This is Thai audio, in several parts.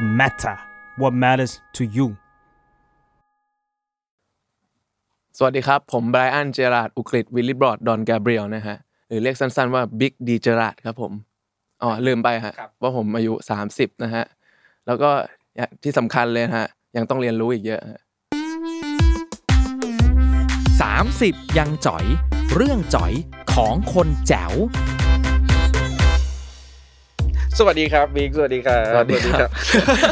matter what matters to you สวัสดีครับ ผมไบรอันเจราร์ดอุกฤษวิลลิบรอดดอนแกเบรียลนะฮะ หรือเรียกสั้นๆว่าบิ๊กดีเจราร์ดครับผม อ๋อ ลืมไปฮะ ว่าผมอายุ 30 นะฮะ แล้วก็อย่างที่สำคัญเลยนะฮะ ยังต้องเรียนรู้อีกเยอะฮะ 30 ยังจ๋อย เรื่องจ๋อยของคนแจ๋ว สวัสดีครับบิ๊กสวัสดีครับ สวัสดีครับ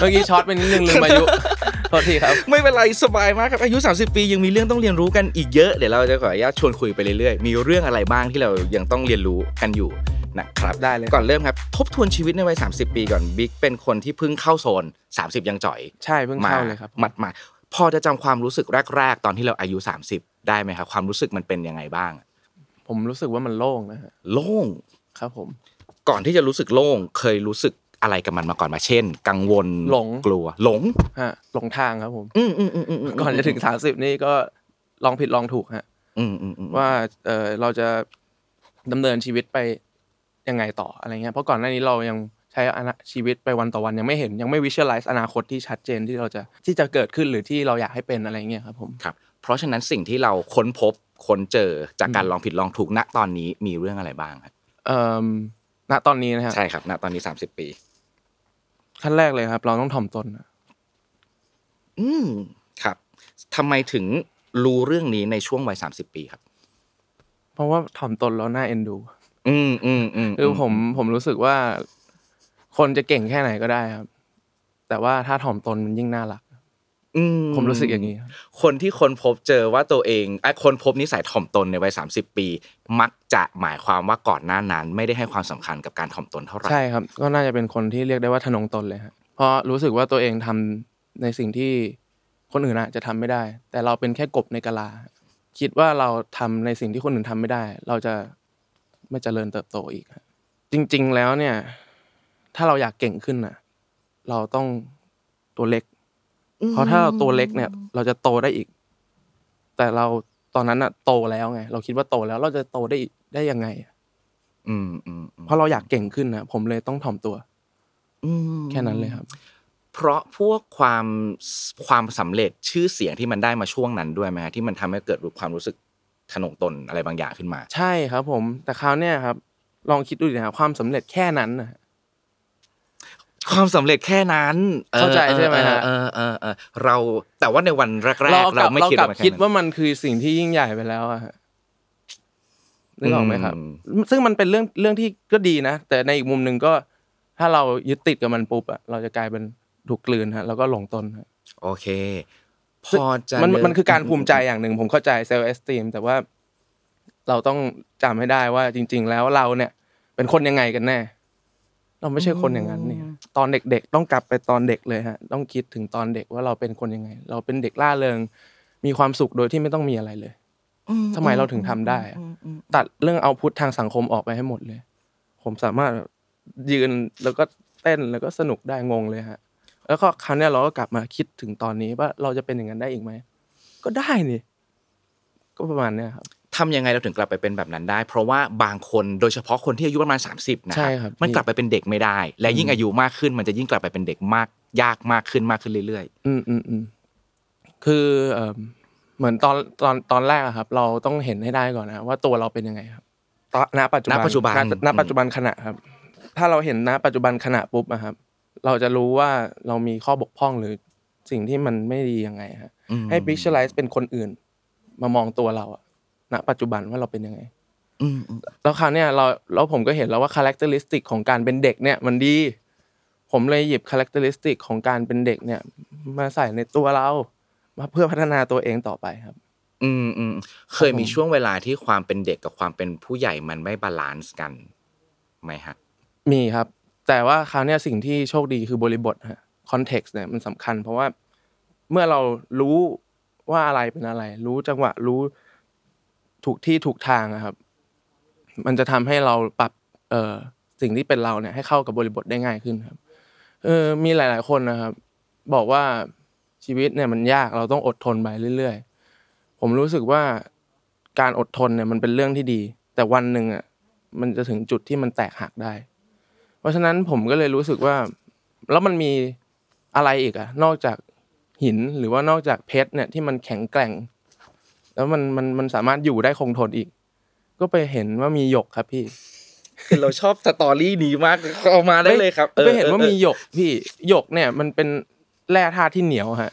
เมื่อกี้ช็อตไปนิดนึงลืมอายุ โทษทีครับ ไม่เป็นไรสบายมากครับ อายุ 30 ปียังมีเรื่องต้องเรียนรู้กันอีกเยอะ เดี๋ยวเราจะขออนุญาตชวนคุยไปเรื่อยๆ มีเรื่องอะไรบ้างที่เรายังต้องเรียนรู้กันอยู่นะครับ ได้เลย ก่อนเริ่มครับทบทวนชีวิตในวัย 30 ปีก่อนบิ๊กเป็นคนที่เพิ่งเข้าโซน 30 ยังจ่อย ใช่เพิ่งเข้าเลยครับ หมัดมาพอจะจำความรู้สึกแรก ๆ ตอนที่เราอายุ 30 ได้ไหมครับ ความรู้สึกมันเป็นยังไงบ้าง ผมรู้สึกว่ามันโล่งนะฮะ โล่ง ครับผม ก่อนที่จะรู้สึกโล่งเคยรู้สึกอะไรกับมันมาก่อนมาเช่น กังวล หลง กลัวหลง ฮะหลงทางครับผม อืมอืมอืมอืม ก่อนจะถึง 30 นี่ก็ลองผิดลองถูกฮะ อืมอืมอืม ว่าเออเราจะดำเนินชีวิตไปยังไงต่ออะไรเงี้ย เพราะก่อนหน้านี้เรายังใช้อนาชีวิตไปวันต่อวันยังไม่เห็นยังไม่ visualize อนาคตที่ชัดเจนที่เราจะที่จะเกิดขึ้นหรือที่เราอยากให้เป็นอะไรเงี้ยครับผม ครับเพราะฉะนั้นสิ่งที่เราค้นพบค้นเจอจากการลองผิดลองถูกณตอนนี้มีเรื่องอะไรบ้างครับ เอ่อณตอนนี้นะฮะ ใช่ครับณตอนนี้ 30 ปี ขั้นแรกเลยครับ เราต้องถ่อมตนนะ อืมครับทำไมถึงรู้เรื่องนี้ในช่วงวัย30 ปีครับ เพราะว่าถ่อมตนเราหน้าเอ็นดู อืมอืมอืม คือผมผมรู้สึกว่า คนจะเก่งแค่ไหนก็ได้ครับ แต่ว่าถ้าถ่อมตนมันยิ่งน่ารัก อื ผมรู้สึกอย่างนี้ครับ คนที่ค้นพบเจอว่าตัวเองไอ้ยคนพบนิสัยถ่อมตนในวัย30 ปี มักจะหมายความว่าก่อนหน้านั้น ไม่ได้ให้ความสำคัญกับการถ่อมตนเท่าไหร่ ใช่ครับ ก็น่าจะเป็นคนที่เรียกได้ว่าทะนงตนเลยฮะเพราะรู้สึกว่าตัวเองทำในสิ่งที่คนอื่นอาจจะทำไม่ได้ แต่เราเป็นแค่กบในกะลา คิดว่าเราทำในสิ่งที่คนอื่นทำไม่ได้ เราจะไม่เจริญเติบโตอีกฮะจริง ๆ แล้วเนี่ย ถ้าเราอยากเก่งขึ้นน่ะ เราต้องตัวเล็ก เพราะถ้าเราตัวเล็กเนี่ย เราจะโตได้อีก แต่เราตอนนั้นอะโตแล้วไง เราคิดว่าโตแล้วเราจะโตได้อีกได้ยังไง อืมอืมอืม เพราะเราอยากเก่งขึ้นนะผมเลยต้องถ่อมตัว อืม แค่นั้นเลยครับ เพราะพวกความความสำเร็จชื่อเสียงที่มันได้มาช่วงนั้นด้วยไหมฮะที่มันทำให้เกิดความรู้สึกทะนงตนอะไรบางอย่างขึ้นมา ใช่ครับผม แต่คราวเนี้ยครับ ลองคิดดูดิครับความสำเร็จแค่นั้นนะ ความสำเร็จแค่นั้นออ เข้าใจใช่ไหมฮะ เออเออเออเออเราแต่ว่าในวันแรก เรากๆลั เรา บ ไม่ เรา คิด กลับ มันแนั้น คิดว่ามันคือสิ่งที่ยิ่งใหญ่ไปแล้วอะฮะนึกออกไหมครับ อื ซึ่งมันเป็นเรื่องเรื่องที่ก็ดีนะ แต่ในอีกมุมหนึ่งก็ ถ้าเรายึดติดกับมันปุ๊บอะเราจะกลายเป็นถูกกลืนฮะแล้วก็หลงตนฮะ โอเค พ ซึ่ง อจะ มัน เ มันคือการภูมิใจอย่างหนึ่ง ผมเข้าใจเซลล์เอสติมแต่ว่าเราต้องจำให้ได้ว่าจริง ๆ แล้วเราเนี่ย เป็นคนยังไงกันแน่ เราไม่ใช่คนอย่างนั้นเนี่ย ตอนเด็กๆ ต้องกลับไปตอนเด็กเลยฮะ ต้องคิดถึงตอนเด็กว่าเราเป็นคนยังไง เราเป็นเด็กล่าเริง มีความสุขโดยที่ไม่ต้องมีอะไรเลยทำไมเราถึงทำได้อะตัดเรื่องเอาพุทธทางสังคมออกไปให้หมดเลย ผมสามารถยืนแล้วก็เต้นแล้วก็สนุกได้งงเลยฮะ แล้วก็ครั้งเนี้ยเราก็กลับมาคิดถึงตอนนี้ว่าเราจะเป็นอย่างนั้นได้อีกไหม ก็ได้นี่ ก็ประมาณเนี้ยครับ ทำยังไงเราถึงกลับไปเป็นแบบนั้นได้ เพราะว่าบางคนโดยเฉพาะคนที่อายุประมาณ 30นะ ใช่ครับ มัน พี่ กลับไปเป็นเด็กไม่ได้ และยิ่งอายุมากขึ้น มันจะยิ่งกลับไปเป็นเด็กมากยากมากขึ้นมากขึ้นเรื่อย อืมอืมอืมคือเอิ่มเหมือนตอนตอนตอนแรกอะครับ เราต้องเห็นให้ได้ก่อนนะว่าตัวเราเป็นยังไงครับตอนณปัจจุบัน ณปัจจุบัน ณณปัจจุบันขณะครับ ถ้าเราเห็นณปัจจุบันขณะปุ๊บอะครับ เราจะรู้ว่าเรามีข้อบกพร่องหรือสิ่งที่มันไม่ดียังไงฮะ ๆอืม ให้ visualize เป็นคนอื่น มามองตัวเราอะณปัจจุบันว่าเราเป็นยังไง อืมอืม แล้วคราวเนี้ยเราแล้วผมก็เห็นแล้วว่าคาแรคเตอริสติกของการเป็นเด็กเนี่ยมันดี ผมเลยหยิบคาแรคเตอริสติกของการเป็นเด็กเนี่ย มาใส่ในตัวเรามาเพื่อพัฒนาตัวเองต่อไปครับ อืมอืมเคยมีช่วงเวลาที่ความเป็นเด็กกับความเป็นผู้ใหญ่มันไม่บาลานซ์กันไหมฮะ มีครับ แต่ว่าคราวเนี้ยสิ่งที่โชคดีคือบริบทฮะคอนเท็กซ์เนี่ยมันสำคัญ เพราะว่าเมื่อเรารู้ว่าอะไรเป็นอะไร รู้จังหวะรู้ถูกที่ถูกทางอะครับ มันจะทำให้เราปรับเอ่อสิ่งที่เป็นเราเนี่ย ให้เข้ากับบริบทได้ง่ายขึ้นครับ เออมีหลาย ๆ คนนะครับ บอกว่าชีวิตเนี่ยมันยากเราต้องอดทนไปเรื่อย ๆ ผมรู้สึกว่าการอดทนเนี่ยมันเป็นเรื่องที่ดี แต่วันหนึ่งอ่ะมันจะถึงจุดที่มันแตกหักได้ เพราะฉะนั้นผมก็เลยรู้สึกว่า แล้วมันมี อะไรอีกอะนอกจากหินหรือว่านอกจากเพชรเนี่ยที่มันแข็งแกร่ง แล้วมันมันมันสามารถอยู่ได้คงทนอีก ก็ไปเห็นว่ามีหยกครับพี่ คือเราชอบสตอรี่นี้มากเอามาได้เลยครับออ ไม่เห็นว่ามี ออ หยกพี่หยกเนี่ย มันเป็นแร่ธาตุที่เหนียวฮะ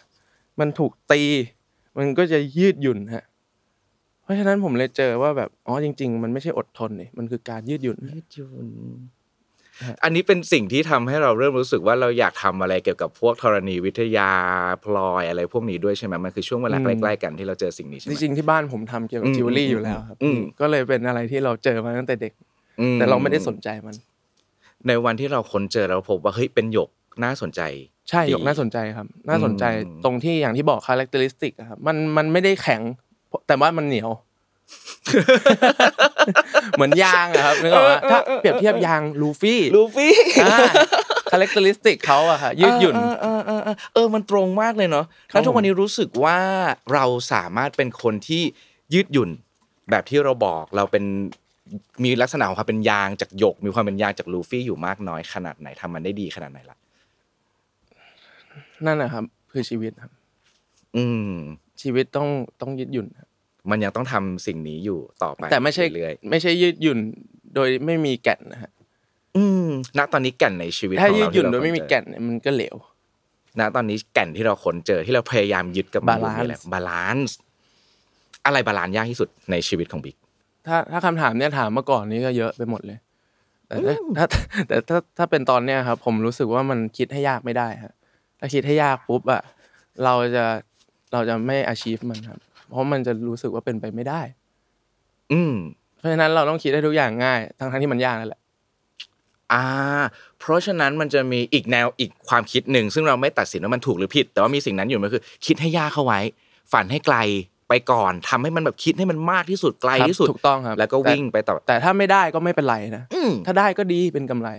มันถูกตี มันก็จะยืดหยุ่นฮะ เพราะฉะนั้นผมเลยเจอว่าแบบอ๋อจริง ๆ มันไม่ใช่อดทนนี่มันคือการยืดหยุ่น ยืดหยุ่นอันนี้เป็นสิ่งที่ทำให้เราเริ่มรู้สึกว่าเราอยากทำอะไรเกี่ยวกับพวกธรณีวิทยาพลอยอะไรพวกนี้ด้วยใช่ไหมมันคือช่วงเวลา อืม ใกล้ๆกันที่เราเจอสิ่งนี้ใช่ไห จ ม ริงๆที่บ้านผมทำเกี่ยวกั อื บ ม จิวเวลรี่อยู่แล้วครับ อืม ก็เลยเป็นอะไรที่เราเจอมาตั้งแต่เด็ก อื แต่เราไม่ได้สนใจมัน ในวันที่เราค้นเจอเราพบว่าเฮ้ยเป็นหยกน่าสนใจ ใช่ ดี หยกน่าสนใจครับ น่าสนใจ อืม ตรงที่อย่างที่บอกคาแรคเตอริสติกครับมันมันไม่ได้แข็ง แต่ว่ามันเห นียว เหมือนยางอะครับนึกออกไหมถ้าเปรียบเทียบยางลูฟี่ ลู ฟี่ คาแรคเตอริสติกเขาอะค่ะ ยืดหยุ่น เออเออเออเออเออมันตรงมากเลยเนาะ ครับ แล้วทุกวัผนม นี้รู้สึกว่าเราสามารถเป็นคนที่ยืดหยุ่น แบบที่เราบอกเราเป็นมีลักษณะของความเป็นยางจากหยก มีความเป็นยางจากลูฟี่อยู่มากน้อยขนาดไหนทำมันได้ดีขนาดไหนล่ะ นั่นนะครับ คือชีวิตครับ อืม ชีวิตต้องต้องยืดหยุ่นครับ มันยังต้องทำสิ่งนี้อยู่ต่อไป แต่ไม่ใช่ เรื่อย ไม่ใช่ยืดหยุ่นโดยไม่มีแก่นนะฮะ ๆอืมณตอนนี้แก่นในชีวิต ถ้า ของ ยื เรา ดหยุ่น ที่ โดยเราไม่มี ค้นเจอ แก่นเนี่ยมันก็เหลว ณตอนนี้แก่นที่เราค้นเจอที่เราพยายามยึดกับมัน Balance บาลานซ์อะไรบาลานซ์ยากที่สุดในชีวิตของบิ๊ก ถ้าถ้าคำถามเนี่ยถามมาก่อนนี้ก็เยอะไปหมดเลย แต่ถ้าถ้าแต่ถ้าถ้าเป็นตอนเนี้ยครับ ผมรู้สึกว่ามันคิดให้ยากไม่ได้ฮะถ้าคิดให้ยากปุ๊บอะเราจะเราจะไม่ achieve มันครับ เพราะมันจะรู้สึกว่าเป็นไปไม่ได้ อืม เพราะฉะนั้นเราต้องคิดให้ทุกอย่างง่าย ทั้งทั้งที่มันยากนั่นแหละ อ่า เพราะฉะนั้นมันจะมีอีกแนวอีกความคิดหนึ่ง ซึ่งเราไม่ตัดสินว่ามันถูกหรือผิด แต่ว่ามีสิ่งนั้นอยู่มันคือ คิดให้ยากเข้าไว้ ฝันให้ไกลไปก่อนทำให้มันแบบคิดให้มันมากที่สุดไกล ครับ ที่สุด ถูกต้องครับ แล้วก็ แต่ วิ่งไปต่อ แต่ถ้าไม่ได้ก็ไม่เป็นไรนะ อืม ถ้าได้ก็ดีเป็นกำไร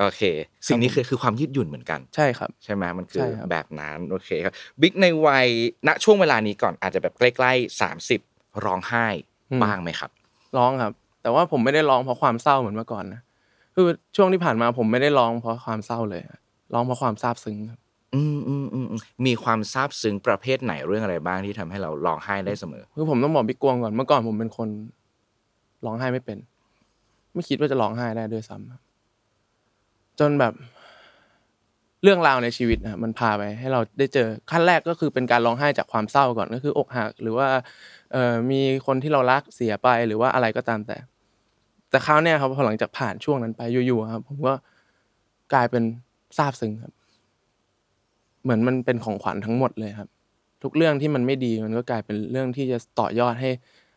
โอเค สิ่งนี้คือคือความยืดหยุ่นเหมือนกัน ใช่ครับ ใช่ไหมมันคือ ใช่ครับ แบบนั้นโอเคครับบิ๊กในวัยณช่วงเวลานี้ก่อนอาจจะแบบใกล้ๆ30 ร้องไห้บ้างไหมครับ ร้องครับ แต่ว่าผมไม่ได้ร้องเพราะความเศร้าเหมือนเมื่อก่อนนะคือช่วงที่ผ่านมาผมไม่ได้ร้องเพราะความเศร้าเลยฮะร้องเพราะความซาบซึ้งครับ อืมอืมอืมอืมมีความซาบซึ้งประเภทไหนเรื่องอะไรบ้างที่ทำให้เราร้องไห้ได้เสมอ คือผมต้องบอกพี่กวงก่อนเมื่อก่อนผมเป็นคนร้องไห้ไม่เป็น ไม่คิดว่าจะร้องไห้ได้ด้วยซ้ำครับจนแบบ เรื่องราวในชีวิตนะมันพาไปให้เราได้เจอขั้นแรกก็คือเป็นการร้องไห้จากความเศร้าก่อนก็คือ อกหักหรือว่าเอ่อมีคนที่เรารักเสียไปหรือว่าอะไรก็ตามแต่ แต่คราวเนี้ยครับพอหลังจากผ่านช่วงนั้นไปอยู่ๆครับ ผมก็กลายเป็นซาบซึ้งครับ เหมือนมันเป็นของขวัญทั้งหมดเลยครับ ทุกเรื่องที่มันไม่ดีมันก็กลายเป็นเรื่องที่จะต่อยอดให้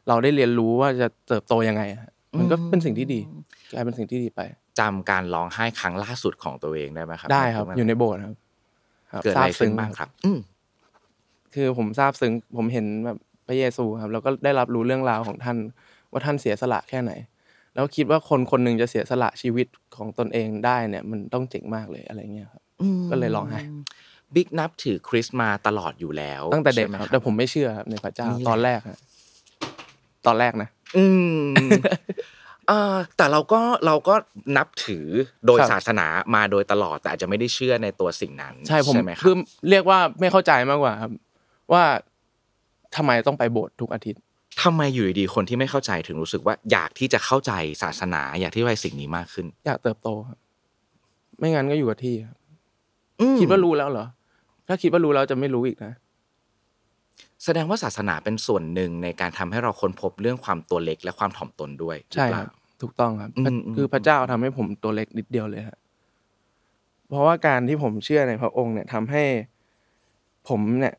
เราได้เรียนรู้ว่าจะเติบโตยังไงฮะมันก็เป็นสิ่งที่ดี กลายเป็นสิ่งที่ดีไป จำการร้องไห้ครั้งล่าสุดของตัวเองได้ไหมครับ ได้ครับ ว่า อยู่ในโบสถ์ครับครับ เกิดอะไร ซบ ขึ้ ซึ้ นบ้างครับ อืม คือผมทราบซึ้งผมเห็นแบบพระเยซูครับ แล้วก็ได้รับรู้เรื่องราวของท่าน ว่าท่านเสียสละแค่ไหน แล้วคิดว่าคนคนหนึ่งจะเสียสละชีวิตของตนเองได้เนี่ย มันต้องเจ๋งมากเลยอะไรเงี้ยครับ ก็เลยร้องไห้ บิ๊กนับถือคริสต์มาตลอดอยู่แล้ว ตั้งแต่เด็ก ใช่ไหม ครับ ค แต่ รับ ผมไม่เชื่อครับในพระเจ้า นี่แหละ ตอนแรกฮะตอนแรกนะ อืมเอ่อแต่เราก็เราก็นับถือโดย ครับ ศาสนามาโดยตลอด แต่อาจจะไม่ได้เชื่อในตัวสิ่งนั้น ใช่ผม ไหมครั คือบ เรียกว่าไม่เข้าใจมากกว่าครับว่าทำไมต้องไปโบสถ์ทุกอาทิตย์ ทำไมอยู่ดีๆคนที่ไม่เข้าใจถึงรู้สึกว่าอยากที่จะเข้าใจศาสนา อยากที่ไปสิ่งนี้มากขึ้น อยากเติบโตครับ ไม่งั้นก็อยู่กับที่ครับ อืม คิดว่ารู้แล้วเหรอ ถ้าคิดว่ารู้แล้วจะไม่รู้อีกนะ แสดงว่าศาสนาเป็นส่วนหนึ่งในการทำให้เราค้นพบเรื่องความตัวเล็กและความถ่อมตนด้วยหอ ใช่ เป ค ล่า รับ ถูกต้องครับ อืมอืม คือพระเจ้าทำให้ผมตัวเล็กนิดเดียวเลยฮะเพราะว่าการที่ผมเชื่อในพระองค์เนี่ยทำให้ ผมเนี่ย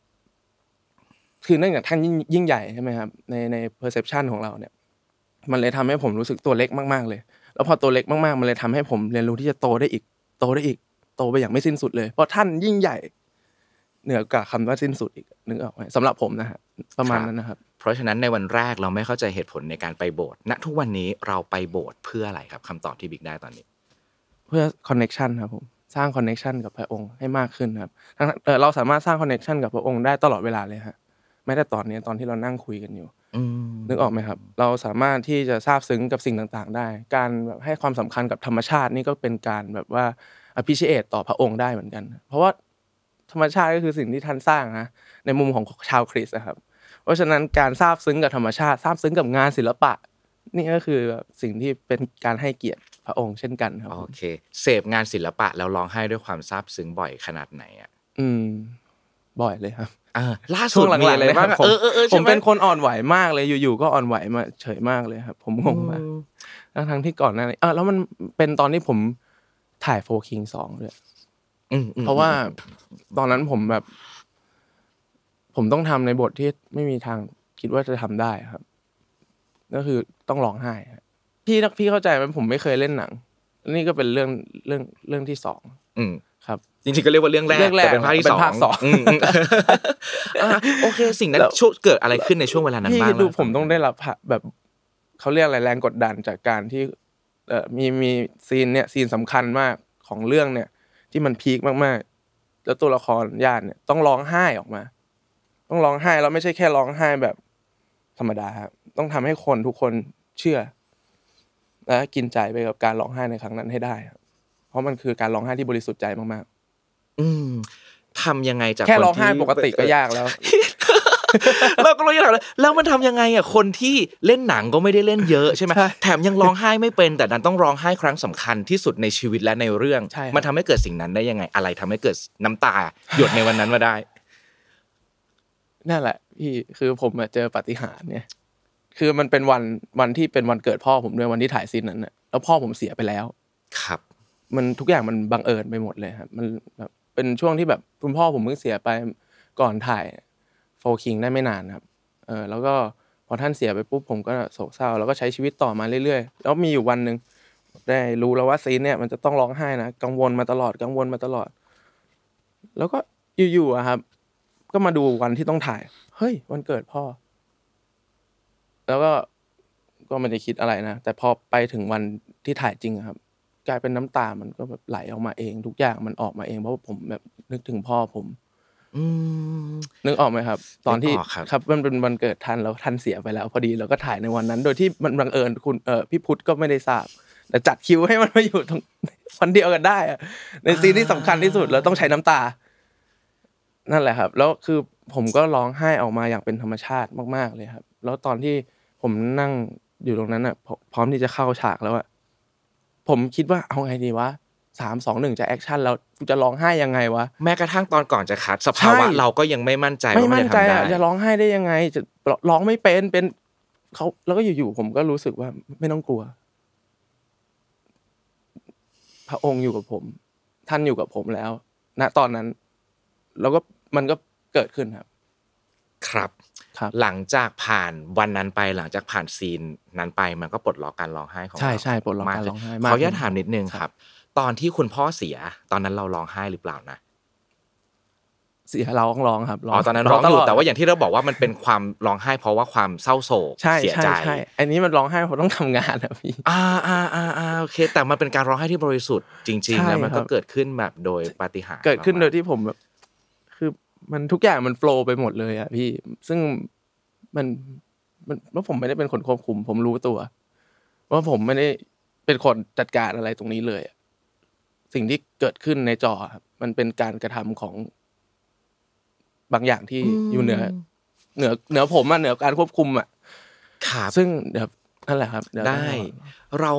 คือเนื่องจากท่านยิ่งยิ่งใหญ่ใช่ไหมครับ ในใน perception ของเราเนี่ย มันเลยทำให้ผมรู้สึกตัวเล็กมากๆเลย แล้วพอตัวเล็กมากๆ มันเลยทำให้ผมเรียนรู้ที่จะโตได้อีก โตได้อีก โตไปอย่างไม่สิ้นสุดเลย เพราะท่านยิ่งใหญ่ เหนือกว่าคำว่าสิ้นสุดอีกนึกออกไหมสำหรับผมนะฮะประมาณนั้นนะครับ เพราะฉะนั้นในวันแรกเราไม่เข้าใจเหตุผลในการไปโบสถ์ณทุกวันนี้เราไปโบสถ์เพื่ออะไรครับคำตอบที่บิ๊กได้ตอนนี้ เพื่อคอนเน็ชันครับผมสร้างคอนเน็ชันกับพระองค์ให้มากขึ้นครับทั้งเอ่อเราสามารถสร้างคอนเน็ชันกับพระองค์ได้ตลอดเวลาเลยฮะแม้แต่ตอนนี้ตอนที่เรานั่งคุยกันอยู่ อืม นึกออกไหมครับ เราสามารถที่จะซาบซึ้งกับสิ่งต่างๆ ได้ การแบบให้ความสำคัญกับธรรมชาตินี่ก็เป็นการแบบว่า appreciate ต่อพระองค์ได้เหมือนกัน เพราะว่า ธรรมชาติก็คือสิ่งที่ท่านสร้างนะในมุมของชาวคริสต์นะครับ เพราะฉะนั้นการซาบซึ้งกับธรรมชาติซาบซึ้งกับงานศิลปะ นี่ก็คือแบบสิ่งที่เป็นการให้เกียรติพระองค์เช่นกันครับ โอเค เสพงานศิลปะแล้วร้องไห้ด้วยความซาบซึ้งบ่อยขนาดไหนอ่ะ อืม บ่อยเลยครับ เออล่า ช่ สุ ว ด งหลัง มี ๆ อะไร เลย บ้า บ้าง ง อะ ผม เออเออเออ ผ ใช่ ม ไห เป็นคนอ่อนไหวมากเลยอยู่ๆก็อ่อนไหวมาเฉยมากเลยครับ ผมงงมากทั้งทั้งๆที่ก่อนหน้านี้เออแล้วมันเป็นตอนที่ผมถ่ายโฟคิงสองด้วย อืมอืม เพราะว่าตอนนั้นผมแบบ ผมต้องทำในบทที่ไม่มีทางคิดว่าจะทำได้ครับ ก็คือต้องร้องไห้ครับพี่นักพี่เข้าใจไหมผมไม่เคยเล่นหนัง นี่ก็เป็นเรื่องเรื่องเรื่องที่สอง อืม ครับ จริงๆก็เรียกว่าเรื่องแรก เรื่องแรก แต่เป็นภาคที่ เป็นภาคสอง อืมอืมอ่ะโอเค สิ่งนั้น แล้ว ช่วงเกิดอะไรขึ้นในช่วงเวลานั้น พี่ บ้าง คิดดู ล่ะ ผมต้องได้รับแบบเขาเรียกอะไรแรงกดดันจากการที่ เออมีมีซีนเนี่ยซีนสำคัญมากของเรื่องเนี่ย ที่มันพีคมากๆ แล้วตัวละครญาติเนี่ย ต้องร้องไห้ออกมา ต้องร้องไห้แล้วไม่ใช่แค่ร้องไห้แบบ ธรรมดาครับต้องทำให้คนทุกคนเชื่อ และกินใจไปกับการร้องไห้ในครั้งนั้นให้ได้ครับเพราะมันคือการร้องไห้ที่บริสุทธิ์ใจมาก อืมทำยังไงจาก ๆแค่ น ร้องไห้ ที่ ปกติก็ยากแล้ว เราก็ร้องยากแล้วแล้วมันทำยังไงอ่ะคนที่เล่นหนังก็ไม่ได้เล่นเยอะใช่ไหม ใช่ แถมยังร้องไห้ไม่เป็น แต่ดันต้องร้องไห้ครั้งสำคัญที่สุดในชีวิตและในเรื่อง ใช่ครับ มันทำให้เกิดสิ่งนั้นได้ยังไง อะไรทำให้เกิดน้ำตา หยดในวันนั้นมาได้ นั่นแหละพี่คือผมอะเจอปาฏิหารย์เนี่ย คือมันเป็นวันวันที่เป็นวันเกิดพ่อผมด้วยวันที่ถ่ายซีนนั้นน่ะแล้วพ่อผมเสียไปแล้ว ครับ มันทุกอย่างมันบังเอิญไปหมดเลยครับมันแบบเป็นช่วงที่แบบคุณพ่อผมเพิ่งเสียไปก่อนถ่ายโฟคิงได้ไม่นานครับเออแล้วก็พอท่านเสียไปปุ๊บผมก็โศกเศร้า แล้วก็ใช้ชีวิตต่อมาเรื่อยๆ แล้วมีอยู่วันหนึ่งได้รู้แล้วว่าซีนเนี่ยมันจะต้องร้องไห้นะกังวลมาตลอดกังวลมาตลอด แล้วก็อยู่ๆอะครับ ก็มาดูวันที่ต้องถ่าย เฮ้ย วันเกิดพ่อ แล้วก็ก็ไม่ได้คิดอะไรนะแต่พอไปถึงวันที่ถ่ายจริงอะครับ กลายเป็นน้ำตา มันก็แบบไหลออกมาเอง ทุกอย่างมันออกมาเองเพราะว่าผมแบบนึกถึงพ่อผม อืม นึกออกไหมครับ ตอนที่ นึกออกครับ ครับมันเป็นวันเกิดทันแล้วทันเสียไปแล้ว พอดีเราก็ถ่ายในวันนั้น โดยที่มันบังเอิญคุณเออพี่พุทธก็ไม่ได้ทราบแต่จัดคิวให้มันมาอยู่ตรง วันเดียวกันได้อะในซีนที่สำคัญที่สุดแล้วต้องใช้น้ำตา นั่นแหละครับ แล้วคือผมก็ร้องไห้ออกมาอย่างเป็นธรรมชาติมาก ๆ เลยครับ แล้วตอนที่ผมนั่งอยู่ตรงนั้นอ่ะพร้อพร้อมที่จะเข้าฉากแล้วอ่ะผมคิดว่าเอาไงดีวะสามสองหนึ่งจะแอคชั่นแล้วกูจะร้องไห้ยังไงวะ แม้กระทั่งตอนก่อนจะคัดสภาวะ ใช่ เราก็ยังไม่มั่นใจ ไม่ ว่ามัน มั่น จะ ใจ ทำได้ อ่ะจะร้องไห้ได้ยังไง จะร้องไม่เป็นเป็นเขาแล้วก็อยู่ๆผมก็รู้สึกว่าไม่ต้องกลัว พระองค์อยู่กับผม ท่านอยู่กับผมแล้วณตอนนั้น แล้วก็มันก็เกิดขึ้นครับ ครับ ครับ หลังจากผ่านวันนั้นไปหลังจากผ่านซีนนั้นไปมันก็ปลดล็อกการร้องไห้ของ ใช่ เรา ใช่ปลดล็อกการร้องไห้ ม มาก ขออนุญาต ขึ้น ถามนิดนึงครับ ตอนที่คุณพ่อเสีย ตอนนั้นเราร้องไห้หรือเปล่านะ เสียเราต้องร้องครับ อ๋อตอนนั้นร้องอยู่ ลด แต่ว่าอย่างที่เราบอกว่ามันเป็นความร้องไห้ เพราะว่าความเศร้าโศก ใช่ เสีย ใช่ ใจ ใช่อันนี้มันร้องไห้เพราะต้องทำงานนะพี่ อ่าอ่าอ่าอ่าโอเค แต่มันเป็นการร้องไห้ที่บริสุทธิ์จริง ใช่ ๆ แล้วมัน ครั ก็ บ เกิดขึ้นแบบโดยปาฏิหาริย์ เกิดขึ้นโดย มาก ที่ผมแบบ คือมันทุกอย่างมันโฟล์ไปหมดเลยอะพี่ ซึ่งมันมันว่าผมไม่ได้เป็นคนควบคุม ผมรู้ตัว ว่าผมไม่ได้เป็นคนจัดการอะไรตรงนี้เลยอะสิ่งที่เกิดขึ้นในจอครับมันเป็นการกระทำของบางอย่างที่อยู่เหนือ เหนือเหนือผมอะเหนือการควบคุมอะ ๆครับ ซึ่งเดี๋ยวนั่นแหละครับเยว ได้เรา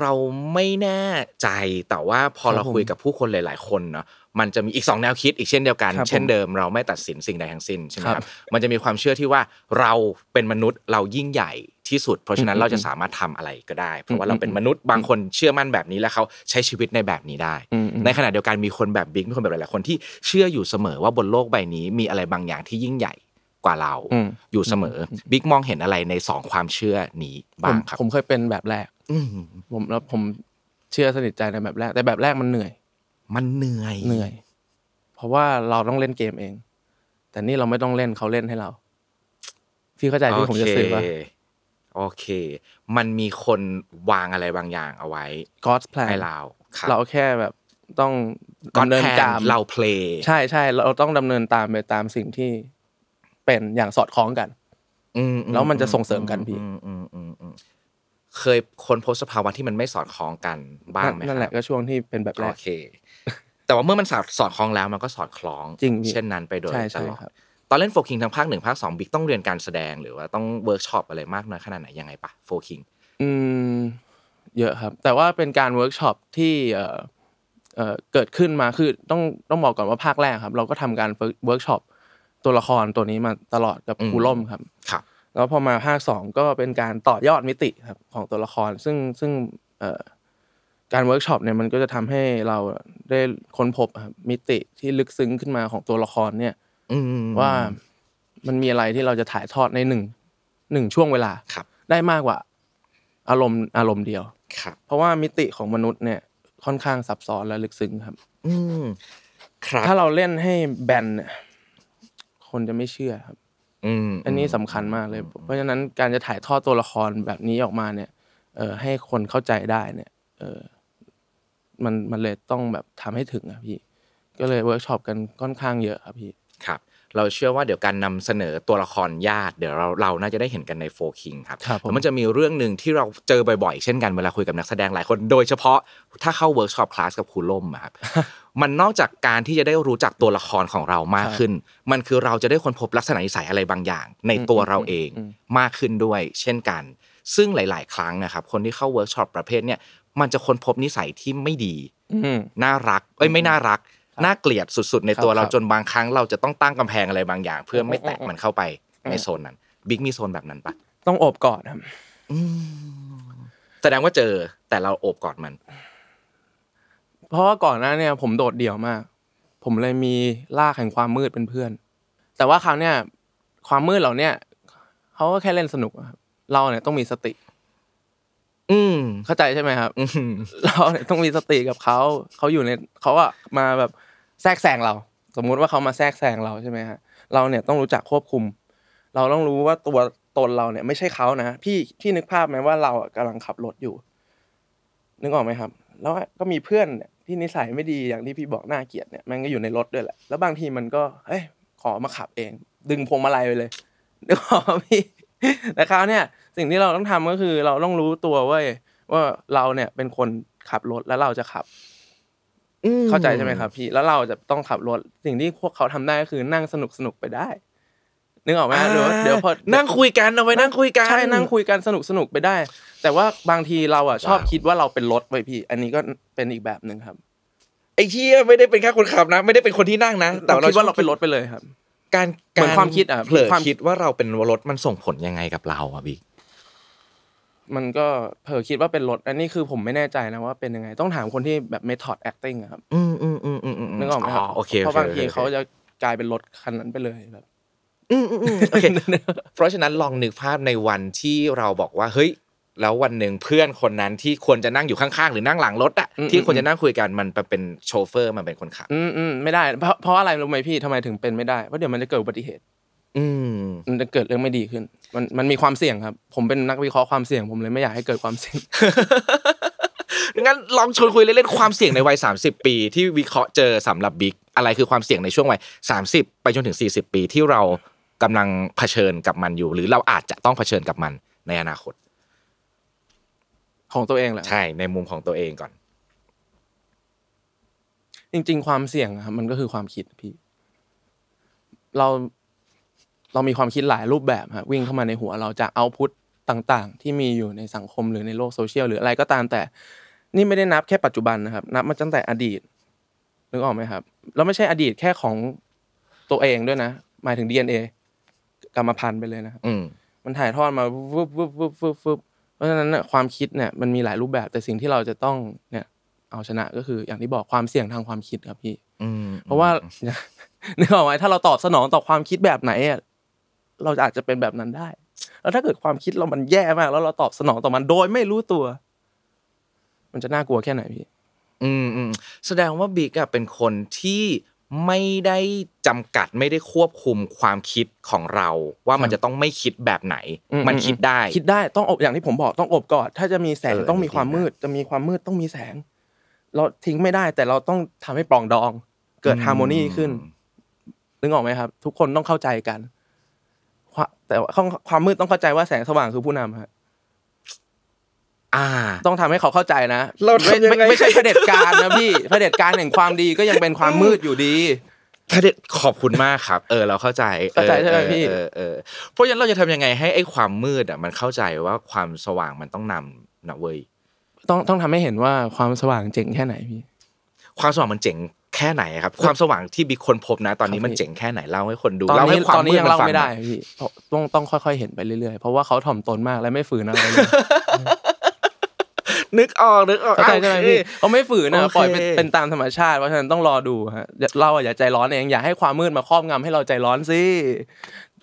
เราไม่แน่ใจแต่ว่าพอ ครับ เราคุยกับผู้คนหลาย ๆ คนเนาะมันจะมีอีกสองแนวคิดอีกเช่นเดียวกัน ครับผม เช่นเดิมเราไม่ตัดสินสิ่งใดทั้งสิ้นใช่ไหมค ครั รับบ มันจะมีความเชื่อที่ว่าเราเป็นมนุษย์เรายิ่งใหญ่ที่สุด เพราะฉะนั้น อืม เราจะสามารถทำอะไรก็ได้ เพราะว่า อืม เราเป็นมนุษย์บางคนเชื่อมั่นแบบนี้และเขาใช้ชีวิตในแบบนี้ได้ อืมอืม ในขณะเดียวกันมีคนแบบบิ๊กมีคนแบบหลาย ๆ คนที่เชื่ออยู่เสมอว่าบนโลกใบนี้มีอะไรบางอย่างที่ยิ่งใหญ่กว่าเรา อืม อยู่เสมอบิ๊กมองเห็นอะไรในสองความเชื่อนี้ ผ บ้าม งครับ ผมเคยเป็นแบบแรก อืม ผมแล้วผมเชื่อสนิทใจในแบบแรก แต่แบบแรกมันเหนื่อย มันเหนื่อย เหนื่อย เพราะว่าเราต้องเล่นเกมเอง แต่นี่เราไม่ต้องเล่นเขาเล่นให้เรา พี่เข้าใจที่ผมจะสื่อว่า โเคโอเค มันมีคนวางอะไรบางอย่างเอาไว้ God's plan ให้เราครับ เราแค่แบบต้อง ก่อ ดำเนิน แทน ตาม เราเพลย์ ใช่ใช่เราต้องดำเนินตามไปตามสิ่งที่เป็นอย่างสอดคล้องกัน แล้วมันจะส่งเสริมกันพี่ เคยค้นพบสภาวะที่มันไม่สอดคล้องกันบ้างไหม นั่นแหละ ครับ ก็ช่วงที่เป็นแบบแร โอก เค แต่ว่าเมื่อมันสอดสอดคล้องแล้วมันก็สอดคล้อง จริงพี่ เช่นนั้นไปโดย ใช่ ต ใช่ ลอด ครับ ตอนเล่นโฟกิงทั้งภาคหนึ่งภาคสองบิ๊กต้องเรียนการแสดงหรือว่าต้องเวิร์กช็อปอะไรมากน้อยขนาดไหนยังไงปะโฟกิง อืมเยอะครับ แต่ว่าเป็นการเวิร์กช็อปที่เอ่อเอ่อเกิดขึ้นมาคือต้องต้องบอกก่อนว่าภาคแรกครับ เราก็ทำการเวิร์กช็อปตัวละครตัวนี้มาตลอดกับ อืม ครูล่มครับ ครับ แล้วพอมาภาคสองก็เป็นการต่อยอดมิติครับของตัวละคร ซึ่งซึ่งเอ่อการเวิร์กช็อปเนี่ยมันก็จะทำให้เราได้ค้นพบครับมิติที่ลึกซึ้งขึ้นมาของตัวละครเนี่ย อืม ว่ามันมีอะไรที่เราจะถ่ายทอดในหนึ่งหนึ่งช่วงเวลา ครับ ได้มากกว่า อารมณ์อารมณ์เดียว ครับ เพราะว่ามิติของมนุษย์เนี่ยค่อนข้างซับซ้อนและลึกซึ้งครับ อืมครับ ถ้าเราเล่นให้แบนเนี่ยคนจะไม่เชื่อครับ อืม อันนี้สำคัญมากเลย เพราะฉะนั้นการจะถ่ายทอดตัวละครแบบนี้ออกมาเนี่ย เออให้คนเข้าใจได้เนี่ย เออมันมันเลยต้องแบบทำให้ถึงอะพี่ ก็เลยเวิร์กช็อปกันค่อนข้างเยอะครับพี่ ครับ เราเชื่อว่าเดี๋ยวการนำเสนอตัวละครญาติ เดี๋ยวเราเราน่าจะได้เห็นกันในโฟคิงครับ ครับผม แต่มันจะมีเรื่องหนึ่งที่เราเจอบ่อยๆ เช่นกันเวลาคุยกับนักแสดงหลายคน โดยเฉพาะถ้าเข้าเวิร์กช็อปคลาสกับครูล่มอะครับ มันนอกจากการที่จะได้รู้จักตัวละครของเรามากขึ้น มันคือเราจะได้ค้นพบลักษณะนิสัยอะไรบางอย่าง ในตัวเราเองมากขึ้นด้วย เช่นกัน ซึ่งหลาย ๆ ครั้งนะครับ คนที่เข้าเวิร์กช็อปประเภทเนี้ยมันจะค้นพบนิสัยที่ไม่ดี อืม น่ารักเอ้ยไม่น่ารัก น่าเกลียดสุดๆ ใน ครับ ตัวเรา ครับ จนบางครั้งเราจะต้องตั้งกำแพงอะไรบางอย่าง เพื่อไม่แตะมันเข้าไปในโซนนั้นบิ๊กมีโซนแบบนั้นปะ ต้องโอบกอดครับ แสดงว่าเจอแต่เราโอบกอดมัน เพราะว่าก่อนหน้าเนี่ยผมโดดเดี่ยวมาก ผมเลยมีลากแห่งความมืดเป็นเพื่อน แต่ว่าคราวเนี่ยความมืดเหล่าเนี้ยเขาก็แค่เล่นสนุกอะครับเราเนี่ยต้องมีสติ อืม เข้าใจใช่ไหมครับ อืม เราเนี่ยต้องมีสติกับเขา เขาอยู่ในเขาอะมาแบบแทรกแซงเรา สมมุติว่าเขามาแทรกแซงเราใช่ไหมฮะ เราเนี่ยต้องรู้จักควบคุม เราต้องรู้ว่าตัวตนเราเนี่ยไม่ใช่เขานะ พี่พี่นึกภาพไหมว่าเราอะกำลังขับรถอยู่ นึกออกไหมครับ แล้วก็มีเพื่อนเนี่ยที่นิสัยไม่ดีอย่างที่พี่บอกน่าเกลียดเนี่ยมันก็อยู่ในรถด้วยแหละ แล้วบางทีมันก็เอ้ยขอมาขับเอง ดึงพวงมาลัยไปเลยนึกออกไหมพี่ แต่คราวเนี่ยสิ่งที่เราต้องทำก็คือ เราต้องรู้ตัวเว้ย ว่าเราเนี่ยเป็นคนขับรถแล้วเราจะขับ อืม เข้าใจใช่ไหมครับพี่แล้วเราจะต้องขับรถสิ่งที่พวกเขาทำได้ก็คือนั่งสนุกสนุกๆไปได้ นึกออกไหม อ่า เดี๋ยวเดี๋ยวพอ นั่งคุยกันเอาไว้นั่งคุยกัน ใช่นั่งคุยกันสนุกสนุกๆไปได้ แต่ว่าบางทีเราอ่ะชอบคิดว่าเราเป็นรถไว้ยพี่ อันนี้ก็เป็นอีกแบบหนึ่งครับ ไอ้เชี่ยไม่ได้เป็นแค่คนขับนะ ไม่ได้เป็นคนที่นั่งนะ แต่ เรา เรา คิดว่าเราเป็นรถไปเลยครับ การ เหมือนความคิดอะ เผลอ ความ คิดว่าเราเป็นรถมันส่งผลยังไงกับเราอะบิ๊ก มันก็เผลอคิดว่าเป็นรถอันนี้คือผมไม่แน่ใจนะว่าเป็นยังไงต้องถามคนที่แบบ method acting อะครับ อืมอืมอืมอืม นึกออกไหมครับ โอเค เพราะบางที โอค เขาจะกลายเป็นรถคันนั้นไปเลยแบบ อืมอืมอืมโอเค เพราะฉะนั้นลองนึกภาพในวันที่เราบอกว่าเฮ้ย แล้ววันหนึ่งเพื่อนคนนั้นที่ควรจะนั่งอยู่ข้างๆ หรือนั่งหลังรถอะ อืม ที่ควรจะนั่งคุยกันมันไปเป็นโชเฟอร์มันเป็นคนขับ อืมอืมไม่ได้เพราะเพราะอะไรรู้ไหมพี่ทำไมถึงเป็นไม่ได้เพราะเดี๋ยวมันจะเกิดอุบัติเหตุ อืม มันจะเกิดเรื่องไม่ดีขึ้น มันมันมีความเสี่ยงครับ ผมเป็นนักวิเคราะห์ความเสี่ยง ผมเลยไม่อยากให้เกิดความเสี่ยง งั้นลองชวนคุยเล่นๆความเสี่ยงในวัย 30 ปี ที่วิเคราะห์เจอสำหรับบิ๊กอะไรคือความเสี่ยงในช่วงวัย 30 ไปจนถึง 40 ปีที่เรากำลังเผชิญกับมันอยู่ หรือเราอาจจะต้องเผชิญกับมันในอนาคต ของตัวเองแหละ ใช่ในมุมของตัวเองก่อน จริง ๆ ความเสี่ยงอะครับมันก็คือความคิดพี่ เรา เรามีความคิดหลายรูปแบบฮะวิ่งเข้ามาในหัวเราจากเอาพุตต่างๆ ที่มีอยู่ในสังคมหรือในโลกโซเชียลหรืออะไรก็ตามแต่ นี่ไม่ได้นับแค่ปัจจุบันนะครับ นับมาตั้งแต่อดีตนึกออกไหมครับ แล้วไม่ใช่อดีตแค่ของตัวเองด้วยนะหมายถึง DNA กรรมพันธุ์ไปเลยนะครับ อืม มันถ่ายทอดมาฟึบฟึบฟึบฟึบฟึบเพราะฉะนั้นน่ะความคิดเนี่ยมันมีหลายรูปแบบแต่สิ่งที่เราจะต้องเนี่ยเอาชนะก็คืออย่างที่บอกความเสี่ยงทางความคิดครับพี่ อืม เพราะว่า นึกออกไหมถ้าเราตอบสนองต่อความคิดแบบไหนอะเราอาจจะเป็นแบบนั้นได้ แล้วถ้าเกิดความคิดเรามันแย่มาก แล้วเราตอบสนองต่อมันโดยไม่รู้ตัว มันจะน่ากลัวแค่ไหนพี่ อืมอืมแสดงว่าบิ๊กอะเป็นคนที่ไม่ได้จำกัดไม่ได้ควบคุมความคิดของเรา ว่ามันจะต้องไม่คิดแบบไหน อืม มัน อืม คิดได้ คิดได้ต้องอบอย่างที่ผมบอกต้องอบก่อนถ้าจะมีแสง เออ ต้องมี ดี ความ นะ มืด จะมีความมืดต้องมีแสง เราทิ้งไม่ได้ แต่เราต้องทำให้ปรองดอง เกิดฮาร์โมนีขึ้น นึกออกไหมครับ ทุกคนต้องเข้าใจกันความแต่ว่าความความมืดต้องเข้าใจว่าแสงสว่างคือผู้นำฮะ อ อ่า ต้องทำให้เขาเข้าใจนะ เราทำยังไง ม่ม่ไม่ใช่เผด็จการนะพี่ เผด็จการแห่งความดีก็ยังเป็นความมืดอยู่ดี คดขอบคุณมากครับ เออเราเข้าใจ เข้าใจใช่ไหม ออ พี่ เออเออเพราะฉะนั้นเราจะทำยังไงให้ไอ้ความมืดอ่ะมันเข้าใจว่าความสว่างมันต้องนำนะเว้ย ต้องต้องทำให้เห็นว่าความสว่างเจ๋งแค่ไหนพี่ ความสว่างมันเจ๋งแค่ไหนครับ ความสว่างที่บิ๊กคนพบนะ ตอนนี้ ครับ มันเจ๋งแค่ไหนเล่าให้คนดู ตอน เล่า นี้ ให้ความ ตอนนี้ มืด ยัง มัน เล่า ฟัง ไม่ได้ หน่อย พี่เพราะต้องต้องค่อย ๆ เห็นไปเรื่อยๆ เพราะว่าเขาถ่อมตนมากและไม่ฝืนอะไรเลย นึกออกนึกอ อก เข้าใจใช่ไหม โอเค พี่เขาไม่ฝืนนะ โอเค ปล่อยเป็นเป็นตามธรรมชาติเพราะฉะนั้นต้องรอดูฮะอย่าเราอะอย่าใจร้อนเองอย่าให้ความมืดมาครอบงำให้เราใจร้อนสิ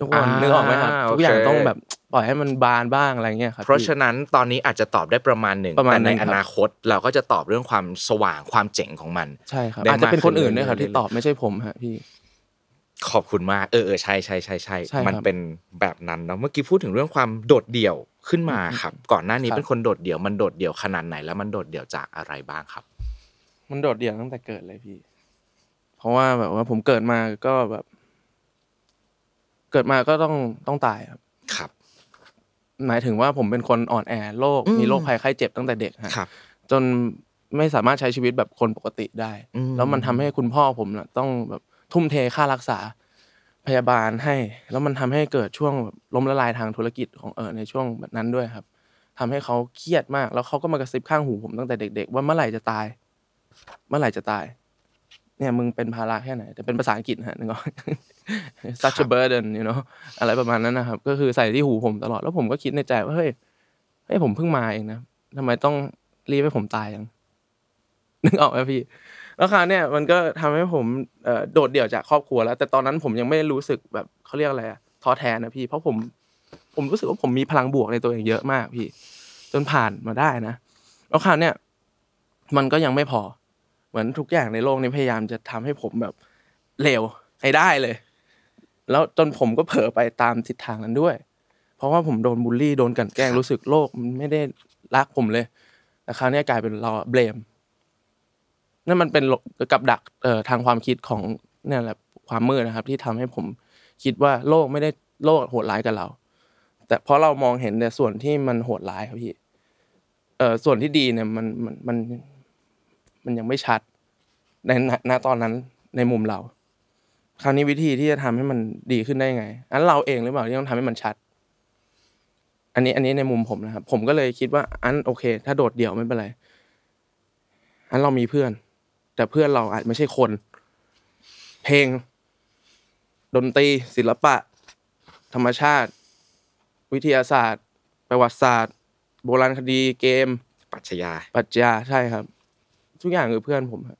ทุกคนนึกออกไหมครับทุกอย่างต้องแบบปล่อยให้มันบานบ้างอะไรเงี้ยครับ เพราะฉะนั้นตอนนี้อาจจะตอบได้ประมาณหนึ่ง ประมาณ แต่ หนึ่งคในรั อบ นาคตเราก็จะตอบเรื่องความสว่างความเจ๋งของมัน ใช่ครับ ได้ อาจจะเป็น มากขึ้ คน นอื่นด้วยครับ เรื่อยๆ ที่ตอบไม่ใช่ผมฮะพี่ ขอบคุณมากเออเออใช่ใช่ใช่ใช่ ใช่ครับ มันเป็นแบบนั้นเนาะเมื่อกี้พูดถึงเรื่องความโดดเดี่ยวขึ้นมาครับ ก่อนหน้านี้ ครับ เป็นคนโดดเดี่ยวมันโดดเดี่ยวขนาดไหนแล้วมันโดดเดี่ยวจากอะไรบ้างครับ มันโดดเดี่ยวตั้งแต่เกิดเลยพี่ เพราะว่าแบบว่าผมเกิดมาก็แบบ เกิดมาก็ต้องต้องตายครับ ครับ หมายถึงว่าผมเป็นคนอ่อนแอโรค อืม มีโรคภัยไข้เจ็บตั้งแต่เด็กฮะ ครับ จนไม่สามารถใช้ชีวิตแบบคนปกติได้ อืม แล้วมันทำให้คุณพ่อผมน่ะต้องแบบทุ่มเทค่ารักษาพยาบาลให้ แล้วมันทำให้เกิดช่วงแบบล้มละลายทางธุรกิจของเออในช่วงแบบนั้นด้วยครับทำให้เขาเครียดมาก แล้วเขาก็มากระซิบข้างหูผมตั้งแต่เด็ก ๆ ว่าเมื่อไหร่จะตาย เมื่อไหร่จะตาย เนี่ยมึงเป็นภาระแค่ไหน แต่เป็นภาษาอังกฤษนะฮะนึกออก such a burden you know อะไรประมาณนั้นนะครับ ก็คือใส่ที่หูผมตลอด แล้วผมก็คิดในใจว่าเฮ้ยเฮ้ยผมเพิ่งมาเองนะทำไมต้องรีบให้ผมตายยัง นึกออกไหมพี่ แล้วคราวเนี่ยมันก็ทำให้ผมเอ่อโดดเดี่ยวจากครอบครัวแล้ว แต่ตอนนั้นผมยังไม่ได้รู้สึกแบบเขาเรียกอะไรอะท้อแท้นะพี่ เพราะผมผมรู้สึกว่าผมมีพลังบวกในตัวเองเยอะมากพี่ จนผ่านมาได้นะ แล้วคราวเนี่ย มันก็ยังไม่พอ เหมือนทุกอย่างในโลกนี้พยายามจะทำให้ผมแบบเร็วให้ได้เลย แล้วจนผมก็เผลอไปตามทิศทางนั้นด้วย เพราะว่าผมโดนบูลลี่โดนกลันแกล้งรู้สึกโลกมันไม่ได้รักผมเลยแต่คราวนี้กลายเป็นเราเบลมนั่นมันเป็นโลกับดักเอ่อทางความคิดของเนี่ยแหละความมืดนะครับ ที่ทำให้ผมคิดว่าโลกไม่ได้โลกโหดร้ายกับเรา แต่เพราะเรามองเห็นแต่ส่วนที่มันโหดร้ายครับพี่เอ่อส่วนที่ดีเนี่ยมันมันมัน มันยังไม่ชัดในณณตอนนั้นในมุมเรา คราวนี้วิธีที่จะทำให้มันดีขึ้นได้ยังไง อันเราเองหรือเปล่าที่ต้องทำให้มันชัด อันนี้อันนี้ในมุมผมนะครับ ผมก็เลยคิดว่า อันโอเค ถ้าโดดเดี่ยวไม่เป็นไร อันเรามีเพื่อน แต่เพื่อนเราอาจไม่ใช่คน เพลง ดนตรี ศิลปะ ธรรมชาติ วิทยาศาสตร์ ประวัติศาสตร์ โบราณคดีเกม ปรัชญา ปรัจญาใช่ครับ ทุกอย่างคือเพื่อนผมครับ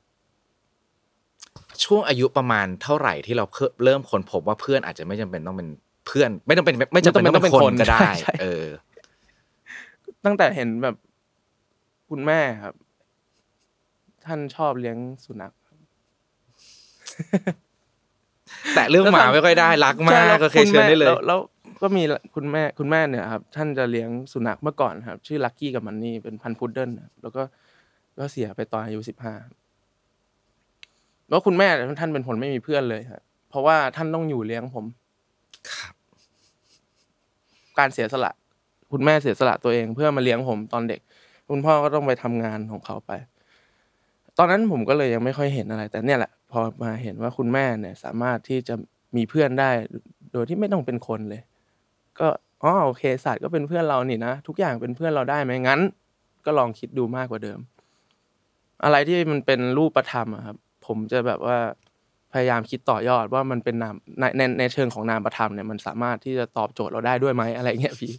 ช่วงอายุประมาณเท่าไหร่ที่เราเพิ่มเริ่มคนพบว่าเพื่อนอาจจะไม่จำเป็นต้องเป็นเพื่อน ไม่ต้องเป็นไม่จำเป็นต้องเป็นคนก็ได้ เออ ตั้งแต่เห็นแบบคุณแม่ครับ ท่านชอบเลี้ยงสุนัข แต่เรื่องหมาไม่ค่อยได้รักมา ใช่แล้ ก ว ก็เคย ณ เชิญ แม่ ได้เลย แวแล้วก็มีคุณแม่คุณแม่เนี่ยครับ ท่านจะเลี้ยงสุนัขเมื่อก่อนครับ ชื่อลักกี้กับมันนี่เป็นพันธุ์พุดเดิ้ลนะครับแล้วก็ก็เสียไปตอนอายุสิบห้าแล้วคุณแม่เนี่ยท่านเป็นคนไม่มีเพื่อนเลยครับเพราะว่าท่านต้องอยู่เลี้ยงผม ครับ การเสียสละ คุณแม่เสียสละตัวเองเพื่อมาเลี้ยงผมตอนเด็ก คุณพ่อก็ต้องไปทำงานของเขาไป ตอนนั้นผมก็เลยยังไม่ค่อยเห็นอะไร แต่เนี่ยแหละ พอมาเห็นว่าคุณแม่เนี่ย สามารถที่จะมีเพื่อนได้ โดยที่ไม่ต้องเป็นคนเลย ก็อ๋อโอเคศาสตร์ก็เป็นเพื่อนเรานี่นะทุกอย่างเป็นเพื่อนเราได้ไหมงั้น ก็ลองคิดดูมากกว่าเดิม อะไรที่มันเป็นรูปธรรมอะครับ ผมจะแบบว่าพยายามคิดต่อยอดว่ามันเป็นนามในในในเชิงของนามประธรรมเนี่ยมันสามารถที่จะตอบโจทย์เราได้ด้วยไหมอะไรเงี้ยพี่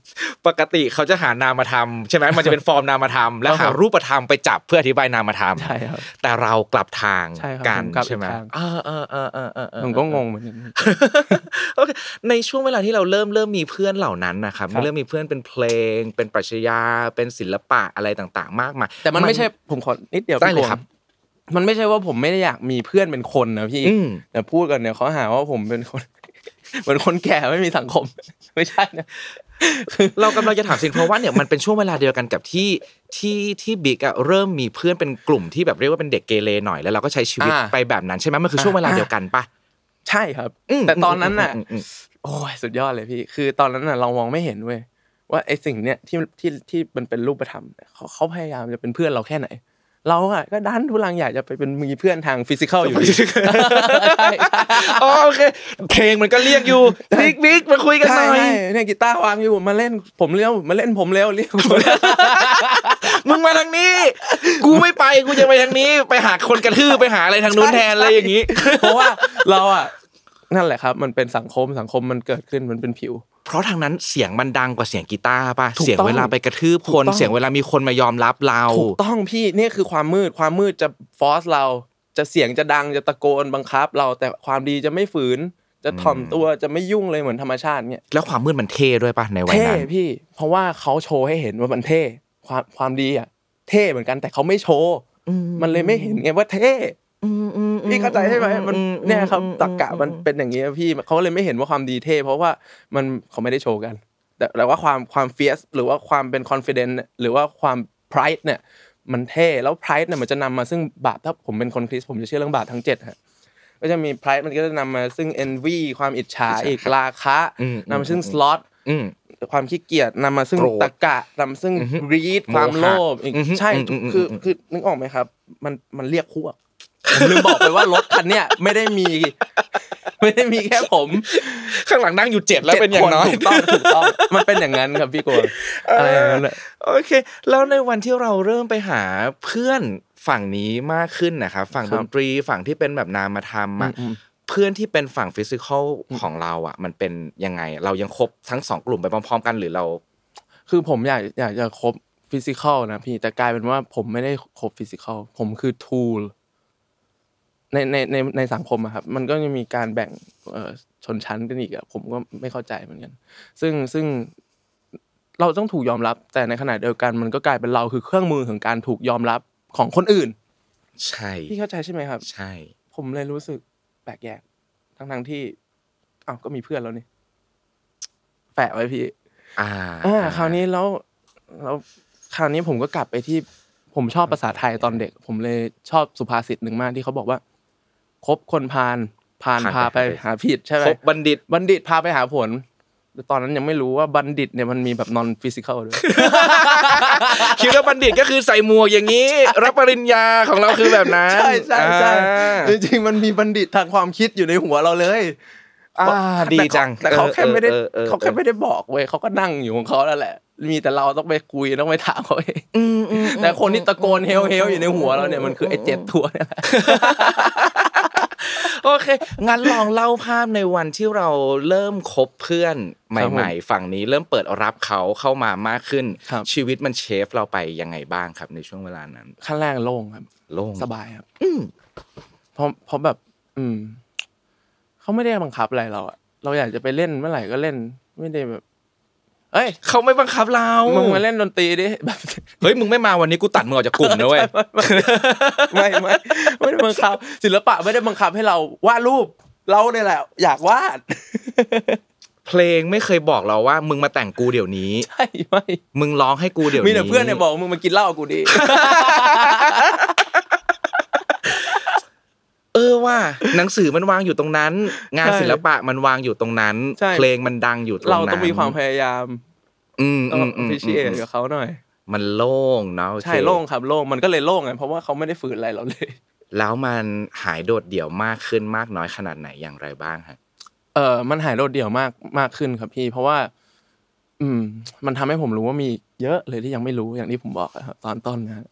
ปกติเขาจะหานามธรรมใช่ไหมมันจะเป็นฟอร์มนามธรรมและ ครับ หา ผม รูปธรรมไปจับเพื่ออธิบายนามธรรม ใช่ครับ แต่เรากลับทาง ใช่ครับ กัน ผมกลับอีก ใช่ไหม ทาง เออเออเออเออเออเออ ผมก็งงเหมือนกัน โอ เคในช่วงเวลาที่เราเริ่มเริ่มมีเพื่อนเหล่านั้นนะครับ ครับ เริ่มมีเพื่อนเป็นเพลง เป็นปรัชญาเป็นศิลปะอะไรต่างๆ มากมาย แต่มันไม่ใช่ผมขอนิดเดียว ได้เลย พี่โกม ครับ มันไม่ใช่ว่าผมไม่ได้อยากมีเพื่อนเป็นคนนะพี่ อืม แต่พูดก่อนเนี่ยเขาหาว่าผมเป็นคน เหมือนคนแก่ไม่มีสังคม ไม่ใช่นะ เรากำลังจะถามสินเพราะว่าเนี่ยมันเป็นช่วงเวลาเดียวกันกับที่ที่ที่บิ๊กอะเริ่มมีเพื่อนเป็นกลุ่มที่แบบเรียกว่าเป็นเด็กเกเรหน่อยแล้วเราก็ใช้ชีวิต อ่า ไปแบบนั้นใช่ไหมมันคือช่วงเวลา อ่า เดียวกันปะ ใช่ครับ อืม แต่ตอนนั้นน่ะ อืมอืมอืม โอ้ยสุดยอดเลยพี่ คือตอนนั้นน่ะเรามองไม่เห็นเว้ย ว่าไอ้สิ่งเนี้ยที่ที่ที่มันเป็นรูปธรรมเนี่ยเขาเขาพยายามจะเป็นเพื่อนเราแค่ไหน เราอะก็ดันทุลังอยากจะไปเป็นมีเพื่อนทางฟิสิกอลอยู่ดี ใช่ใช่ อ๋อโอเคเพลงมันก็เรียกอยู่บิ๊กบิ๊กมาคุยกันห ใช่ น่อย ใช่เนี่ยกีตาร์วางอยู่มาเล่นผมเร็วมาเล่นผมเร็วเรียกผมเร็ว มึงมาทางนี้ กูไม่ไปกูจะไปทางนี้ ไปหาคนกระทืบไปหาอะไรทางนู้นแทนอะไรอย่างนี้ เพราะว่าเราอะนั่นแหละครับ มันเป็นสังคมสังคมมันเกิดขึ้นมันเป็นผิว เพราะทางนั้นเสียงมันดังกว่าเสียงกีตาร์ป่ะ ถูกต้อง เสียงเวลาไปกระทืบคน ถูกต้อง เสียงเวลามีคนมายอมรับเรา ถูกต้องพี่นี่คือความมืดความมืดจะฟอสเราจะเสียงจะดังจะตะโกนบังคับ เราแต่ความดีจะไม่ฝืน จะถ่อมตัวจะไม่ยุ่งเลยเหมือนธรรมชาติเนี่ย แล้วความมืดมันเท่ด้วยป่ะในวัย เท่ นั้น พี่ เพราะว่าเขาโชว์ให้เห็นว่ามันเท่ความความดีอะเท่เหมือนกันแต่เขาไม่โชว์มันเลยไม่เห็นไงว่าเท่พี่เข้าใจใช่ไหมมันเนี่ยครับตรกกะมันเป็นอย่างนี้ยพี่เขาเลยไม่เห็นว่าความดีเท่เพราะว่ามันเขาไม่ได้โชว์กัน แต่แต่ว่าความความเฟียสหรือว่าความเป็นคอนฟ idence เนี่ยหรือว่าความไพร d ์เนี่ย มันเท่แล้วไพร d ์เนี่ยมันจะนำมาซึ่งบาปถ้าผมเป็นคนคริสต์ผมจะเชื่อเรื่องบาปทั้งเจ็ดฮะก็จะมีไพร d ์มันก็จะนำมาซึ่งเอนวีความอิจฉาอีกราคะ อืม นำมาซึ่งสล็อต อืม ความขี้เกียจนำมาซึ่ง โกรธ ตะกะนำซึ่ง อือฮึ รีดความโลภอีก อือฮึ ใช่ อืมอืม คือ อืม คือนึกออกไหมครับ มันมันเรียกพวกผมลืมบอกไปว่ารถคันเนี้ยไม่ได้มี ไม่ได้มีแค่ผม ข้างหลังนั่งอยู่เจ็ดแล้วเป็นอย่างน้อย จ็ดคถูกต้องถูกต้องมันเป็นอย่างนั้นครับพี่โกนอะไรอย่างนั้นแหละ โอเค แล้วในวันที่เราเริ่มไปหาเพื่อนฝั่งนี้มากขึ้นนะครับฝั่ง ครั ด บ นตรีฝั่งที่เป็นแบบนามธรรมอะ อืม เพื่อนที่เป็นฝั่งฟิสิกอลของเราอ่ะ มันเป็นยังไง เรายังคบทั้งสองกลุ่มไปพร้อมๆ กันหรือเรา คือผมอยากอยากจะคบฟิสิกอลนะพี่แต่กลายเป็นว่าผมไม่ได้คบฟิสิกอลผมคือ tool ในในในในสังคมอะครับมันก็จะมีการแบ่งเอ่อชนชั้นกันอีกอะผมก็ไม่เข้าใจเหมือนกัน ซึ่งซึ่งเราต้องถูกยอมรับ แต่ในขณะเดียวกันมันก็กลายเป็นเราคือเครื่องมือของการถูกยอมรับของคนอื่น ใช่ พี่เข้าใจใช่ไหมครับ ใช่ ผมเลยรู้สึกแปลกแยกทั้งทั้งๆที่อ้าวก็มีเพื่อนแล้วนี่แปะไว้พี่ อ่า อ่าคราวนี้แล้วแล้วคราวนี้ผมก็กลับไปที่ผมชอบภาษาไทยตอนเด็ก ผมเลยชอบสุภาษิตหนึ่งมากที่เขาบอกว่าคบคนพาลพาลพาไปหาผิดใช่ไหม คบบัณฑิต บัณฑิตพาไปหาผลแต่ตอนนั้นยังไม่รู้ว่าบัณฑิตเนี่ยมันมีแบบนอนฟิสิก a ลด้วย คิดว่าบัณฑิตก็คือใส่หมวกอย่างนี้ รับปริญญาของเราคือแบบนั้น ใช่ใช่ใช่ อ่า จริงๆมันมีบัณฑิตทางความคิดอยู่ในหัวเราเลย อ่า แต่ ดีจัง แต่เขาแค่ไม่ได้ เออเออเออ เขาแค่ไม่ได้บอกเว้ยเขาก็นั่งอยู่ของเขาแล้วแหละ มีแต่เราต้องไปคุยต้องไปถามเขาเองแต่คนที่ตะโกนเฮลเฮลอยู่ในหัวเราเนี่ยมันคือไอ้เจ็ดตัวเนี่ยแหละ โอเค งั้นลองเล่าภาพในวันที่เราเริ่มคบเพื่อนใหม่ ๆ ฝั่งนี้เริ่มเปิดรับเขาเข้ามามากขึ้น ครับ ชีวิตมันเชฟเราไปยังไงบ้างครับในช่วงเวลานั้น ขั้นแรกโล่งครับ โล่ง สบายครับเพราะเพราะแบบ อืมเขาไม่ได้บังคับอะไรเราอะเราอยากจะไปเล่นเมื่อไหร่ก็เล่น ไม่ได้แบบ เอ้ย เขาไม่บังคับเรา มึงมาเล่นดนตรีดิ แบบ เฮ้ย มึงไม่มาวันนี้กูตัดมึงออกจากกลุ่มนะเว้ย ไม่ไม่ไม่ได้บังคับ ศิลปะไม่ได้บังคับให้เราวาดรูป เราเนี่ยแหละ อยากวาด เพลงไม่เคยบอกเราว่า มึงมาแต่งกูเดี๋ยวนี้ ใช่ไหม มึงร้องให้กูเดี๋ยวนี้ มีแต่เพื่อนเนี่ยบอกมึงมากินเหล้ากู ดิ เออว่า หนังสือมันวางอยู่ตรงนั้น งานศิลปะมันวางอยู่ตรงนั้น ใช่ เพลงมันดังอยู่ตรงนั้น เราต้องมีความพยายาม อืม ต้อ อื ง มอืม พิเชียกับเขาหน่อย มันโล่งเนาะโอเค ใช่โล่งครับโล่งมันก็เลยโล่งไงเพราะว่าเขาไม่ได้ฝืนอะไรเราเลย แล้วมันหายโดดเดี่ยวมากขึ้นมากน้อยขนาดไหนอย่างไรบ้างฮะ เออมันหายโดดเดี่ยวมากมากขึ้นครับพี่ เพราะว่า อืม มันทำให้ผมรู้ว่ามีอีกเยอะเลยที่ยังไม่รู้อย่างที่ผมบอกอะครับตอนต้นนะฮะ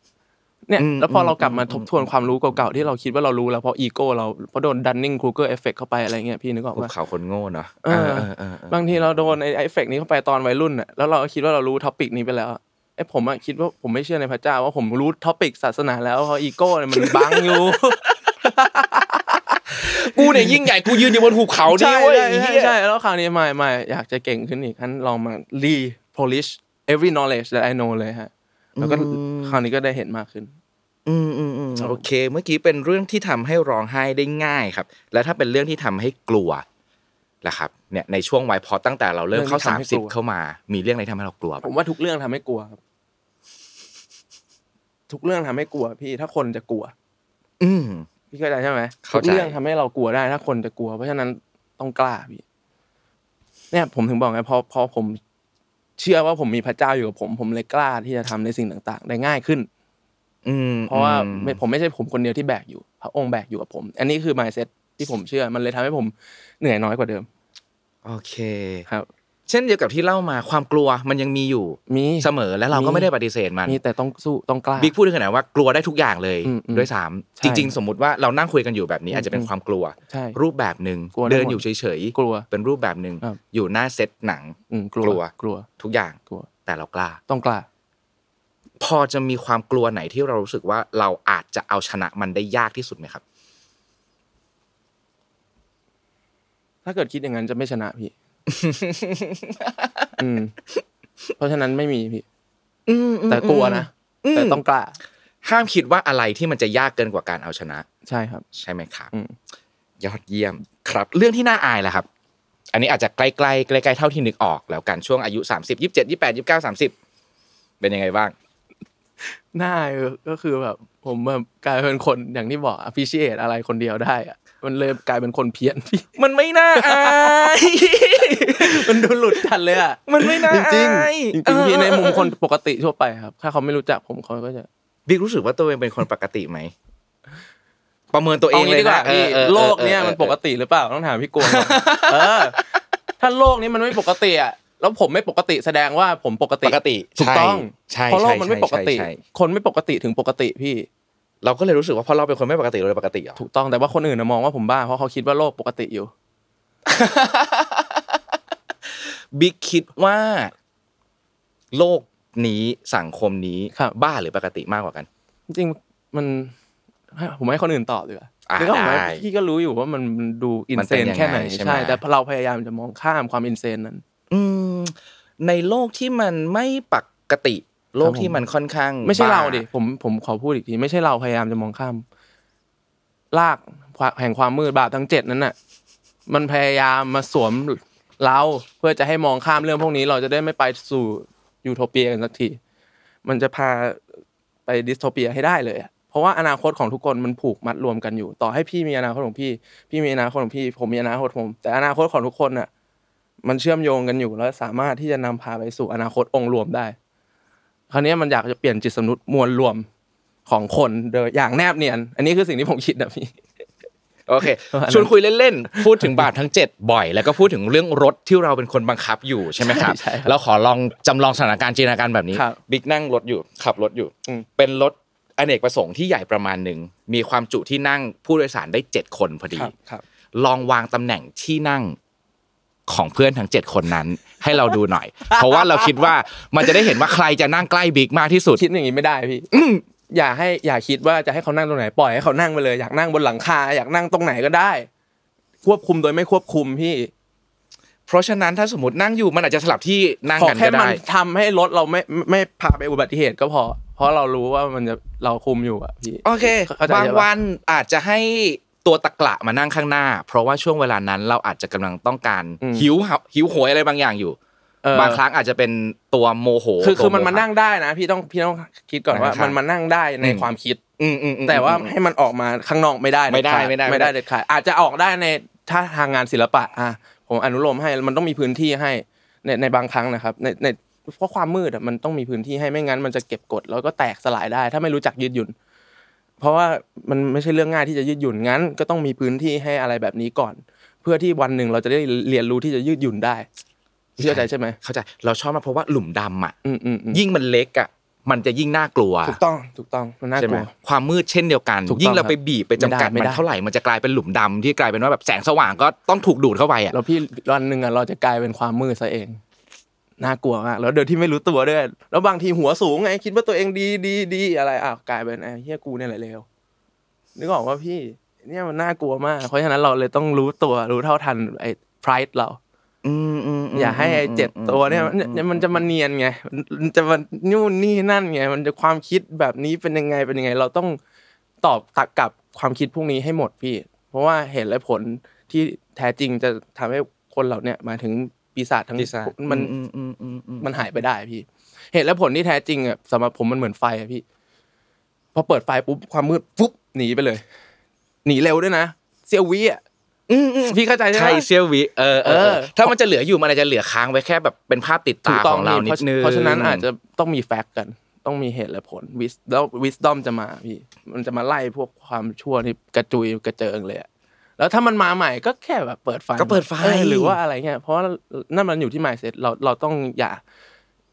เนี่ย อืม แล้วพอเรากลับมา อืม ทบทวนความรู้เก่าๆที่เราคิดว่าเรารู้แล้วเพราะอีโก้เราเพราะโดนดันนิงครูเกอร์เอฟเฟกเข้าไปอะไรเงี้ยพี่นึกออก ภู ปะ เขาคนโง่เนาะ เออ เออเออเออบ างทีเราโดนไอ้เอฟเฟกนี้เข้าไปตอนวัยรุ่นน่ะแล้วเราก็คิดว่าเรารู้ท็อปิกนี้ไปแล้วไอ้ยผมอะคิดว่าผมไม่เชื่อในพระเจ้าว่าผมรู้ท็อปิกศาสนาแล้วเพราะอีโก้เนี่ยมันบังอยู่ กูเนี่ยยิ่งใหญ่กูยืนอยู่บนภูเขานี่ ใช่ เว้ย ใช่ ไอ้ ใช่ เหี้ย ใช่แล้วคราวนี้ไม่ไม่อยากจะเก่งขึ้นอีกงั้นลองมา re polish every knowledge that I know เลยฮะ แล้วก็คราวนี้ก็ได้เห็นมากขึ้น อืมอืมอืมโอเค เมื่อกี้เป็นเรื่องที่ทำให้ร้องไห้ได้ง่ายครับ แล้วถ้าเป็นเรื่องที่ทำให้กลัวล่ะครับ เนี่ยในช่วงวัยพอตั้งแต่เราเริ่มเข้า เรื่องที่ทำสาม ให้ สิ ก บ ลัว เข้ามา มีเรื่องอะไรทำให้เรากลัว ผ ปะ มว่าทุกเรื่องทำให้กลัวครับ ทุกเรื่องทำให้กลัวพี่ถ้าคนจะกลัว อืม พี่เข้าใจใช่ไหม เข้า ทุ ใจ กเรื่องทำให้เรากลัวได้ถ้าคนจะกลัว เพราะฉะนั้นต้องกล้าพี่เนี่ยผมถึงบอกไงพอพอผม เชื่อว่าผมมีพระเจ้าอยู่กับผม ผมเลยกล้าที่จะทำในสิ่งต่างๆ ได้ง่ายขึ้น อืม เพราะว่า อืม ไม่ผมไม่ใช่ผมคนเดียวที่แบกอยู่ พระองค์แบกอยู่กับผม อันนี้คือ mindset ที่ผมเชื่อ มันเลยทำให้ผมเหนื่อยน้อยกว่าเดิม โอเค ครับ เช่นเดียวกับที่เล่ามาความกลัวมันยังมีอยู่ มี เสมอและเราก็ไม่ได้ปฏิเสธมัน มีแต่ต้องสู้ต้องกล้า บิ๊กพูดถึงขนาดว่ากลัวได้ทุกอย่างเลย อืมอืม ด้วยสาม ใช่ จริง ๆ สมมุติว่าเรานั่งคุยกันอยู่แบบนี้ อาจจะเป็น อืม ความกลัว ใช่ รูปแบบหนึ่ง กลัวได้ เดิหนมด อยู่เฉย กลัว เป็นรูปแบบหนึ่ง ครับ อยู่หน้าเซตหนัง อืมกลัว กลัว กลัว ทุกอย่าง กลัว แต่เรากล้า ต้องกล้า พอจะมีความกลัวไหนที่เรารู้สึกว่าเราอาจจะเอาชนะมันได้ยากที่สุดไหมครับ ถ้าเกิดคิดอย่างนั้นจะไม่ชนะ พี่ อืม เพราะฉะนั้นไม่มีพี่ แต่กลัวนะ แต่ต้องกล้า ห้ามคิดว่าอะไรที่มันจะยากเกินกว่าการเอาชนะ ใช่ครับ ใช่ไหมครับ อืม ยอดเยี่ยมครับ เรื่องที่น่าอายล่ะครับ อันนี้อาจจะใกล้ๆใกล้ๆเท่าที่นึกออก แล้วกันช่วงอายุ 30 27 28 29 30 เป็นยังไงบ้าง หน้าก็คือแบบ ผมแบบกลายเป็นคนอย่างที่บอก appreciate อะไรคนเดียวได้อะมันเลยกลายเป็นคนเพี้ยนพี่ มันไม่น่าอาย มันดูหลุดจัดเลยอ่ะ มันไม่น่า จริง อาย ๆจริงๆพี่ เออ ในมุมคนปกติทั่วไปครับ ถ้าเขาไม่รู้จักผมเขาก็จะ บิ๊กรู้สึกว่าตัวเองเป็นคนปกติไหม ประเมินตัวเอ เอา ง งี้ เลย ดีกว่า นะเอ พี่ อเออ โลกเนี้ยมันปกติหรือเปล่าต้องถามพี่ก วงก่อนเออ ถ้าโลกนี้มันไม่ปกติอ่ะแล้วผมไม่ปกติแสดงว่าผมปกติ ปกติ ถูกต้อง ใช่ เพราะโลกมันไม่ปกติ ใช่ใช่ใช่ คนไม่ปกติถึงปกติพี่ เราก็เลยรู้สึกว่าเพราะเราเป็นคนไม่ปกติเราเลยปกติเหรอ ถูกต้องแต่ว่าคนอื่นน่ะมองว่าผมบ้าเพราะเขาคิดว่าโลกปกติอยู่ บิ๊กคิดว่า โลกนี้สังคมนี้ ครับ บ้าหรือปกติมากกว่ากัน จริงๆมันให้ผมให้คนอื่นตอบดีกว่า อ่า แล้วก็ผมว่า ได้ พี่ก็รู้อยู่ว่ามันดูอิน มัน เซ เป็น น ยังไง แค่ไหน ใช่ไหม ใช่ แต่เราพยายามจะมองข้ามความอินเซนนั้น อืมในโลกที่มันไม่ปกติ โลครักบผม ที่มันค่อนข้าง ไม่ใช่ บ้ เราดิผมผมขอพูดอีกทีไม่ใช่เราพยายามจะมองข้ามลากแห่งความมืดบาปทั้งเจ็ดนั้นน่ะ มันพยายามมาสวมเราเพื่อจะให้มองข้ามเรื่องพวกนี้เราจะได้ไม่ไปสู่ยูโทเปียกันสักทีมันจะพาไปดิสโทเปียให้ได้เลยอะเพราะว่าอนาคตของทุกคนมันผูกมัดรวมกันอยู่ ต่อให้พี่มีอนาคตของพี่ พี่มีอนาคตของพี่ ผมมีอนาคตของผม แต่อนาคตของทุกคนน่ะ มันเชื่อมโยงกันอยู่แล้วสามารถที่จะนำพาไปสู่อนาคตองค์รวมได้ คราวเนี้ยมันอยากจะเปลี่ยนจิตสำนึกมวลรวมของคนโดยอย่างแนบเนียน อันนี้คือสิ่งที่ผมคิดนะพี่ โอ เค อันนั้น ชวนคุยเล่นๆ พูดถึงบา ปทั้ง 7 บ่อย แล้วก็พูดถึงเรื่องรถที่เราเป็นคนบังคับอยู่ใช่ไหมครับ ใช่ครับ เราขอลองจำลองสถานการณ์จินตนาการแบบนี้ ครับ บิ๊กนั่งรถอยู่ขับรถอยู่ อืม เป็นรถอเนกประสงค์ที่ใหญ่ประมาณหนึ่งมีความจุที่นั่งผู้โดยสารได้ 7 คนพอดี ครับ ลองวางตำแหน่งที่นั่งของเพื่อนทั้งเจ็ดคนนั้น ให้เราดูหน่อย เพราะว่าเราคิดว่ามันจะได้เห็นว่าใครจะนั่งใกล้บิ๊กมากที่สุด คิดอย่างนี้ไม่ได้พี่ อย่าให้อย่าคิดว่าจะให้เขานั่งตรงไหนปล่อยให้เขานั่งไปเลยอยากนั่งบนหลังคาอยากนั่งตรงไหนก็ได้ ควบคุมโดยไม่ควบคุมพี่ เพราะฉะนั้นถ้าสมมตินั่งอยู่มันอาจจะสลับที่นั่ง ขอ กัน แค่ ก็ มั ได้ นทำให้รถเราไม่ไม่ไม่พาไปอุบัติเหตุก็พอ เพราะเรารู้ว่ามันจะเราคุมอยู่อะพี่ โอเค เข้าใจ บาง ใช่ปะ วันอาจจะให้ตัวตะกละมานั่งข้างหน้า เพราะว่าช่วงเวลานั้นเราอาจจะกำลังต้องการหิวหาหิวโหยอะไรบางอย่างอยู่ เออ บางครั้งอาจจะเป็นตัวโมโห คือคือ ตัว มัน โหะ มานั่งได้นะ พี่ต้องพี่ต้องคิดก่อนว่า นะครับ มันมานั่งได้ใน อืม ความคิด อืมอืมอืม แต่ว่าให้มันออกมาข้างนอกไม่ได้ ไม่ได้ เด็ขา ไม่ได้ ไม่ได้เด็ดขาดอาจจะออกได้ในถ้าทางงานศิลปะอ่ะผมอนุโลมให้มันต้องมีพื้นที่ให้ในในบางครั้งนะครับในในเพราะความมืดอะมันต้องมีพื้นที่ให้ไม่งั้น มันจะเก็บกดแล้วก็แตกสลายได้ ถ้าไม่รู้จักยืดหยุ่น เพราะว่ามันไม่ใช่เรื่องง่ายที่จะยืดหยุ่นงั้น ก็ต้องมีพื้นที่ให้อะไรแบบนี้ก่อน เพื่อที่วันหนึ่งเราจะได้เรียนรู้ที่จะยืดหยุ่นได้พี่เข้าใจใช่ไหม เข้าใจเราชอบมากเพราะว่าหลุมดำอ่ะ อืมอืมอืม ยิ่งมันเล็กอ่ะมันจะยิ่งน่ากลัว ถูกต้องถูกต้องมันน่า ใช่ ก ไหม ลัว ความมืดเช่นเดียวกัน ถูกต้อง ยิ่งเราไปบีบไปจำกัด ไม่ มั ได้ นเท่าไหร่มันจะกลายเป็นหลุมดำที่กลายเป็นว่าแบบแสงสว่างก็ต้องถูกดูดเข้าไปอ่ะ แล้วพี่วันหนึ่งอ่ะเราจะกลายเป็นความมืดซะเอง น่ากลัวมากแล้วเดินที่ไม่รู้ตัวด้วย แล้วบางทีหัวสูงไงคิดว่าตัวเองดีดีดีอะไรอ้าวกลายเป็นไอ้เฮียกูเนี่ยแหละเลวนึกออกว่าพี่เนี่ยมันน่ากลัวมาก เพราะฉะนั้นเราเลยต้องรู้ตัวรู้เท่าทันไอ้พรายเรา อืมอืมม อย่าให้ไอ้เจ็ดตัวเนี่ย อืม มันเนี่ยมันจะมาเนียนไงมันจะมันนู่นนี่นั่นไงมันจะความคิดแบบนี้เป็นยังไงเป็นยังไง เราต้องตอบตักกับความคิดพวกนี้ให้หมดพี่ เพราะว่าเหตุและผลที่แท้จริงจะทำให้คนเราเนี่ยหมายถึงปีศาจทั้งมัน อืมอืมอืมอืม มันหายไปได้พี่ เหตุและผลที่แท้จริงอ่ะสำหรับผมมันเหมือนไฟอะพี่พอเปิดไฟปุ๊บความมืดปุ๊บหนีไปเลย หนีเร็วด้วยนะเสี้ยววิอ่ะ อืมอืม พี่เข้าใจใช่ไห ใช่ ม เซียววิเออเออ เอ เอ อ อ ถ้ามันจะเหลืออยู่มันอาจจะเหลือค้างไว้แค่แบบเป็นภาพติด ถู ตาก ต้อ ข ง องเรานิ พี่ ดนึง เพราะฉะนั้นอาจจะต้องมีแฟกต์กัน ต้องมีเหตุและผลวิสแล้ววิสดอมจะมาพี่ มันจะมาไล่พวกความชั่วที่กระจุยกระเจิงเลยอะแล้วถ้ามันมาใหม่ก็แค่แบบเปิดไฟ ก็เปิดไฟ เออหรือว่าอะไรเงี้ยเพราะนั่นมันอยู่ที่ mindset เราเราต้องอย่า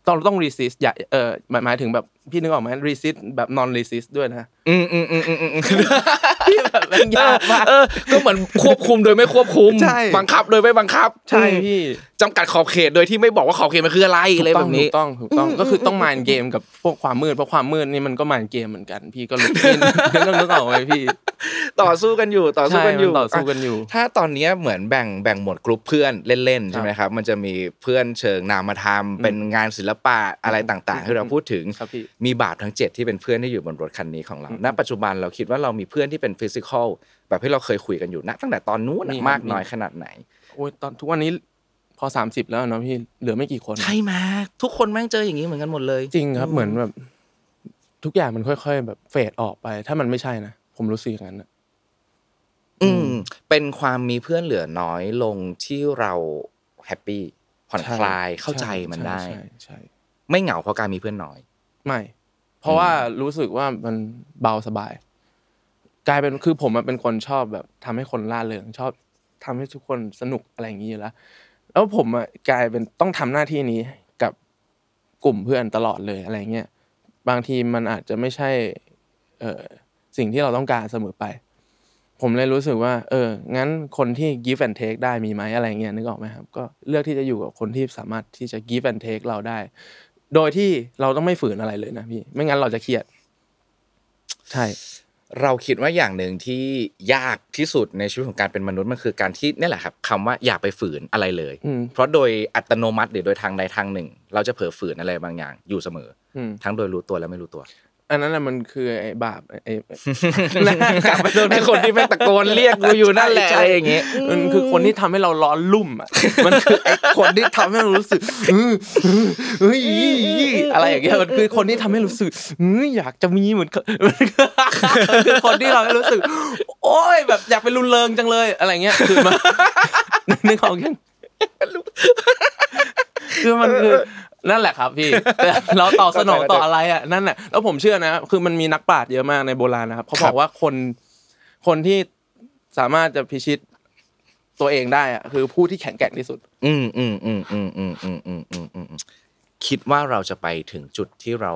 ต้องต้อง resist อย่าเออหมายหมายถึงแบบพี่นึกออกไหม resist แบบ non resist ด้วยนะ อืมอืมอืมอืมอืม พี่แบบมันยากมาก เออก็เหมือนควบคุมโดยไม่ควบคุม ใช่ บังคับโดยไม่บังคับ ใช่ อืม พี่ จำกัดขอบเขตโดยที่ไม่บอกว่าขอบเขตมันคืออะไร ถู อะ ก ไร ต้ แบ อง บ ถู นี้ กต้องถูกต้องก็คือต้องมายเกมกับพวกความมืดเพราะความมืดนี่มันก็มายเกมเหมือนกัน พี่ ก็รู้พี่ นึกนึกออกไหมพี่ ต่อสู้กันอยู่ต่อสู้ ใช่ กันอยู่ มัต่อสู้กัน อ่ะ อยู่ ถ้าตอนเนี้ยเหมือนแบ่งแบ่งหมวดกลุ่มเพื่อนเล่นๆใช่ไหมครับ มันจะมีเพื่อนเชิงนามธรรมเป็นงานศิลปะอะไรต่างๆ ที่เราพูดถึง ครับพี่ มีบาปทั้ง 7 ที่เป็นเพื่อนที่อยู่บนรถคันนี้ของเรา ณ ปัจจุบันเราคิดว่าเรามีเพื่อนที่เป็นฟิสิกอลแบบที่เราเคยคุยกันอยู่นะตั้งแต่ตอนนู้น มีคอะรับ มาก มี น้อยขนาดไหน โอ้ยตอนทุกวันนี้พอ 30 แล้วเนาะพี่เหลือไม่กี่คน ใช่ไหมทุกคนแม่งเจออย่างนี้เหมือนกันหมดเลย จริงครับเหมือนแบบ ทุกอย่างมันค่อย ๆ แบบเฟดออกไป ถ้ามันไม่ใช่นะผมรู้สึกอย่างนั้นนะ อืมเป็นความมีเพื่อนเหลือน้อยลงที่เราแฮปปี้ผ่อน ใช่ คลายเข้าใจมันได้ ใช่ใช่ใช่ ไม่เหงาเพราะการมีเพื่อนน้อย ไม่ เพราะว่ารู้สึกว่ามันเบาสบาย กลายเป็นคือผมอะเป็นคนชอบแบบทำให้คนล่าเริงชอบทำให้ทุกคนสนุกอะไรอย่างนี้อยู่แล้ว แล้วผมอะกลายเป็นต้องทำหน้าที่นี้กับกลุ่มเพื่อนตลอดเลยอะไรเงี้ยบางทีมันอาจจะไม่ใช่ เอ่อสิ่งที่เราต้องการเสมอไป ผมเลยรู้สึกว่า เออ งั้นคนที่ give and take ได้มีไหมอะไรเงี้ยนึกออกไหมครับ ก็เลือกที่จะอยู่กับคนที่สามารถที่จะ give and take เราได้ โดยที่เราต้องไม่ฝืนอะไรเลยนะพี่ ไม่งั้นเราจะเครียด ใช่ เราคิดว่าอย่างหนึ่งที่ยากที่สุดในชีวิตของการเป็นมนุษย์มันคือการที่นี่แหละครับคำว่าอย่าไปฝืนอะไรเลย อืม เพราะโดยอัตโนมัติหรือโดยทางใดทางหนึ่ง เราจะเผลอฝืนอะไรบางอย่างอยู่เสมอ อืม ทั้งโดยรู้ตัวและไม่รู้ตัว อันนั้นน่ะมันคือไอ้บาปไอ้ กลับไปโดน ไอ้คนที่แม่งตะโกนเรียกกูอยู่นั่นแหละ ใช่ อะไรอย่างเงี้ย มันคือคนที่ทำให้เราร้อนลุ่มอ่ะ มันคือไอ้คนที่ทำให้เรารู้สึกอื้ออื้ออื้ออื้ออื้ออะไรอย่างเงี้ย มันคือคนที่ทำให้รู้สึกอื้ออยากจะมีเหมือนเขามันคือคือคนที่ทำให้รู้สึก โอ๊ยแบบอยากไปรุนเริงจังเลยอะไรเงี้ย คือมันนึกออกยังคือมันคือนั่นแหละครับพี่แต่เราตอบสนองต่ออะไรอ่ะนั่นแหละแล้วผมเชื่อนะคือมันมีนักปราชญ์เยอะมากในโบราณนะครับเขาบอกว่าคนคนที่ สามารถจะพิชิตตัวเองได้อะคือผู้ที่แข็งแกร่งที่สุด อืมอืมอืมอืมอืมอืมอืมอืมอืมคิดว่าเราจะไปถึงจุดที่เรา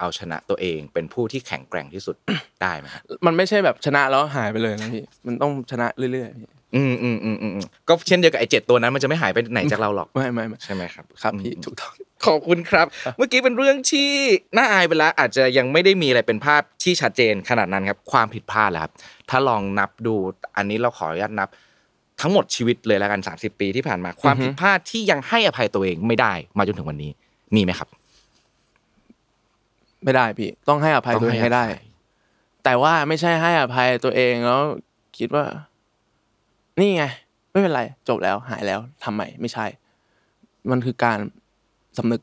เอาชนะตัวเองเป็นผู้ที่แข็งแกร่งที่สุด ได้ไหมครับ มันไม่ใช่แบบชนะแล้วหายไปเลยนะพี่ มันต้องชนะเรื่อยๆพี่ อืมอืมอืมอืมอืมก็เช่นเดียวกับไอ้เจ็ดตัวนั้นมันจะไม่หายไปไหนจากเราหรอก ไม่ไม่ไม่ ใช่ไหมครับ ครับพี่ อืม ถูกต้อง ขอบคุณ ครับ เมื่อกี้เป็นเรื่องที่น่าอายไปแล้วอาจจะยังไม่ได้มีอะไรเป็นภาพที่ชัดเจนขนาดนั้นครับ ความผิดพลาดแหละครับ ถ้าลองนับดูอันนี้เราขออนุญาตนับ ทั้งหมดชีวิตเลยแล้วกัน 30 ปีที่ผ่านมา ความผิดพลาดที่ยังให้อภัยตัวเองไม่ได้มาจนถึงวันนี้มีไหมครับ ไม่ได้พี่ ต้องให้อภัยตัวเองให้ได้ ภัย แต่ว่าไม่ใช่ให้อภัยตัวเองแล้วคิดว่า นี่ไง ไม่เป็นไร จบแล้วหายแล้วทำใหม่ไม่ใช่ มันคือการสำนึก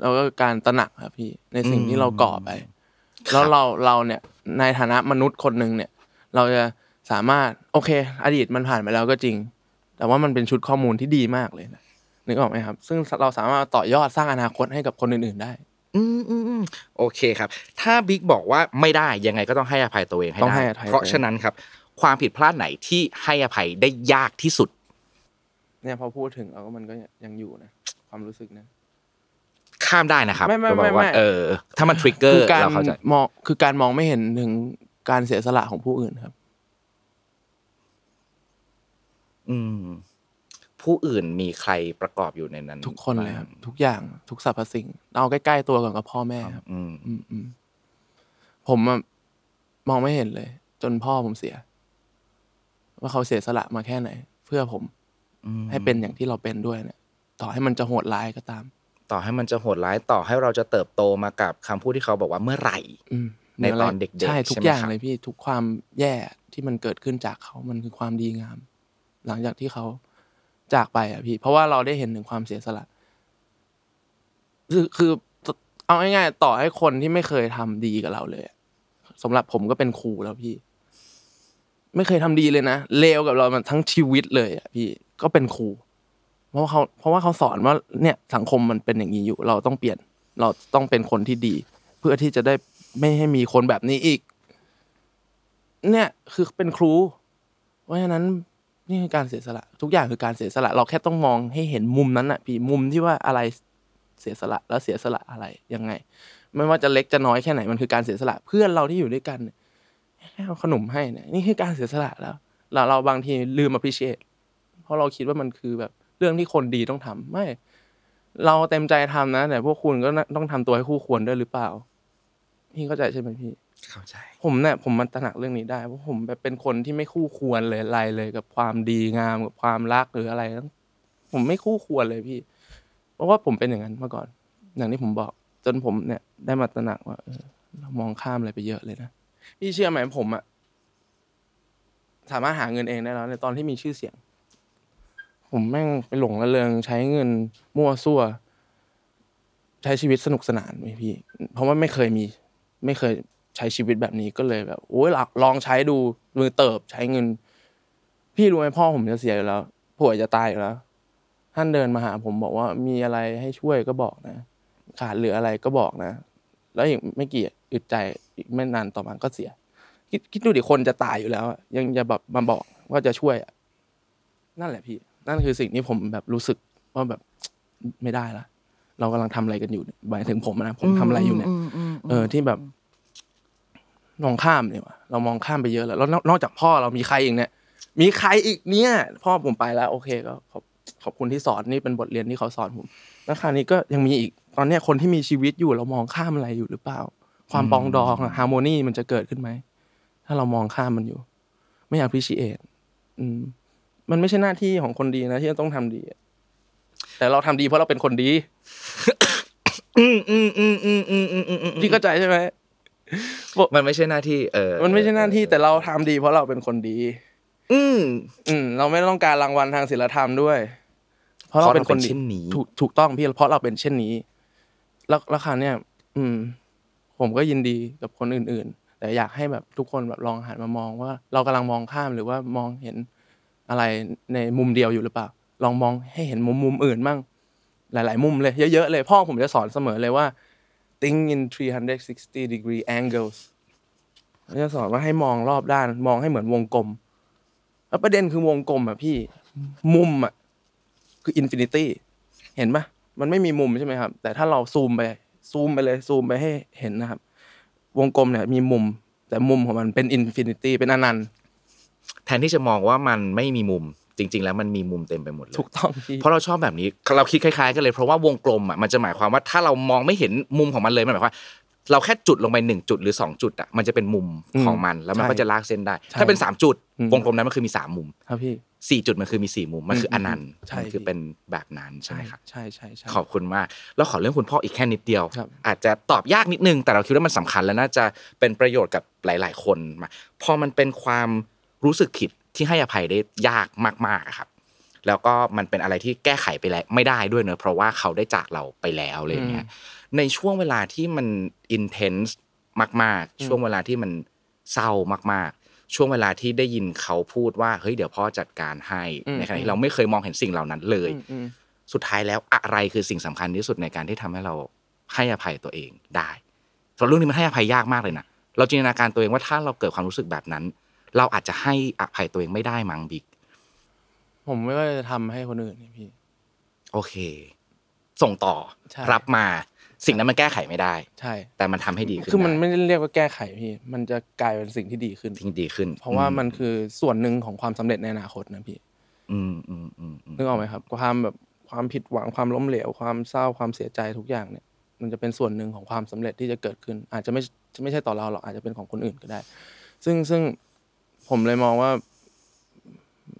แล้วก็การตระหนักครับพี่ ในสิ่งที่เราก่อไป แล้วเราเราเนี่ยในฐานะมนุษย์คนหนึ่งเนี่ย เราจะสามารถโอเค อดีตมันผ่านไปแล้วก็จริง แต่ว่ามันเป็นชุดข้อมูลที่ดีมากเลยนะนึกออกไหมครับ ซึ่งเราสามารถต่อยอดสร้างอนาคตให้กับคนอื่นๆได้ อืมอืมอืมโอเคครับ ถ้าบิ๊กบอกว่าไม่ได้ยังไงก็ต้องให้อภัยตัวเองให้ ต้อง ได้ ให้อภัยตัวเอง เพราะฉะนั้นครับ ความผิดพลาดไหนที่ให้อภัยได้ยากที่สุด เนี่ยพอพูดถึงเราก็มันก็ยังอยู่นะความรู้สึกนะ ข้ามได้นะครับ ไม่ไม่ จะบอกว่า ไม่ไม่ เออ ถ้ามันทริกเกอ คือ ร์ การ เราเข้าใจ มองคือการมองไม่เห็นถึงการเสียสละของผู้อื่นครับ อืมผู้อื่นมีใครประกอบอยู่ในนั้น ทุกคนเลยครับ าง ทุกอย่างทุกสรรพสิ่ง เอาใกล้ๆตัวก่อนกับพ่อแม่ครับ อืม อืมอืมผมอะมองไม่เห็นเลย จนพ่อผมเสีย ว่าเขาเสียสละมาแค่ไหน เพื่อผม อืม ให้เป็นอย่างที่เราเป็นด้วยเนี่ย ต่อให้มันจะโหดร้ายก็ตาม ต่อให้มันจะโหดร้ายต่อให้เราจะเติบโตมากับคำพูดที่เขาบอกว่าเมื่อไหร่ อืม ในตอนเด็กๆ ใช่ทุก ใช่ไหม อย่าง ครับ เลยพี่ทุกความแย่ที่มันเกิดขึ้นจากเขามันคือความดีงาม หลังจากที่เขาจากไปอ่ะพี่ เพราะว่าเราได้เห็นถึงความเสียสละ คือคือเอาง่ายๆต่อให้คนที่ไม่เคยทำดีกับเราเลยอะสำหรับผมก็เป็นครูแล้วพี่ ไม่เคยทำดีเลยนะเลวกับเรามันทั้งชีวิตเลยอะพี่ก็เป็นครู เพราะว่าเขาเพราะว่าเขาสอนว่าเนี่ยสังคมมันเป็นอย่างนี้อยู่ เราต้องเปลี่ยน เราต้องเป็นคนที่ดี เพื่อที่จะได้ไม่ให้มีคนแบบนี้อีก เนี่ยคือเป็นครู เพราะฉะนั้นนี่คือการเสียสละ ทุกอย่างคือการเสียสละ เราแค่ต้องมองให้เห็นมุมนั้นอะพี่มุมที่ว่าอะไรเสียสละแล้วเสียสละอะไรยังไง ไม่ว่าจะเล็กจะน้อยแค่ไหนมันคือการเสียสละ เพื่อนเราที่อยู่ด้วยกันเนี่ยแค่เอาขนมให้เนี่ยนี่คือการเสียสละแล้วเราเราบางทีลืม appreciate เพราะเราคิดว่ามันคือแบบเรื่องที่คนดีต้องทำไม่ เราเต็มใจทำนะแต่พวกคุณก็น่าต้องทำตัวให้คู่ควรด้วยหรือเปล่า พี่เข้าใจใช่ไหมพี่ เข้าใจ ผมเนี่ยผมมันตระหนักเรื่องนี้ได้เพราะผมแบบเป็นคนที่ไม่คู่ควรเลยอะไรเลยกับความดีงามกับความรักหรืออะไรทั้งผมไม่คู่ควรเลยพี่ เพราะว่าผมเป็นอย่างนั้นมาก่อน อย่างที่ผมบอกจนผมเนี่ย ได้มาตระหนักว่าเออเรามองข้ามอะไรไปเยอะเลยนะพี่เชื่อไหมผมอะสามารถหาเงินเองได้แล้วในตอนที่มีชื่อเสียง ผมแม่งไปหลงระเริงใช้เงินมั่วซั่ว ใช้ชีวิตสนุกสนานไหมพี่ เพราะว่าไม่เคยมี ไม่เคยใช้ชีวิตแบบนี้ก็เลยแบบโอ้ยลองลองใช้ดูมือเติบใช้เงิน พี่รู้ไหมพ่อผมจะเสียอยู่แล้วป่วยจะตายอยู่แล้ว ท่านเดินมาหาผมบอกว่ามีอะไรให้ช่วยก็บอกนะ ขาดเหลืออะไรก็บอกนะ แล้วอีกไม่กี่อึดใจอีกไม่นานต่อมาก็เสีย คิดคิดดูดิคนจะตายอยู่แล้วอะยังจะแบบมาบอกว่าจะช่วยอะนั่นแหละพี่ นั่นคือสิ่งที่ผมแบบรู้สึกว่าแบบ ไม่ได้ละเรากำลังทำอะไรกันอยู่เนี่ยหมายถึงผมนะผมทำอะไรอยู่เนี่ย มมม เออที่แบบ มองข้ามเนี่ยว่ะเรามองข้ามไปเยอะแล้วแล้วนอกนอกจากพ่อเรามีใครอีกเนี่ย มีใครอีกเนี่ย พ่อผมไปแล้ว โอเคก็ขอบขอบคุณที่สอนนี่เป็นบทเรียนที่เขาสอนผมแล้วคราวนี้ก็ยังมีอีกตอนเนี้ยคนที่มีชีวิตอยู่เรามองข้ามอะไรอยู่หรือเปล่า ความปรองดองฮาร์โมนีมันจะเกิดขึ้นไหมถ้าเรามองข้ามมันอยู่ ไม่อยากพิชิเอตมันไม่ใช่หน้าที่ของคนดีนะที่จะต้องทำดีอะแต่เราทำดีเพราะเราเป็นคนดี อืมอืมอืมอืมอืมอืมอืมอืม พี่เข้าใจใช่ไหม มันไม่ใช่หน้าที่ เออ มันไม่ใช่หน้าที่แต่เราทำดีเพราะเราเป็นคนดี อืม อืมเราไม่ต้องการรางวัลทางศิลธรรมด้วย เพราะเราเป็นคน เพราะเราเป็นเช่นนี้ ถูกถูกต้องพี่เพราะเราเป็นเช่นนี้ แล้วแล้วคราวเนี่ย อืม ผมก็ยินดีกับคนอื่น ๆ แต่อยากให้แบบทุกคนแบบลองหันมามองว่า เรากำลังมองข้ามหรือว่ามองเห็นอะไรในมุมเดียวอยู่หรือเปล่า ลองมองให้เห็นมุมมุมอื่นบ้างหลาย ๆ มุมเลยเยอะ ๆ เลยพ่อผมจะสอนเสมอเลยว่า think in 360 degree angles เขาจะสอนว่าให้มองรอบด้าน มองให้เหมือนวงกลม แล้วประเด็นคือวงกลมอ่ะพี่ มุมอ่ะคืออินฟินิตี้เห็นปะมันไม่มีมุมใช่ไหมครับ แต่ถ้าเราซูมไป ซูมไปเลยซูมไปให้เห็นนะครับ วงกลมเนี่ยมีมุม แต่มุมของมันเป็นอินฟินิตี้เป็นอนันต์ แทนที่จะมองว่ามันไม่มีมุมจริง ๆ แล้วมันมีมุมเต็มไปหมดเลย ถูกต้องพี่ เพราะเราชอบแบบนี้เราคิดคล้ายๆกันเลยเพราะว่าวงกลมอ่ะมันจะหมายความว่าถ้าเรามองไม่เห็นมุมของมันเลยมันหมายความว่าเราแค่จุดลงไปหนึ่งจุดหรือสองจุดอ่ะมันจะเป็นมุมของมันแล้วมัน ใช่ ก็จะลากเส้นได้ ใช่ ถ้าเป็นสามจุด อืม วงกลมนั้นมันคือมีสามมุม ครับพี่ สี่จุดมันคือมีสี่มุมมันคืออนันต์ ใช่ มันคือเป็นแบบนั้นใช่ครับ ใช่ใช่ใช่ ขอบคุณมาก แล้วขอเรื่องคุณพ่ออีกแค่นิดเดียว ครับ อาจจะตอบยากนิดนึง แต่เราคิดว่ามันสำคัญและน่าจะเป็นประโยชน์กับหลาย ๆ คนมาพอมันเป็นความรู้สึกผิดที่ให้อภัยได้ยากมากๆอะครับ แล้วก็มันเป็นอะไรที่แก้ไขไปแล้วไม่ได้ด้วยเนอะเพราะว่าเขาได้จากเราไปแล้วอะไรอย่างเงี้ยในช่วงเวลาที่มันอินเทนส์มาก ๆ ช่วงเวลาที่มันเศร้ามาก ๆ ช่วงเวลาที่ได้ยินเขาพูดว่าเฮ้ยเดี๋ยวพ่อจัดการให้ในขณะที่เราไม่เคยมองเห็นสิ่งเหล่านั้นเลย อืมอืม สุดท้ายแล้วอะไรคือสิ่งสำคัญที่สุดในการที่ทำให้เราให้อภัยตัวเองได้สำหรับเรื่องนี้มันให้อภัยยากมากเลยนะเราจินตนาการตัวเองว่าถ้าเราเกิดความรู้สึกแบบนั้น เราอาจจะให้อภัยตัวเองไม่ได้มั้งบิ๊ก ผมไม่ก็จะทำให้คนอื่นนี่พี่ โอเค ส่งต่อ ใช่ รับมาสิ่งนั้นมันแก้ไขไม่ได้ ใช่ แต่มันทำให้ดีขึ้น คือมัน ได้ ไม่ได้เรียกว่าแก้ไขพี่ มันจะกลายเป็นสิ่งที่ดีขึ้น ทิ้งดีขึ้น เพราะว่ามันคือส่วนหนึ่งของความสำเร็จในอนาคตนะพี่ อืมอืมอืมอืม นึกออกไหมครับความแบบความผิดหวังความล้มเหลว ความเศร้าความเสียใจทุกอย่างเนี่ย มันจะเป็นส่วนหนึ่งของความสำเร็จที่จะเกิดขึ้น อาจจะไม่จะไม่ใช่ต่อเราหรอกอาจจะเป็นของคนอื่นก็ได้ ซึ่งซึ่งผมเลยมองว่า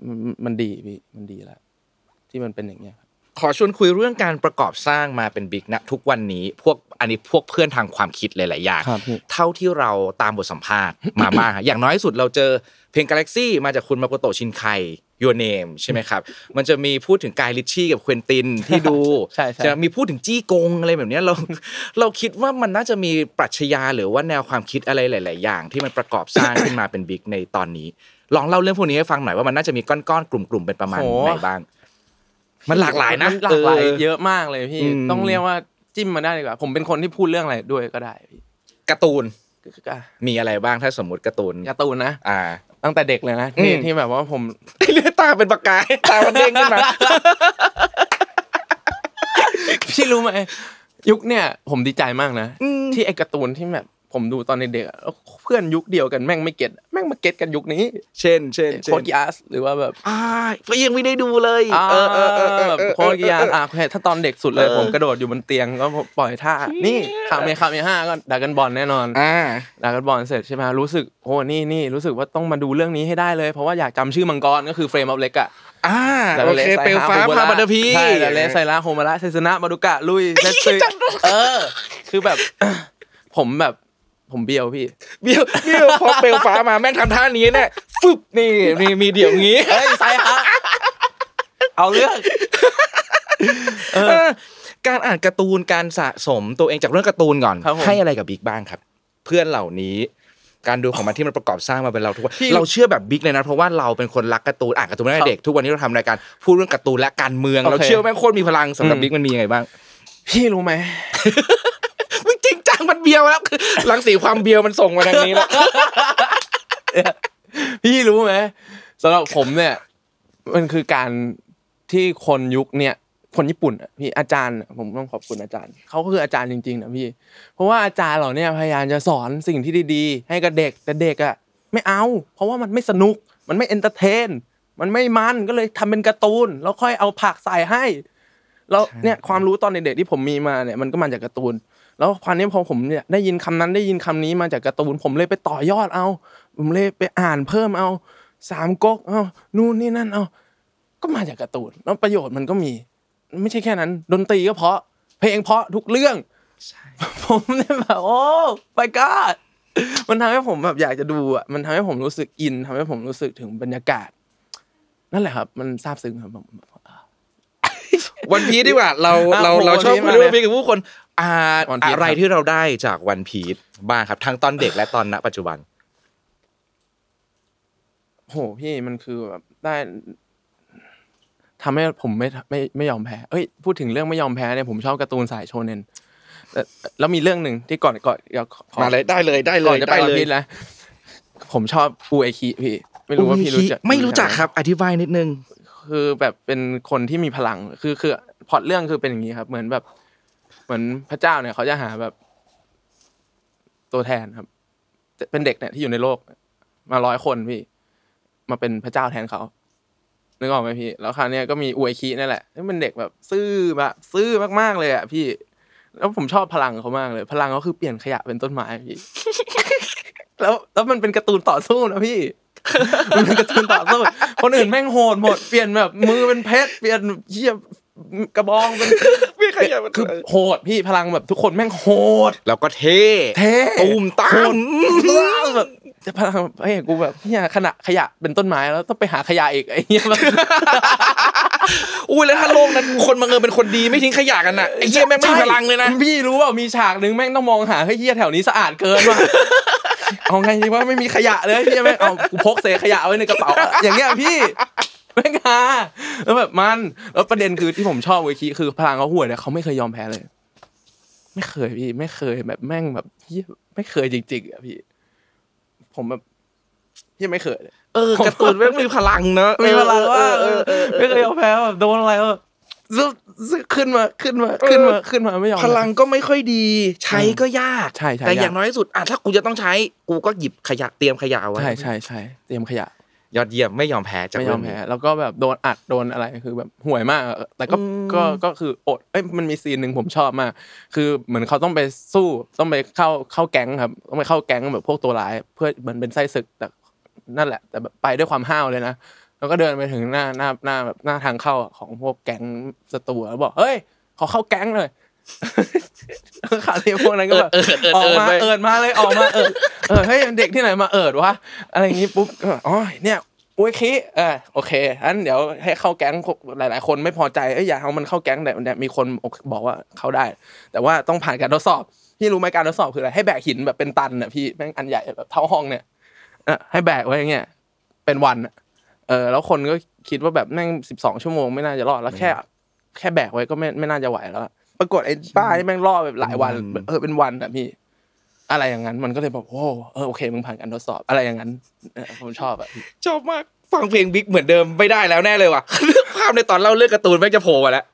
มันมันดีพี่มันดีแล้วที่มันเป็นอย่างเงี้ยครับ ขอชวนคุยเรื่องการประกอบสร้างมาเป็นบิ๊กนะทุกวันนี้พวกอันนี้พวกเพื่อนทางความคิดหลายๆอย่าง ครับพี่ เท่าที่เราตามบทสัมภา ษณ์ มาบ้างฮะอย่างน้อยสุดเราเจอเพลง Galaxy มาจากคุณมาโกโตะชินไค Your Name ใช่ไหมครับ มันจะมีพูดถึงกายลิชชี่กับควินตินที่ดู ใช่ใช่ จะมีพูดถึงจี้กงอะไรแบบเนี้ยเรา เราคิดว่ามันน่าจะมีปรัชญาหรือว่าแนวความคิดอะไรหลาย ๆ อย่าง ที่มันประกอบสร้างขึ้นมาเป็นบิ๊กในตอนนี้ ลองเล่าเรื่องพวกนี้ให้ฟังหน่อยว่ามันน่าจะมีก้อนๆกลุ่มๆเป็นประมาณ โห ไหนบ้าง มันหลากหลายนะ มัหลากหลาย เออ เยอะมากเลยพี่ อืม ต้องเรียกว่าจิ้มมาได้ดีกว่า ผมเป็นคนที่พูดเรื่องอะไรด้วยก็ได้พี่ การ์ตูน ก็ก็ มีอะไรบ้างถ้าสมมติการ์ตูน การ์ตูนนะ อ่า ตั้งแต่เด็กเลยนะที่ อืม ที่แบบว่าผม เลือดตาเป็นประกาย ตามันเด้งขึ้นมา พี่รู้ไหมยุคเนี่ยผมดีใจมากนะ ที่ไอ้การ์ตูนที่แบบผมดูตอนเด็กๆอะแล้วเพื่อนยุคเดียวกันแม่งไม่เก็ตแม่งมาเก็ตกันยุคนี้ เช่นเช่น โค เช่น ดยาสหรือว่าแบบ อ่าก็ยังไม่ได้ดูเลย อ่า เออเออเออเออ แบบ เออ โคดยาสอ่ะโอเคถ้าตอนเด็กสุดเลย เออ ผมกระโดดอยู่บนเตียงก็ปล่อยท่า นี่คาเมคาเมห้าก็ดักกันบอลแน่นอน อ่า ดรากันบอลเสร็จใช่ไหมรู้สึกโอ้นี่นี่รู้สึกว่าต้องมาดูเรื่องนี้ให้ได้เลย เพราะว่าอยากจำชื่อมังกรก็คือเฟรมออฟเล็กอะ อ่าโอเคเปลวฟ้าพาบันพี ใช่ดาเลไซราโฮมาระเซซนะมาดุกะลุยเซซึเออ คือแบบ ผมแบบผมเบี้ยวพี่ เบี้ยวเบี้ยวพอเปลวฟ้ามาแม่งทำท่านี้แน่ฟึบนี่มีมีเดี๋ยวงี้ เอ้ยไซฮะเอาเรื่อง เออการอ่านการ์ตูนการสะสมตัวเองจากเรื่องการ์ตูนก่อน ครับผม ให้อะไรกับบิ๊กบ้างครับ เพื่อนเหล่านี้ การดูของมันที่มันประกอบสร้างมาเป็นเราทุกวัน พี่ เราเชื่อแบบบิ๊กเลยนะเพราะว่าเราเป็นคนรักการ์ตูนอ่านการ์ตูนมาตั้งแต่เด็กทุกวันนี้เราทำรายการพูดเรื่องการ์ตูนและการเมืองเราเชื่อว่าแม่งโคตรมีพลังสำหรับบิ๊กมันมียังไงบ้าง พี่รู้ไหม มึงจริงจังมันเบียว แล้วคือรังสีความเบียวมันส่งมาทางนี้แล้ว พี่รู้ไหมสำหรับผมเนี่ยมันคือการที่คนยุคเนี่ยคนญี่ปุ่นอะพี่อาจารย์อะผมต้องขอบคุณอาจารย์เขาก็คืออาจารย์จริงๆนะพี่ เพราะว่าอาจารย์เหล่าเนี้พยายามจะสอนสิ่งที่ดีๆ ให้กับเด็กแต่เด็กอ่ะไม่เอา เพราะว่ามันไม่สนุกมันไม่เอนเตอร์เทน มันไม่มันก็เลยทำเป็นการ์ตูน แล้วค่อยเอาผักใส่ให้แล้วเนี่ยความรู้ตอนเด็กๆที่ผมมีมาเนี่ยมันก็มาจากการ์ตูน แล้วคราวนี้พอผมเนี่ยได้ยินคำนั้นได้ยินคำนี้มาจากการ์ตูนผมเลยไปต่อยอดเอา ผมเลยไปอ่านเพิ่มเอาสามก๊กเอานู่นนี่นั่นเอาก็มาจากการ์ตูนแล้วประโยชน์มันก็มี ไม่ใช่แค่นั้น ดนตรีก็เพราะ เพลงเพราะทุกเรื่อง ผมเนี่ยแบบโอ้ my god มันทำให้ผมแบบอยากจะดูอ่ะมันทำให้ผมรู้สึกอินทำให้ผมรู้สึกถึงบรรยากาศ นั่นแหละครับ มันซาบซึ้งครับผม วันพีซดีกว่าเรา อ่ะ เรา โอ้โห เราชอบ วันพีซพูด มาก เรื่องวันพีซกับผู้คนอ่า วันพีซ อะไร ครับ ที่เราได้จากวันพีซบ้างครับทั้งตอนเด็กและตอนณปัจจุบัน โหพี่มันคือแบบได้ทำให้ผมไม่ไม่ไม่ยอมแพ้เอ้ยพูดถึงเรื่องไม่ยอมแพ้เนี่ยผมชอบการ์ตูนสายโชเนนแต่แล้วมีเรื่องหนึ่งที่ก่อนก่อนเดี๋ยวขอขอ มาเลยได้เลยได้เล ก่อย นจะไป ด้ วัน เลย พีชแล้วผมชอบอูเอคิพี่ ไม่รู้ว่าพี่รู้จัก ไม่รู้จัก ห ครับ อธิบายนิดนึง คือแบบเป็นคนที่มีพลังคือคือพล็อตเรื่องคือเป็นอย่างนี้ครับ เหมือนแบบ เหมือนพระเจ้าเนี่ย เขาจะหาแบบ ตัวแทนครับ เป็นเด็กเนี่ยที่อยู่ในโลก มาร้อยคนพี่ มาเป็นพระเจ้าแทนเขานึกออกไหมพี่ แล้วคราวเนี้ยก็มีอุยคีนั่นแหละที่งเป็นเด็กแบบ ซื่อแบบซื่อมากๆเลยอ่ะพี่ แล้วผมชอบพลังเขามากเลย พลังเขาคือเปลี่ยนขยะเป็นต้นไม้พี่ แล้วแล้วมันเป็นการ์ตูนต่อสู้นะพี่ มันเป็นการ์ตูนต่อสู้คนอื่นแม่งโหดหมดเปลี่ยนแบบมือเป็นเพชรเปลี่ยนเหียกระบองเป็น พี่ขยับ คือโหดพี่พลังแบบทุกคนแม่งโหด แล้วก็เท่ เท่ ตูมตาม แบบแต่พลังไอ้ยกูแบบเนี่ยขณะขยะเป็นต้นไม้แล้วต้องไปหาขยะอีกไอ้เนี้ยแบบ อุ้ยแล้วถ้าโลกนั้นคนบังเอิญเป็นคนดีไม่ทิ้งขยะกันน่ะไอ้เหี้ยแม่งไม่มีพลังเลยนะ ใช่พี่รู้ว่ามีฉากหนึ่งแม่งต้องมองหาเฮ้ยเฮียแถวนี้สะอาดเกิ นว่ะ เอาไงดีว่าไม่มีขยะเลยพี่แม่งเอากูพกเศษขยะไว้ในกระเป๋าอะอย่างเงี้ยพี่แม่งฮาแล้วแบบมันแล้วประเด็นคือที่ผมชอบเวคีคือพลังเขาห่วยเนี่ยเขาไม่เคยยอมแพ้เลย ไม่เคยพี่ ไม่เคยแบบแม่งแบบเฮียไม่เคยจริงๆอะพี่ ผมแบบเฮียไม่เคยเลย เออการ์ตูนแม่งมีพลังเนอะ มีพลังว่า เออเออเออ ไม่เคยยอมแพ้แบบโดนอะไรแบบซึซึขึ้นมาขึ้นมาขึ้นมาขึ้นมาไม่ยอม พลังก็ไม่ค่อยดี ใช้ก็ยาก ใช่ใช่ แต่อย่างน้อยที่สุดอ่ะถ้ากูจะต้องใช้กูก็หยิบขยะเตรียมขยะเอาไว้ ใช่ใช่ใช่เตรียมขยะ ยอดเยี่ยมไม่ยอมแพ้จาก ไม่ย เรื่ อ อ ม งนี้ แพ้แล้วก็แบบโดนอัดโดนอะไรคือแบบห่วยมากอะแต่ก็ อืม ก็ก็คืออดเอ้ยมันมีซีนหนึ่งผมชอบมาก คือเหมือนเขาต้องไปสู้ต้องไปเข้าเข้าแก๊งครับต้องไปเข้าแก๊งแบบพวกตัวร้าย เพื่อเหมือนเป็นไส้ศึกแต่นั่นแหละ แต่แบบไปด้วยความห้าวเลยนะแล้วก็เดินไปถึงหน้าหน้าหน้าแบบหน้าทางเข้าของพวกแก๊งศัตรูแล้วบอกเฮ้ยขอเข้าแก๊งเลย ขาวนี้พวกนั้นก็แบบ เออเออ ออก เออ มา ไป เอิดมาเลยออกมาเอิดเออเฮ้ยเด็กที่ไหนมาเอิดวะอะไรอย่างงี้ปุ๊บก็อ๋อเนี่ยอุ้ยคิเออโอเคอันเดี๋ยวให้เข้าแก๊งหลาย ๆ คนไม่พอใจเอ้ยอย่าเอามันเข้าแก๊งแต่แต่มีคนบอกว่าเข้าได้ แต่ว่าต้องผ่านการทดสอบพี่รู้ไหมการทดสอบคืออะไรให้แบกหินแบบเป็นตันน่ะพี่แม่งอันใหญ่แบบเท่าห้องเนี่ยอ่ะให้แบกไว้อย่างเงี้ย เป็นวันอะเออ แล้วคนก็คิดว่าแบบแม่งสิบสองชั่วโมงไม่น่าจะรอดแล้วแค่ แค่แบกไว้ก็ไม่ไม่น่าจะไหวแล้วอะปรากฏไอ้ป้านี่แม่งรอดแบบหลายวัน เป็นวัน เออเป็นวันอะพี่ อะไรอย่างนั้นมันก็เลยแบบโอ้เออโอเคมึงผ่านการทดสอบอะไรอย่างนั้นเออผมชอบอะ ชอบมากฟังเพลงบิ๊กเหมือนเดิมไม่ได้แล้วแน่เลยว่ะ ภาพในตอนเล่าเรื่องการ์ตูนแม่งจะโผล่มาแล้ว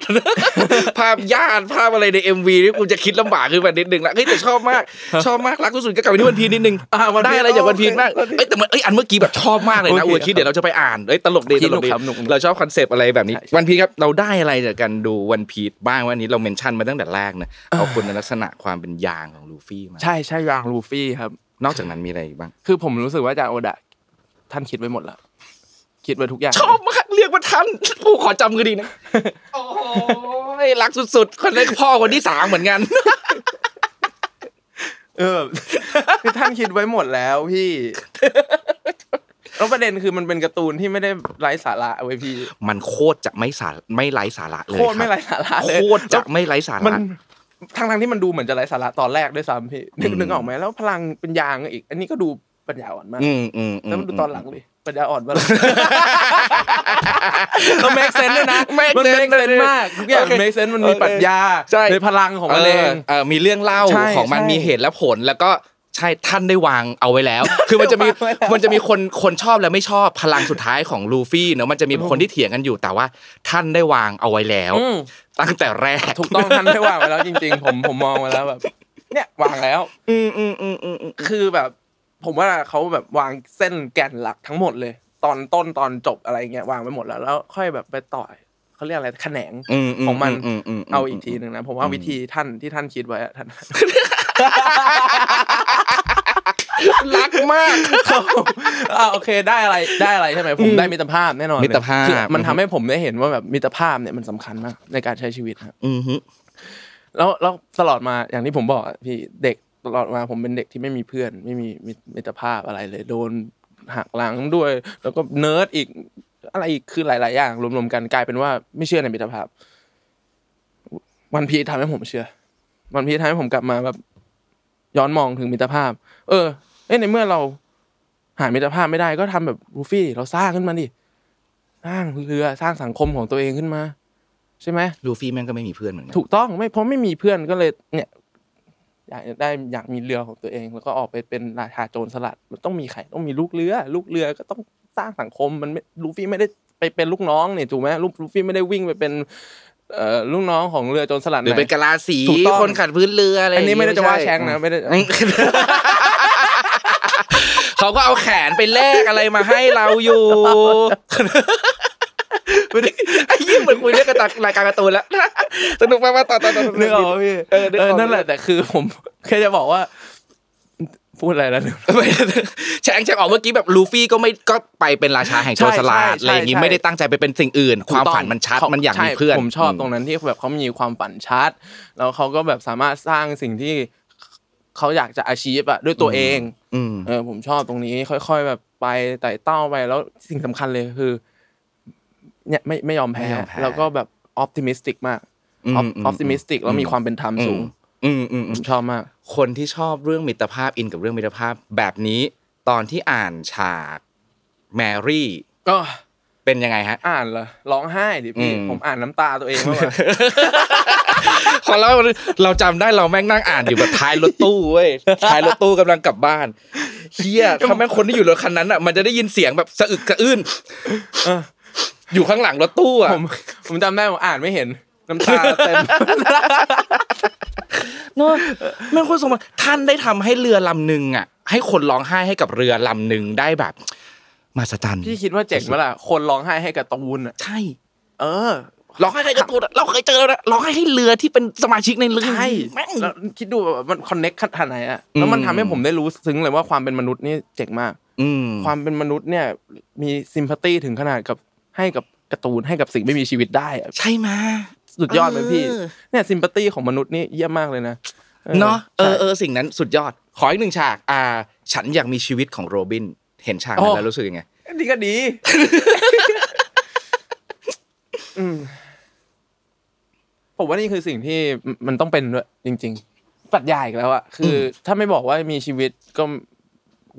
ภาพญาติภาพอะไรใน MV นี่กูจะคิดลำบากขึ้นมานิดนึงละเฮ้ยแต่ชอบมาก ชอบมากรักที่สุดก็กลับไปที่วันพีชนิดนึง อ่าวันพีช ได้อะไรจาก โอเค วันพีชมาก วันพีช เอ้ยแต่มันเอ้ยอันเมื่อกี้แบบชอบมากเลยนะ โอเค เวันคิดเดี๋ยวเราจะไปอ่านเอ้ยตลกดี ส ต นุ ล ก กดี ครับสนุก เราชอบคอนเซปต์อะไรแบบนี้ ใช่ วันพีชครับเราได้อะไรจากการดูวันพีชบ้างว่านี้เราเมนชั่นมาตั้งแต่แรกนะเอาคุณลักษณะความเป็นยางของลูฟี่มา ใช่ใช่ยางลูฟี่ครับ นอกจากนั้นมีอะไรอีกบ้าง คือผมรู้สึกว่าอาจารย์โอดะท่านคิดไว้หมดแล้ว คิดไว้ทุกอย่าง ชอบมากเรียกว่าท่าน กูขอจำคือดี นะ โอ้ยรักสุดๆ คนแรกพ่อคนที่สามเหมือนกัน เออ คือท่านคิดไว้หมดแล้วพี่ แล้วประเด็นคือมันเป็นการ์ตูนที่ไม่ได้ไร้สาระเว้ยพี่ มันโคตรจะไม่สาระไม่ไร้สาระเลย โคตรไม่ไร้สาระ โค เลย ตรจะไม่ไร้สา มัน ระ ทางทางๆที่มันดูเหมือนจะไร้สาระตอนแรกด้วยซ้ำพี่นึก อืม นึกออกไหมแล้วพลังเป็นยางอีก อันนี้ก็ดูปัญญาอ่อนมาก อืมอืมอืม แล้วมันดูตอนหลังดิปัญญาอ่อนมาก แล้ว แม็กเซนด้วยนะ แม็ก มัน เซ แม็ น กเซนมากทุกอย่าง โอค แม็กเซนมันมีปรัชญา ใช่ ในพลังของมันเอง เออมีเรื่องเล่า ใช่ ของมัน ใช่ มีเหตุและผลแล้วก็ใช่ท่านได้วางเอาไว้ แล้ว คือมันจะมี วางไว้แล้ว มันจะมีคนคนชอบและไม่ชอบพลังสุดท้ายของลูฟี่เนอะมันจะมีคนที่เถียงกันอยู่แต่ว่าท่านได้วางเอาไว้แล้ว อืม ตั้งแต่แรก ถูกต้องท่านได้วางไว้แล้วจริง ๆ ผมผมมองไว้แล้วแบบ เนี่ยวางแล้ว อืมอืมอืมอืมอืม คือแบบผมว่าเขาแบบวางเส้นแก่นหลักทั้งหมดเลย ตอนต้นตอนจบอะไรเงี้ยวางไปหมดแล้ว แล้วค่อยแบบไปต่อยเขาเรียกอะไรแขนง อืม ของมัน มม เอาอีกทีหนึ่งนะผมว่าวิธีท่านที่ท่านคิดไว้อะท่าน รักมาก อ่าโอเคได้อะไรได้อะไรใช่ไหมผมได้มิตรภาพแน่นอนเลย มิตรภาพ คือมันทำให้ผมได้เห็นว่าแบบมิตรภาพเนี่ยมันสำคัญมากในการใช้ชีวิตฮะ อืมฮึ แล้วแล้วตลอดมาอย่างที่ผมบอกอะพี่เด็กตลอดมาผมเป็นเด็กที่ไม่มีเพื่อน ไม่มีมิตรมิตรภาพอะไรเลย โดนหักหลังด้วย แล้วก็เนิร์ดอีกอะไรอีกคือหลาย ๆ อย่าง รวม ๆ กันกลายเป็นว่าไม่เชื่อในมิตรภาพ วันพีทำให้ผมเชื่อ วันพีทำให้ผมกลับมาแบบ ย้อนมองถึงมิตรภาพ เออเอ้ยในเมื่อเราหามิตรภาพไม่ได้ก็ทำแบบลูฟี่ดิเราสร้างขึ้นมาดิสร้างเรือสร้างสังคมของตัวเองขึ้นมา ใช่ไหม ลูฟี่แม่งก็ไม่มีเพื่อนเหมือนกัน ถูกต้องไม่เพราะไม่มีเพื่อนก็เลยเนี่ยอยากได้อยากมีเรือของตัวเอง แล้วก็ออกไปเป็นราชาโจรสลัดมันต้องมีใครต้องมีลูกเรือ ลูกเรือก็ต้องสร้างสังคมมันไม่ลูฟี่ไม่ได้ไปเป็นลูกน้องเนี่ยถูกไหมลูกลูฟี่ไม่ได้วิ่งไปเป็นเอ่อลูกน้องของเรือโจรสลัด หรือ ไหน เป็นกะลาสี ถูกต้อง คนขัดพื้นเรืออะไร อันนี้ ย่ง ไม่ เงี้ย ได้จะว่า ใช่ แชงนะไม่ได้ อืม เขาก็เอาแขนไปแลกอะไรมาให้เราอยู่ไอ้ยิ่งเหมือนคุยเรื่องการ์ตูนรายการการ์ตูนแล้ว สนุกมากๆต่อต่อต่อต่อ เนื้อออกปะพี่ เออนึกอ เอ อก อนั่นแหละแต่คือผม แค่จะบอกว่า พูดอะไรแล้วลืม ไม่แชงแชงออกเมื่อกี้แบบลูฟี่ก็ไม่ก็ไปเป็นราชาแห่งโช ใช่ นสลาด ใช่ อะไรอย่างงี้ ใช่ ไม่ได้ตั้งใจไปเป็นสิ่งอื่น ความฝันมันชัด ถูต้ง มันอยากมี ใ เพื่อน ผมชอบตรงนั้นที่แบบเขามีความฝันชัด แล้วเขาก็แบบสามารถสร้างสิ่งที่เขาอยากจะอาชีพอะด้วยตัวเอง อืม เออผมชอบตรงนี้ ค่อย ๆ แบบไปไต่เต้าไปแล้วสิ่งสำคัญเลยคือ เนี่ยไม่ไม่ยอมแพ้ ไม่ยอมแพ้ แล้วก็แบบออ t ติมิสติกมากอ ม อ t ติมิสติกแล้วมีความเป็นธรรมสูง อืมอืม ผ อืม มชอบมาก คนที่ชอบเรื่องมิตรภาพอินกับเรื่องมิตรภาพแบบนี้ ตอนที่อ่านฉากแมรี่ ก็ เป็นยังไงฮะ อ่านเหรอร้องไห้ดิพี่ อืม ผมอ่านน้ำตาตัวเองมากกว่า ของเราเราจำได้เราแม่งนั่งอ่านอยู่แบบท้ายรถตู้เว้ยท้ายรถตู้กำลังกลับบ้านเฮียถ้าแม่งคนที่อยู่รถคันนั้นอ่ะมันจะได้ยินเสียงแบบสะอึกสะอื้น เออ อยู่ข้างหลังรถตู้อ่ะ ผมผมจำได้ผมอ่านไม่เห็นน้ำตาเต็ ม เนอะมันคนสมบัติท่านได้ทำให้เรือลำหนึ่งอ่ะ ให้คนร้องไห้ให้กับเรือลำหนึ่งได้แบบมหัศจรรย์ พี่คิดว่าเจ๋งไหมล่ะ คนร้องไห้ให้กับตองวุนอ่ะ ใช่ เออ ร้องไห้ใครการะตูนอะเราเคยเจอแล้วนะร้องไห้ให้เรือที่เป็นสมาชิกในเรือ ใช่ แม่ง แล้วคิดดูแบบมันคอนเน็กขนาดไหนอ่ะ แล้วมัน อืม ทำให้ผมได้รู้ซึ้งเลยว่าความเป็นมนุษย์นี่เจ๋งมาก อืม ความเป็นมนุษย์เนี่ย มีซิมพัตตีถึงขนาดกับให้กับการ์ตูนให้กับสิ่งไม่มีชีวิตได้อะ ใช่มา สุดยอดเลยพี่ เออ เนี่ยซิมพัตตีของมนุษย์นี่เยี่ยมมากเลยนะออ เนาะเออ ใช่ เออสิ่งนั้นสุดยอด ขออีกหนึ่งฉาก อ่า ฉันอยากมีชีวิตของโรบิน เห็นฉากนั้น โอ้ แล้วรู้สึกยังไง ดีก็ดี อืมผมว่านี่คือสิ่งที่มมันต้องเป็นด้วยจริง ๆ ปรัชญาอีกแล้วอะคือ ถ้าไม่บอกว่ามีชีวิตก็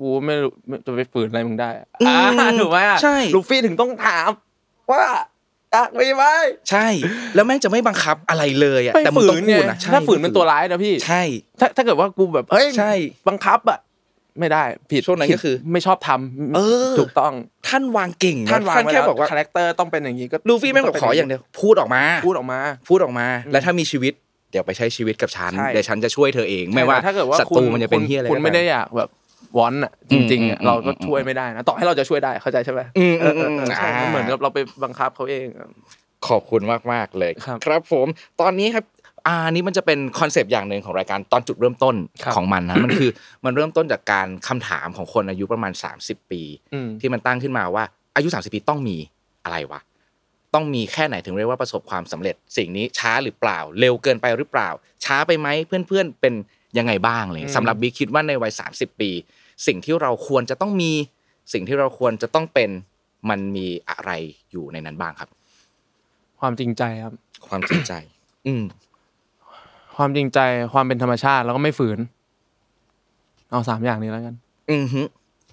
กูไม่รู้ไม่จะไปฝืนอะไรมึงได้อะ อืม อ่าถูกไหมอะ ใช่ ลูฟี่ถึงต้องถาม ว่าอยากมีไหม ใช่ แล้วแม่งจะไม่บังคับอะไรเลยอ่ะ ไม่ แต่มึง ฝื ต้อน ง ไง พูดนะใช่ ถ้าฝืนเป็นตัวร้ายนะพี่ ใช่ ถ้าถ้าเกิดว่ากูแบบเฮ้ย ใช่ บังคับอะไม่ได้ผิด ช่วงนั้นก็คือ ไม่ชอบทำ เออ ถูกต้อง ท่านวางเก่งะ ท่านวาง ท่าน ไว้ แค่ แล้ว บอกว่า คาแรคเตอร์ต้องเป็นอย่างนี้ก็ ลูฟี่แม่งแบบขออย่างเดียวพูดออกมา พูดออกมา พูดออกมา แล้วถ้ามีชีวิต เดี๋ยวไปใช้ชีวิตกับฉัน ใช่ เดี๋ยวฉันจะช่วยเธอเองไม่ว่า ถ้าเกิดว่า ศัตรูมันจะเป็นเฮียอะไร คุณคุณ ก็ตา ไม่ได้อยากแบบวอนอะจริงๆอะ อืม เราก็ อืม ช่วยไม่ได้นะต่อให้เราจะช่วยได้เข้าใจใช่ไหม อืม เออเออเออใช่ อ่ามั นเหมือนกับเราไปบังคับเขาเอง ขอบคุณมากมากๆเลย ครับ บผมตอนนี้ครับอ่านี่มันจะเป็นคอนเซปต์อย่างหนึ่งของรายการตอนจุดเริ่มต้น ครับ ของมันนะ มันคือ มันเริ่มต้นจากการคำถามของคนอายุประมาณ 30 ปี อืม ที่มันตั้งขึ้นมาว่าอายุ 30 ปีต้องมีอะไรวะ ต้องมีแค่ไหนถึงเรียกว่าประสบความสำเร็จ สิ่งนี้ช้าหรือเปล่า เร็วเกินไปหรือเปล่า ช้าไปไหมเพื่อนๆ เป็นยังไงบ้างอะไรเลยสำหรับบิ๊กคิดว่าในวัย 30 ปี สิ่งที่เราควรจะต้องมี สิ่งที่เราควรจะต้องเป็นมันมีอะไรอยู่ในนั้นบ้างครับ ความจริงใจครับ ความจริง ใจ อืม ความจริงใจความเป็นธรรมชาติแล้วก็ไม่ฝืน เอาสามอย่างนี้แล้วกัน อือฮึ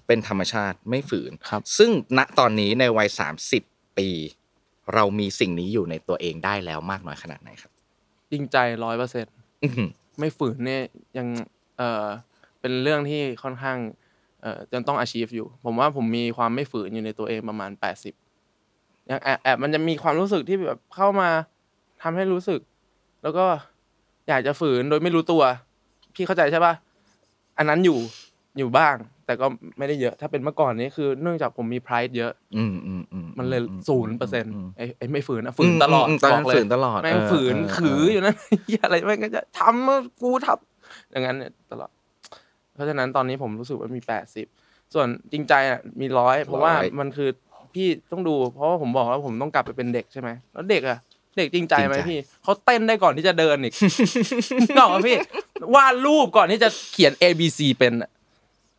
เป็นธรรมชาติไม่ฝืน ครับ ซึ่งณตอนนี้ในวัย 30 ปี เรามีสิ่งนี้อยู่ในตัวเองได้แล้วมากน้อยขนาดไหนครับ จริงใจร้อยเปอร์เซ็น อือฮึ ไม่ฝืนเนี่ยยังเออเป็นเรื่องที่ค่อนข้างเออจนต้อง achieve อยู่ ผมว่าผมมีความไม่ฝืนอยู่ในตัวเองประมาณแปดสิบยังแอบแอบมันจะมีความรู้สึกที่แบบเข้ามาทำให้รู้สึก แล้วก็อยากจะฝืนโดยไม่รู้ตัว พี่เข้าใจใช่ปะอันนั้นอยู่อยู่บ้าง แต่ก็ไม่ได้เยอะ ถ้าเป็นเมื่อก่อนนี้คือเนื่องจากผมมี pride เยอะ อืมอืมอื มันเลย อื ศูนย์เปอร์เซ็นต์ไอ้ไอ้ไม่ฝืนอะฝืนตลอด มมตอน บ นั้ ก น เลย ฝืนตลอด แม่ง เ ฝืน เ ขือ เ อยู่นั่น เหี้ยอะไรแม่งก็จะทำว่ากูทำอย่างนั้นเนี่ยตลอด เพราะฉะนั้นตอนนี้ผมรู้สึกว่ามีแปดสิบส่วนจริงใจอ่ะมีร้อยเพราะว่า ร้อย มันคือพี่ต้องดู เพราะว่าผมบอกแล้วผมต้องกลับไปเป็นเด็กใช่ไหมแล้วเด็กอ่ะเด็กจริงใจไหมพี่เขาเต้นได้ก่อนที่จะเดินอีก นกออกปะพี่ วาดรูปก่อนที่จะเขียน A B C เป็นอะ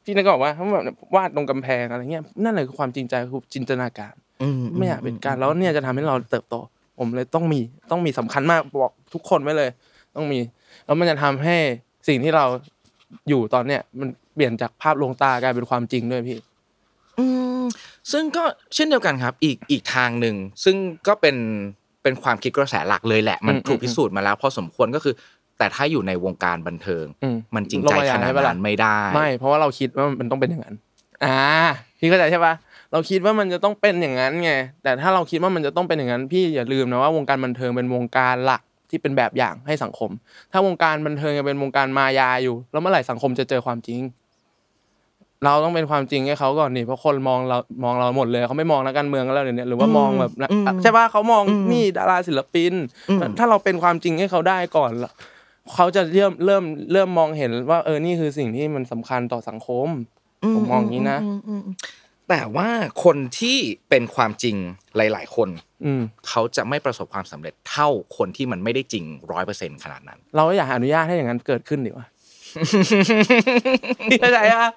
พี่นึกออกว่าเขาแบบวาดตรงกำแพงอะไรเงี้ยนั่นแหละคือความจริงใจคือจินตนาการ ม ไม่อยากเป็นการแล้วเนี่ยจะทำให้เราเติบโต ผมเลยต้องมีต้องมีสำคัญมากบอกทุกคนไว้เลย ต้องมี แล้วมันจะทำให้สิ่งที่เราอยู่ตอนเนี้ยมันเปลี่ยนจากภาพลวงตากลายเป็นความจริงด้วยพี่ อืมซึ่งก็เช่นเดียวกันครับ อีกอีกทางหนึ่งซึ่งก็เป็นเป็นความคิดกระแสหลักเลยแหละ มัน อืม ถูก อืม พิสูจน์มาแล้วพอสมควรก็คือ แต่ถ้าอยู่ในวงการบันเทิง อืม มันจริง ลง ใจ มาอ ข ย่าง นาด ให้เวลา นั้นไม่ได้ ไม่เพราะว่าเราคิดว่ามันต้องเป็นอย่างนั้น อ่า พี่เข้าใจใช่ปะเราคิดว่ามันจะต้องเป็นอย่างนั้นไงแต่ถ้าเราคิดว่ามันจะต้องเป็นอย่างนั้น พี่อย่าลืมนะว่าวงการบันเทิงเป็นวงการหลักที่เป็นแบบอย่างให้สังคม ถ้าวงการบันเทิงยังเป็นวงการมายาอยู่ แล้วเมื่อไหร่สังคมจะเจอความจริง เราต้องเป็นความจริงให้เขาก่อนนี่เพราะคนมองเรามองเราหมดเลยเขาไม่มองนักการเมืองกันแล้วเดี๋ยวนี้หรือว่ามองแบบนะใช่ปะเขามองนี่ดาราศิลปิน ถ้าเราเป็นความจริงให้เขาได้ก่อนล่ะ เขาจะเริ่มเริ่มเริ่มมองเห็นว่าเออนี่คือสิ่งที่มันสำคัญต่อสังคม ผมมองอย่างนี้นะ แต่ว่าคนที่เป็นความจริงหลาย ๆ คน อืม เขาจะไม่ประสบความสำเร็จเท่าคนที่มันไม่ได้จริงร้อยเปอร์เซ็นขนาดนั้น เราก็อยากอนุญาตให้อย่างนั้นเกิดขึ้นดีกว่า เข้าใจปะ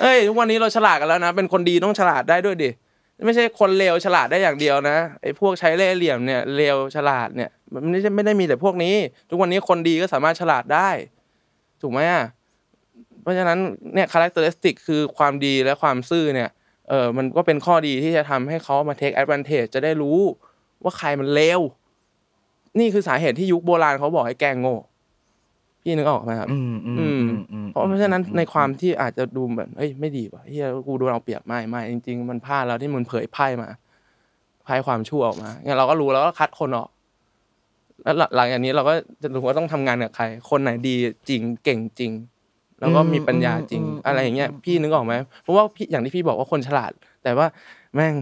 เอ้ยทุกวันนี้เราฉลาดกันแล้วนะ เป็นคนดีต้องฉลาดได้ด้วยดิ ไม่ใช่คนเลวฉลาดได้อย่างเดียวนะ ไอ้พวกใช้เล่ห์เหลี่ยมเนี่ยเลวฉลาดเนี่ยมันไม่ได้ไม่ได้มีแต่พวกนี้ ทุกวันนี้คนดีก็สามารถฉลาดได้ ถูกไหมอ่ะ เพราะฉะนั้นเนี่ยคาแรคเตอริสติกคือความดีและความซื่อเนี่ย เออมันก็เป็นข้อดีที่จะทำให้เขามา take advantage จะได้รู้ว่าใครมันเลว นี่คือสาเหตุที่ยุคโบราณเขาบอกให้แกล้งโง่ พี่นึกออกไหมครับ อืมอืมอืมอืม เพราะฉะนั้นในความที่อาจจะดูแบบเอ้ยไม่ดีว่ะเฮียกูโดนเอาเปรียบไม่ไม่จริง ๆ มันพลาดแล้วที่มันเผยไพ่มาไพ่ความชั่วออกมาเนี่ยเราก็รู้แล้วก็คัดคนออกแล้วหลังจากนี้เราก็จะรู้ว่าต้องทำงานกับใคร คนไหนดีจริงเก่งจริง แล้วก็มีปัญญาจริง อืมอืม อะไรอย่างเงี้ยพี่นึกออกไหมเพราะว่าพี่อย่างที่พี่บอกว่าคนฉลาด แต่ว่าแม่ง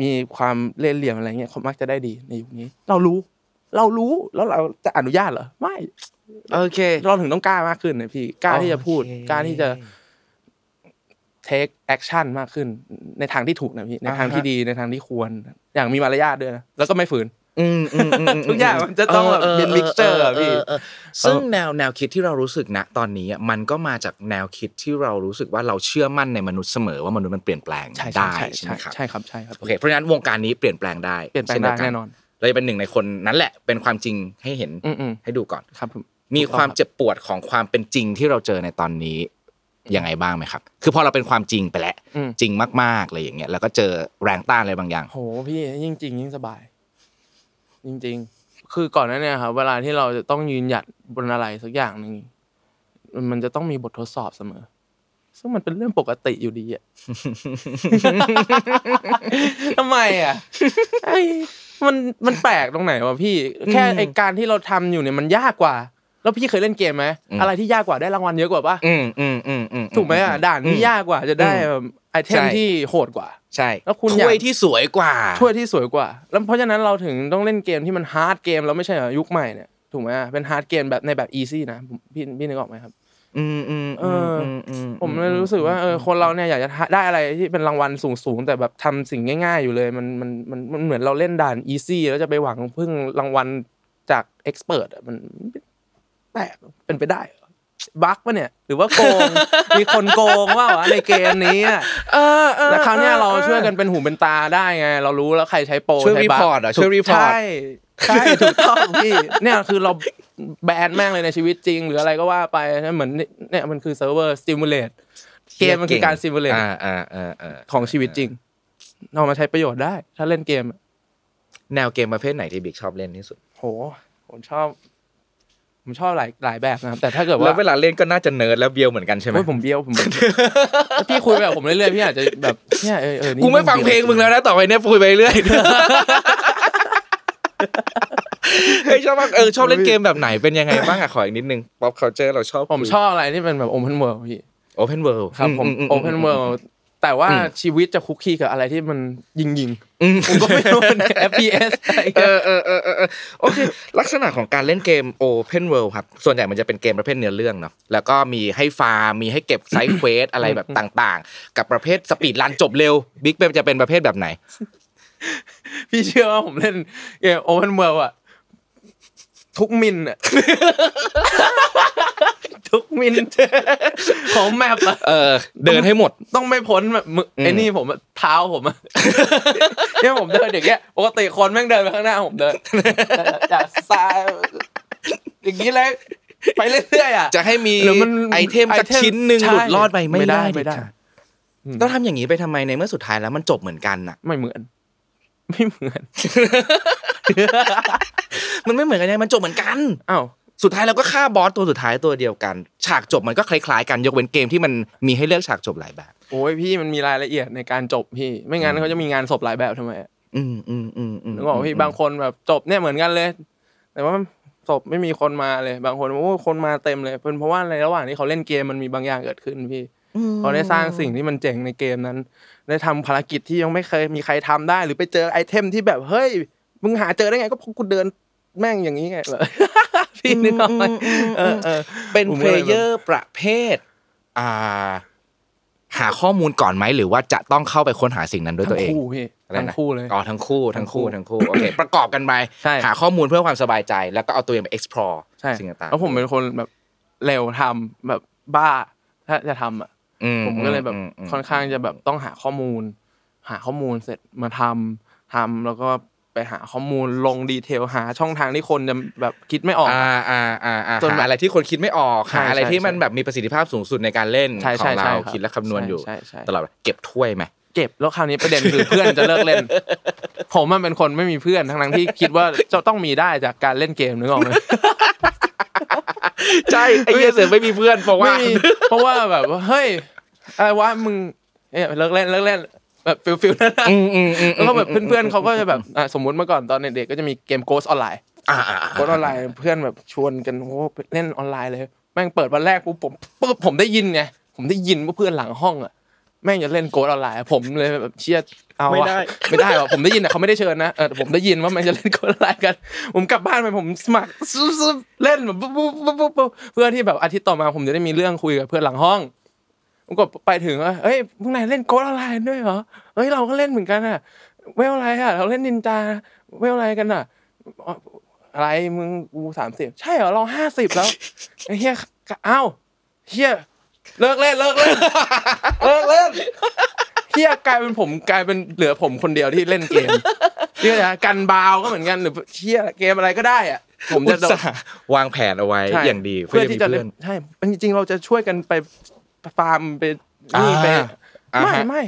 มีความเล่ห์เหลี่ยมอะไรเงี้ยเขามักจะได้ดีในยุคนี้ เรารู้ เรารู้แล้วเราจะอนุญาตเหรอไม่ โอเค เราถึงต้องกล้ามากขึ้นนะพี่กล้าที่จะพูด โอเค กล้าที่จะ take action มากขึ้น ในทางที่ถูกนะพี่ในทางที่ อ่าฮะ ดีในทางที่ควร อย่างมีมารยาทด้วยนะแล้วก็ไม่ฝืน อืมอืมอืมม ทุกอย่างมันจะต้องแบบเป็น mixture อะพี่ เออเออเออซึ่งแนวแนวคิดที่เรารู้สึกนะตอนนี้อะมันก็มาจากแนวคิดที่เรารู้สึกว่าเราเชื่อมั่นในมนุษย์เสมอว่ามนุษย์มันเปลี่ยนแปลง ใช่ ได้ ใช่ ใช่ ใช่ ไหมครับ ใช่ครับใช่ครับ โอเคเพราะฉะนั้นวงการนี้เปลี่ยนแปลงได้ เปลี่ยนแปลง ช่ ได้ วกั แน่นอน เราจะเป็นหนึ่งในคนนั้นแหละ เป็นความจริงให้เห็น อืมอืม ให้ดูก่อน ครับผม มีความ ถูกต้องครับ เจ็บปวดของความเป็นจริงที่เราเจอในตอนนี้ ยังไงบ้างไหมครับ คือพอเราเป็นความจริงไปแล้ว อืม จริงมากๆอะไรอย่างเงี้ยแล้วก็เจอแรงต้านอะไรบางอย่าง โหพี่ยิ่งจริงยิ่งสบาย จริง ๆ คือก่อนหนั้นเนี่ยครับเวลาที่เราจะต้องยืนหยัดบนอะไรสักอย่างหนึ่งมันมันจะต้องมีบททดสอบเสมอ ซึ่งมันเป็นเรื่องปกติอยู่ดีอะ ทำไมอะไอ้มันมันแปลกตรงไหนวะพี่ แค่ไอการที่เราทำอยู่เนี่ยมันยากกว่า แล้วพี่เคยเล่นเกมไหม อืม อะไรที่ยากกว่าได้รางวัลเยอะกว่าปะ อืมอืมอืมอืม ถูกไหมอ่ะด่านที่ยากกว่าจะได้แบบไอเท ใช่ มที่โหดกว่า ใช่ แล้วคุณอยาก ถ้วยที่สวยกว่า ถ้วยที่สวยกว่า แล้วเพราะฉะนั้นเราถึงต้องเล่นเกมที่มันฮาร์ดเกมแล้วไม่ใช่เหรอยุคใหม่เนี่ยถูกไหมอะเป็นฮาร์ดเกมแบบในแบบอีซี่นะผมพี่พี่นึกออกไหมครับ อืมอืม เอออื ผมเลยรู้สึกว่าเออคนเราเนี่ยอยากจะได้อะไรที่เป็นรางวัลสูงๆ แต่แบบทำสิ่งง่ายๆอยู่เลย มันมันมันมันเหมือนเราเล่นด่านอีซี่แล้วจะไปหวังพึ่งรางวัลจากเอ็กซ์เพรสมันแปลกเป็นไปได้เหรอบั๊กปะเนี่ย หรือว่าโก ง มีคนโกงว่าวะในเกมนี้อะ เออออ แล้วคราวเนี้ยเรา ออ ช่วยกันเป็นหูเป็นตาได้ไง เรารู้แล้วใครใช้โปร ช่วย ใช้บัค report เหรอช่วย ถูก report ใช่ใช่ ถูกต้องพี่เนี่ยคือเราแบนแม่งเลยในชีวิตจริง หรืออะไรก็ว่าไปเหมือนเนี่ยมันคือเซิร์ฟเวอร์ซิมูเลตเกมมันคือการซิมูเลต อ่าอ่าอ่าอ่า ของชีวิตจริงเอามาใช้ประโยชน์ได้ ถ้าเล่นเกมอะ แนวเกมประเภทไหนที่บิ๊กชอบเล่นที่สุด โหผมชอบ ผมชอบหลายหลายแบบนะครับ แต่ถ้าเกิด แล้ ว่า วเวลาเล่นก็น่าจะเนิร์ดแล้วเบียวเหมือนกันใช่ไหม เฮ้ยผมเบี้ยวผม พี่คุยแบบผมเรื่อยๆพี่อาจจะแบบเนี่ยเออเออนี่ กูไม่ฟังเพลงมึงแล้วนะต่อไปเนี่ยพูดไปเรื่อย เฮ้ยช อบมากเออชอบเล่นเกมแบบไหนเป็นยังไงบ้าง อะขออีกนิดนึง pop culture เราชอบ ผมชอบอะไรที่เป็นแบบโอเพนเวิลด์พี่ โอเพนเวิลด์ ครับผมโอเพนเวิลด์แต่ว่าชีวิตจะคุกคีกับอะไรที่มันยิงยิงๆ อืม ผมก็ไม่รู้มัน FPS อะไร เอ เงี้ย อเออเออเออเออโอเค ลักษณะของการเล่นเกม Open World ครับ ส่วนใหญ่มันจะเป็นเกมประเภทเนื้อเรื่องเนาะแล้วก็มีให้ฟาร์มมีให้ เก็บไซด์เควส อะไรแบบต่างๆ กับประเภทสปีดรันจบเร็วบิ๊กเบมจะเป็นประเภทแบบไหน พี่เชื่อว่าผมเล่นเกมโอเพนเวิลด์อะทุกมินอะ ทุกมินของแมปอะ เออ เดินให้หมด ต้องไม่พ้นแบบมืออ ม ไอ้นี่ผมอะเท้าผมอะ เนี่ยผมเดินอย่างเงี้ยปกติคนแม่งเดินไปข้างหน้าผมเดิน จากซ้ายอย่างนี้เลยไปเรื่อยๆอะ จะให้มี หรือมัน ไอเทมสัก ไอเทม ชิ้นหนึ่ง ใช่ หลุดรอดไปไม่ ไม่ได้ ได้ ไม่ ไม่ ได้ ได้ต้องทำอย่างนี้ไปทำไมในเมื่อสุดท้ายแล้วมันจบเหมือนกันน่ะ ไม่เหมือน ไม่เหมื อน มันไม่เหมือนกันไงมันจบเหมือนกัน อ้าว สุดท้ายเราก็ฆ่าบอสตัวสุดท้ายตัวเดียวกัน ฉากจบมันก็คล้ายๆกันยกเว้นเกมที่มันมีให้เลือกฉากจบหลายแบบ โอ้ยพี่มันมีรายละเอียดในการจบพี่ ไม่งั้นเขาจะมีงานศพหลายแบบทำไมอะ อืมอืมอืมอืม นึกออกปะพี่บางคนแบบจบเนี่ยเหมือนกันเลย แต่ว่าศพไม่มีคนมาเลย บางคนโอ้คนมาเต็มเลยเป็นเพราะว่าในระหว่างที่เขาเล่นเกมมันมีบางอย่างเกิดขึ้นพี่เขาได้สร้างสิ่งที่มันเจ๋งในเกมนั้น ได้ทำภารกิจที่ยังไม่เคยมีใครทำได้ หรือไปเจอไอเทมที่แบบเฮ้ยมึงหาเจอได้ไงก็เพราะกูเดินแม่งอย่างนี้ไงแบบ พี่นึกออกไหมเออเออ เป็น ผม เพ ก็ ล เลยแบบ เยอร์ประเภทอ่าหาข้อมูลก่อนไหมหรือว่าจะต้องเข้าไปค้นหาสิ่งนั้นด้วย ทั้ ตัว ง เอง คู่พี่ อะไรนะ ทั้งคู่เลย อ๋อทั้งคู่ทั้งคู่ ทั้ ทั้ ง ง คู่ คู่โอเค ประกอบกันไป ใช่ หาข้อมูลเพื่อความสบายใจ แล้วก็เอาตัวเองไป explore ใช่ สิ่งต่างๆ แล้วผมเป็นคนแบบเร็วทำแบบบ้า ถ้าจะทำอ่ะ อื ผมก็เลยแบบ มม ค่อนข้างจะแบบต้องหาข้อมูล หาข้อมูลเสร็จมาทำทำแล้วก็ไปหาข้อมูลลงดีเทลหาช่องทางที่คนจะแบบคิดไม่ออก อ่าอ่าอ่าอ่า จนแบบ หาอะไรที่คนคิดไม่ออก ใช่ หาอะไร ใช่ ที่มัน ใช่ แบบมีประสิทธิภาพสูงสุดในการเล่น ใช่ ขอ ใช่ งเรา ใช่ คิดและคำนวณอยู่ ใช่ใช่ ตลอดเวลาเก็บถ้วยไหม เก็บแล้วคราวนี้ประเด็นคือเพื่อนจะเลิกเล่น ผมมันเป็นคนไม่มีเพื่อนทั้งนั้นที่คิดว่าจะต้องมีได้จากการเล่นเกมนึกออกไหม ใช่ไอ้เหี้ยเสือไม่มีเพื่อนเพราะว่า ไม่มี เพราะว่าแบบว่าเฮ้ยอะไรวะมึงเอ้ยเลิกเล่นเลิกเล่นแบบฟิลฟิลนั่นนะแล้วก็แบบเพื่อนๆเขาก็จะแบบอ่ะสมมติเมื่อก่อนตอนเด็กๆก็จะมีเกมโกสออนไลน์ อ่าอ่า โกสออนไลน์เพื่อนแบบชวนกันโอ้เล่นออนไลน์เลยแม่งเปิดวันแรกปุ๊บผมปุ๊บผมได้ยินไงผมได้ยินว่าเพื่อนหลังห้องอ่ะแม่งจะเล่นโกสออนไลน์ผมเลยแบบเชียร์เอา ไม่ อะ ได้ ไม่ได้หรอกผมได้ยินแต่เขาไม่ได้เชิญนะเออแต่ผมได้ยินว่ามันจะเล่นโกสออนไลน์กัน ผมกลับบ้านไปผมสมัครซุบซุบเล่นแบบปุ๊บปุ๊บปุ๊บปุ๊บปุ๊บเพื่อที่แบบอาทิตย์ต่อมาผมจะได้มีเรื่องคุยกับเพื่อนหลังห้องผมก็ไปถึงว่าเอ้ยพวกนายเล่นโกดออนไลน์ด้วยเหรอเอ้ยเราก็เล่นเหมือนกันอะเวลอะไรอะเราเล่นนินจาเวลอะไรกันอะอ๋ออะไรมึงกูสามสิบใช่เหรอเราห้าสิบแล้วไอ้เฮียเอ้าเฮียเลิกเล่นเลิกเล่นเลิกเล่นเฮียกลายเป็นผมกลายเป็นเหลือผมคนเดียวที่เล่นเกมเฮียนะกันบาวก็เหมือนกันหรือเฮียเกมอะไรก็ได้อะผม อุ จะ ต โดน ส่าห์วางแผนเอาไว้ ใช่ อย่างดี เพื่อที่จะ มี ได้ เพื่อน ใช่จริงๆเราจะช่วยกันไป ฟาร์มไปนี่ไป อ่าอ่า ไม่ ฮะ ไม่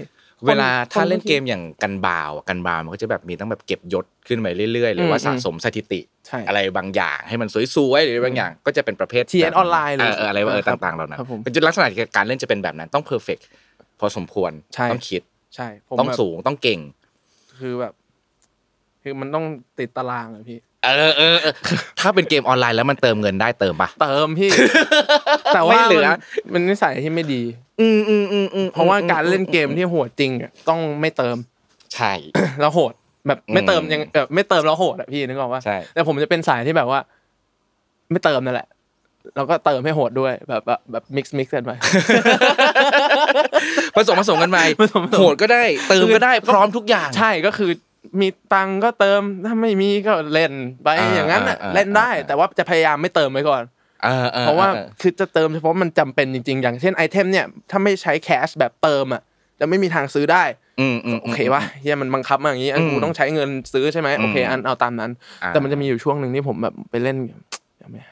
เวลาถ้า ค เล่น ที่ เกมอย่างกันบาวอะกันบาวมันก็จะแบบมีต้องแบบเก็บยศขึ้นไปเรื่อยๆ หรือว่า อืม สะสมสถิติ ใช่ อะไรบางอย่างให้มันสวยๆหรือบางอย่างก็จะเป็นประเภท TN แบบ online เลย เอออะไรว่าเออ ครับ ต่างๆเหล่านั้น ครับผม เป็นจุดลักษณะการเล่นจะเป็นแบบนั้นต้องเพอร์เฟกพอสมควร ใช่ ต้องคิด ใช่ผม ต้อง แบบ สูงต้องเก่ง คือแบบ คือมันต้องติดตารางอะพี่ เออเออเออถ้าเป็นเกมออนไลน์แล้วมันเติมเงินได้เติมปะ เติม พี่ แต่ว่า ไม่เหลือ มันมันนิสัยที่ไม่ดี อืมอืมอืมอืม เพราะว่าการเล่นเกมที่โหดจริงอะ ต้องไม่เติม ใช่ แล้วโหด แบบไม่เติม อืม ยังแบบไม่เติมแล้วโหดอะพี่นึกออกว่า ใช่ แต่ผมจะเป็นสายที่แบบว่า ไม่เติมนั่นแหละ แล้วก็เติมให้โหดด้วยแบบแบบแบบมิกซ์มิกซ์กันไป ผสมผสมกันไป ผสมผสม โหดก็ได้เติมก็ได้พร้อมทุกอย่าง ใช่ก็คือมีตังค์ก็เติมถ้าไม่มีก็เล่นไป อ่า อย่างนั้นน่ะ อ่าอ่า เล่นได้ อ่า แต่ว่าจะพยายามไม่เติมไว้ก่อน ออออ เพราะว่า ออ คือจะเติมเฉพาะมันจำเป็นจริง ๆ อย่างเช่นไอเทมเนี่ยถ้าไม่ใช้แคชแบบเติมอ่ะจะไม่มีทางซื้อได้ อืมอืม โอเคปะเฮียมันบังคับมาอย่างนี้อัน อืม กูต้องใช้เงินซื้อใช่ไหมโอเค อืม อันเอาตามนั้น อ่า แต่มันจะมีอยู่ช่วงหนึ่งที่ผมแบบไปเล่น เดี๋ยวแม่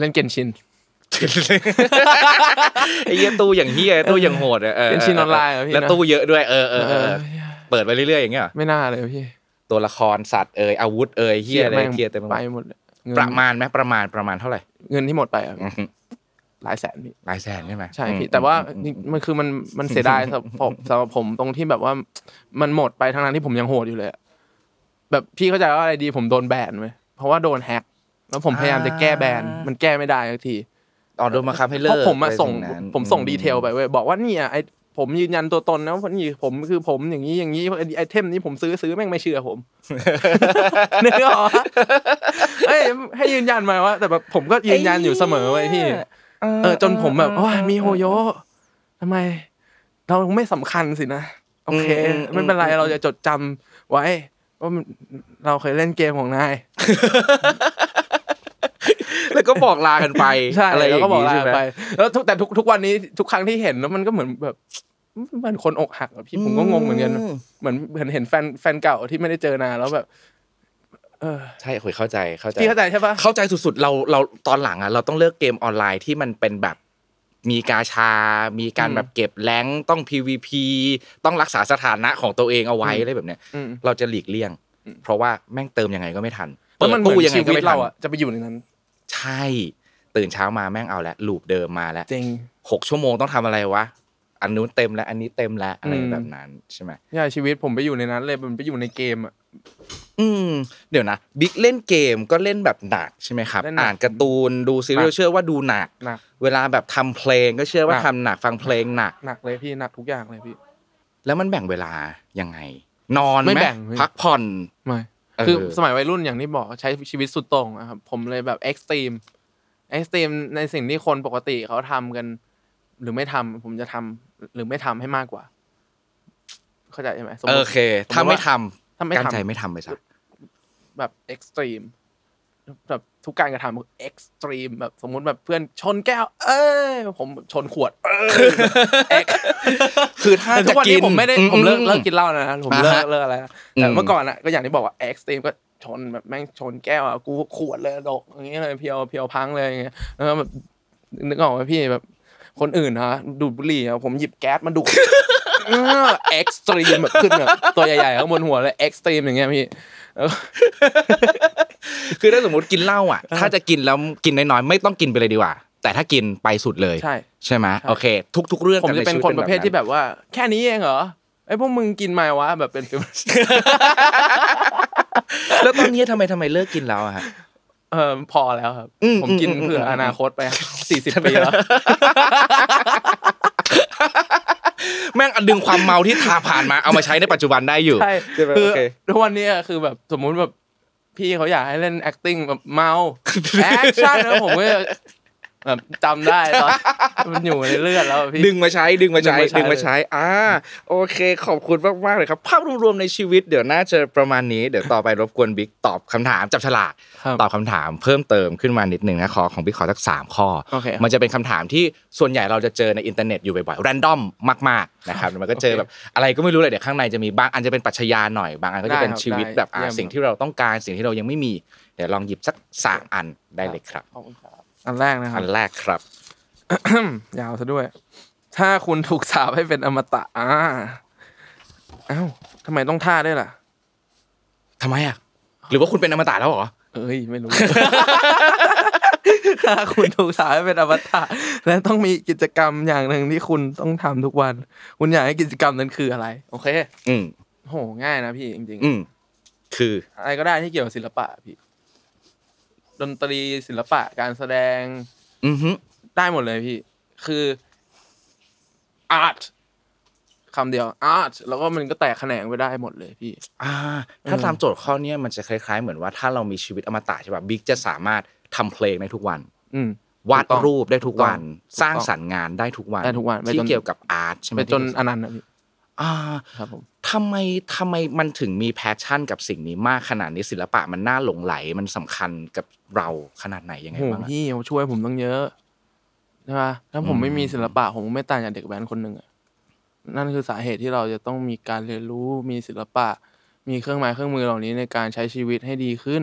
เล่นเกนชิน ไอ้เหี้ยตู้อย่างเหี้ยตู้อย่างโหดอะเออ เป็นชิ้นออนไลน์เหรอพี่นะ แล้วตู้เยอะด้วยเออเออเออ เออ เปิดไปเรื่อยๆอย่างเงี้ยเหรอ ไม่น่าเลยพี่ ตัวละครสัตว์เอ่ยอาวุธเอ่ยเฮียอะไร แม่ง เฮียเต็มไปหม ไป ด หมดเลยเงิน ประมาณไหมประมาณประมาณเท่าไหร่ เงินที่หมดไปอะ อื้อหือ หลายแสนพี่ หลายแสนใช่ไหม ใช่ อืม พี่แต่ว่า อืม จริงมันคือมันมันเสีย ดายสำหรับผมสำหรับผมตรงที่แบบว่ามันหมดไปทั้งนั้นที่ผมยังโหดอยู่เลยอะแบบพี่เข้าใจว่าอะไรดีผมโดนแบนไหมเพราะว่าโดนแฮ็กแล้วผมพยายามจะแก้แบนมันแก้ไม่ได้สักที อ๋อโดนบังคับให้เลิก เพราะผมมา ไป ส่ง นั้น ผมส่ง อื ดีเทลไปเว้ยบอกว่าเนี่ยไอผมยืนยันตัวตนนะว่านี่ผมคือผมอย่างนี้อย่างนี้ไอเทมนี้ผมซื้อซื้อแม่งไม่เชื่อ ผม นึกออกปะเอ้ยให้ยืนยันมาว่า แต่แบบผมก็ยืนยันอยู่เสมอเว้ยพี่ เออจนผมแบบว่ามีโฮโยทำไม เราไม่สำคัญสินะ โอเค ไม่เป็นไรเราจะจดจำไว้ว่ามันเราเคยเล่นเกมของนาย แล้วก็บอกลากันไป ใช่ อะไร แล้วก็บอกลา ย่งนี้ใช่หม ไป แล้วทุกแต่ทุกทุกวันนี้ทุกครั้งที่เห็นแล้วมันก็เหมือนแบบเหมันคนอกหักอะพี่ผมก็งงเหมือนกัน อืม เหมือนเหมือนเห็นแฟนแฟนเก่าที่ไม่ได้เจอนานแล้วแบบ เออ ใช่โอ้ยเข้าใจเข้าใจ พี่เข้าใจใช่ปะ เข้าใจสุดๆ เราเราตอนหลังอ่ะเราต้องเลิกเกมออนไลน์ที่มันเป็นแบบมีกาชา มีการ อืม แบบเก็บแรงค์ต้อง PVP ต้องรักษาสถานะของตัวเองเอาไว้อะไรแบบเนี้ย อืม เราจะหลีกเลี่ยง เพราะว่าแม่งเติมยังไงก็ไม่ทัน แล้ เปิ ว ด มันเหมือ ตู้ยั น งไง ชี ก็ วิต ไม่ทั เรา น อะจะไปอยู่ในนั้น ใช่ตื่นเช้ามาแม่งเอาละลูปเดิมมาแล้ว จริง หกชั่วโมงต้องทำอะไรวะ อันนู้นเต็มแล้ว อันนี้เต็มแล้ว อะไร อืม แบบนั้นใช่ไหม เนี่ยชีวิตผมไปอยู่ในนั้นเลยมันไปอยู่ในเกมอะ อืมเดี๋ยวนะบิ๊กเล่นเกมก็เล่นแบบหนักใช่ไหมครับ เล่นหนัก อ่านการ์ตูนดูซีรี หนักส์เชื่อว่าดูหนัก หนัก เวลาแบบทำเพลงก็เชื่อว่า หนัก ทำหนักฟังเพลงหนัก หนักเลยพี่หนักทุกอย่างเลยพี่ แล้วมันแบ่งเวลายังไง นอน ไม่ ไหม แบ่งเว้ย พักผ่อน ไม่ เออ คือสมัยวัยรุ่นอย่างที่บอกใช้ชีวิตสุดโต่งอะครับผมเลยแบบเอ็กซ์ตรีมเอ็กซ์ตรีมในสิ่งที่คนปกติเขาทำกัน หรือไม่ทำผมจะทำหรือไม่ทำให้มากกว่า เข้าใจใช่ไหมสมมติ โอเค ถ้าไม่ทำ ถ้าไม่ การ ทำ ใจไม่ทำไปสัก แบบเอ็กซ์ตรีมแบบทุกการกระทำเอ็กซ์ตรีมแบบสมมุติแบบเพื่อนชนแก้ว เอ้ยผมชนขวด เอ้ยเอ็กซ์ คือถ้า แต่ทุ จะ กวัน กิ นี้ น ผมไม่ได้ อื ผมเลิกเลิกกินเหล้านะผมเลิกเลิกอะไรนะ อื แต่ ม เมื่อก่อนอ่ะก็อย่างที่บอกว่าเอ็กซ์ตรีมก็ชนแบบแม่งชนแก้วอ่ะกูขวดเลยดกอย่างเงี้ยเลยเพียวเพียวพังเลยอย่างเงี้ยแล้วก็แบบนึกออกไหมพี่แบบคนอื่นฮะดูดบุหรี่อะผมหยิบแก๊สมาดู ด เอ็กซ์ตรีมแบบขึ้นแบบตัวใหญ่ๆข้างบนหัวเลยเอ็กซ์ตรีมอย่างเงี้ยพี่ คือถ้าสมมติกินเหล้าอ่ะ ถ้าจะกินแล้วกินน้อยๆไม่ต้องกินไปเลยดีกว่า แต่ถ้ากินไปสุดเลย ใช่ ใช่ไหมโอเค ทุก ๆ เรื่อง ผมจะ การใ เป็นคนประเภทที่แบบว่า แค่นี้เองเหรอไอ้พวกมึงกินมาวะแบบเป็นฟิล นั้นแล้วตอนนี้ทำไมทำไมเลิกกินแล้วอะฮะ เออพอแล้วครับ อืม ผมกิน อืมอืม เพื่ออ ม นาคตไปสี่สิบปีแล้ว แม่งดึงความเมาที่ทาผ่านมาเอามาใช้ในปัจจุบันได้อยู่ ใช่ ใช่ไหม คือ โอเค ทุกวันนี้อะคือแบบสมมุติแบบพี่เขาอยากให้เล่น acting แบบเมา action แล้วผมก็จะแบบจำได้ ตอนมันอยู่ในเลือดแล้วอะพี่ ดึงมาใช้ดึงมาใช้ ดึ ดึง ง มา มาใช้ ใช้อ่าโอเค ขอบคุณมากๆเลยครับภาพรวมๆในชีวิตเดี๋ยวน่าจะประมาณนี้เดี๋ยวต่อไปรบกวนบิ๊กตอบคำถามจับฉลาก ครับ ตอบคำถามเพิ่มเติมขึ้นมานิดหนึ่งนะขอของพี่ขอสักสามข้อ โอเค มันจะเป็นคำถามที่ส่วนใหญ่เราจะเจอในอินเทอร์เน็ตอยู่บ่อยๆแรนดอมมากๆ นะครับแล้วมันก็เจอ โอเค แบบอะไรก็ไม่รู้เลยเดี๋ยวข้างในจะมีบางอันจะเป็นปรัชญาหน่อยบางอันก็จะเป็น ได้ครับ ชีวิต ได้ แบบอ่ะ เยี่ยม สิ่งที่เราต้องการสิ่งที่เรายังไม่มีเดี๋ยวลองหยิบสักสามอันได้เลยครับ ขอบคุณครับอันแรกนะครับ อันแรกครับ ยาวซะด้วย ถ้าคุณถูกสาปให้เป็นอมตะอ่าเอ้าทำไมต้องท่าด้วยล่ะ ทำไมอ่ะ หรือว่าคุณเป็นอมตะแล้วเหรอ เอ้ย ไม่รู้ ถ้าคุณถูกสาปให้เป็นอมตะและต้องมีกิจกรรมอย่างหนึ่งที่คุณต้องทำทุกวัน คุณอยากให้กิจกรรมนั้นคืออะไร โอเค อืม โหง่ายนะพี่จริง อืม คือ ๆอะไรก็ได้ที่เกี่ยวกับศิลปะพี่ ดนตรีศิลปะการแสดง อือฮึ ได้หมดเลยพี่ คือ art คำเดียว art แล้วก็มันก็แตกแขนงไปได้หมดเลยพี่ อ่า ถ้าตามโจทย์ข้อเนี้ยมันจะคล้ายๆ เหมือนว่าถ้าเรามีชีวิตอมตะใช่ป่ะบิ๊กจะสามารถทำเพลงได้ทุกวัน อืม วาดรูปได้ทุกวัน ถูกต้อง สร้างสรรค์งานได้ทุกวัน ได้ทุกวันไปจน ที่เกี่ยวกับอาร์ตใช่ไหม ไปจน ที่ อนันต์นะพี่ อ่า ครับผม ทำไมทำไมมันถึงมีแพชชั่นกับสิ่งนี้มากขนาดนี้ศิลปะมันน่าหลงไหลมันสำคัญกับเราขนาดไหนยังไง โห บ้างอะ พี่เขาช่วยผมตั้งเยอะใช่ปะถ้าผมไม่มีศิลปะ ผมไม่ต่างจากเด็กแว้นคนหนึ่งอะนั่นคือสาเหตุที่เราจะต้องมีการเรียนรู้มีศิลปะ มีเครื่องไม้เครื่องมือเหล่านี้ในการใช้ชีวิตให้ดีขึ้น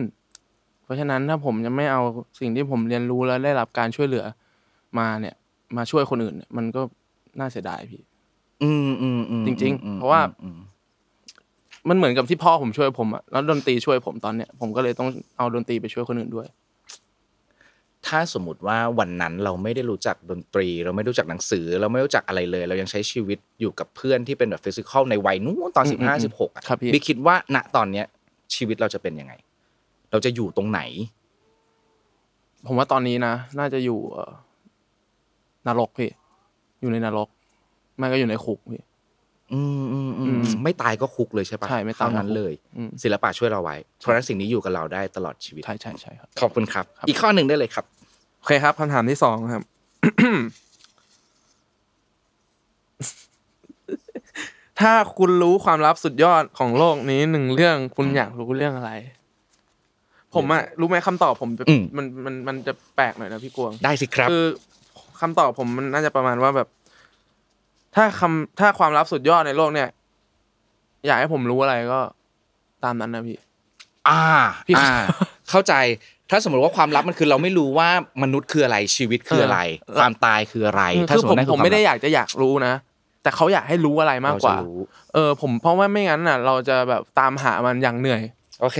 เพราะฉะนั้นถ้าผมจะไม่เอาสิ่งที่ผมเรียนรู้และได้รับการช่วยเหลือมาเนี่ย มาช่วยคนอื่นเนี่ยมันก็น่าเสียดายพี่ อืมอืมอืม จริงๆ อืม เพราะว่า อืม มันเหมือนกับที่พ่อผมช่วยผมอะแล้วดนตรีช่วยผมตอนเนี้ยผมก็เลยต้องเอาดนตรีไปช่วยคนอื่นด้วย ถ้าสมมติว่าวันนั้นเราไม่ได้รู้จักดนตรี เราไม่รู้จักหนังสือ เราไม่รู้จักอะไรเลย เรายังใช้ชีวิตอยู่กับเพื่อนที่เป็นแบบฟิสิกอลในวัยนู้นตอน อืม สิบห้า อืม สิบหกอะ ครับพี่ บิ๊กคิดว่าณตอนเนี้ย ชีวิตเราจะเป็นยังไง เราจะอยู่ตรงไหน ผมว่าตอนนี้นะ น่าจะอยู่เอ่อนรกพี่ อยู่ในนรกไมันก็อยู่ในคุกพี่ อืมอืมอืม อืม ไม่ตายก็คุกเลยใช่ปะ ใช่ไม่ตายก็คุก เท่นั้นเลย อืม ศิลปะช่วยเราไว้ เพราะฉะนั้นสิ่งนี้อยู่กับเราได้ตลอดชีวิต ใช่ใช่ใช่ครับ ขอบคุณครับ ครับ อีกข้อหนึ่งได้เลยครับ โอเคครับคำถามที่สองครับ ถ้าคุณรู้ความลับสุดยอดของโลกนี้หนึ่งเรื่องคุณอยากรู้เรื่องอะไร ผมอะรู้ไหมคำตอบผมจะ อืม มันมันมันจะแปลกหน่อยนะพี่กวง ได้สิครับ คือคำตอบผมมันน่าจะประมาณว่าแบบ ถ้าคำถ้าความลับสุดยอดในโลกเนี่ย อยากให้ผมรู้อะไรก็ตามนั้นนะพี่ อ่า พี่ อ่า เข้าใจ ถ้าสมมติว่าความลับมันคือเราไม่รู้ว่ามนุษย์คืออะไรชีวิตคืออะไร เออ ความตายคืออะไร ถ้า คือ สมม ผ ติ ม นั่น ผ คืมอความ ไม่ได้ ลับ อยากจะอยากรู้นะแต่เขาอยากให้รู้อะไรมากกว่า เรจะรู้ เออ ผมเพราะว่าไม่งั้นน่ะ เราจะแบบตามหามันอย่างเหนื่อย โอเค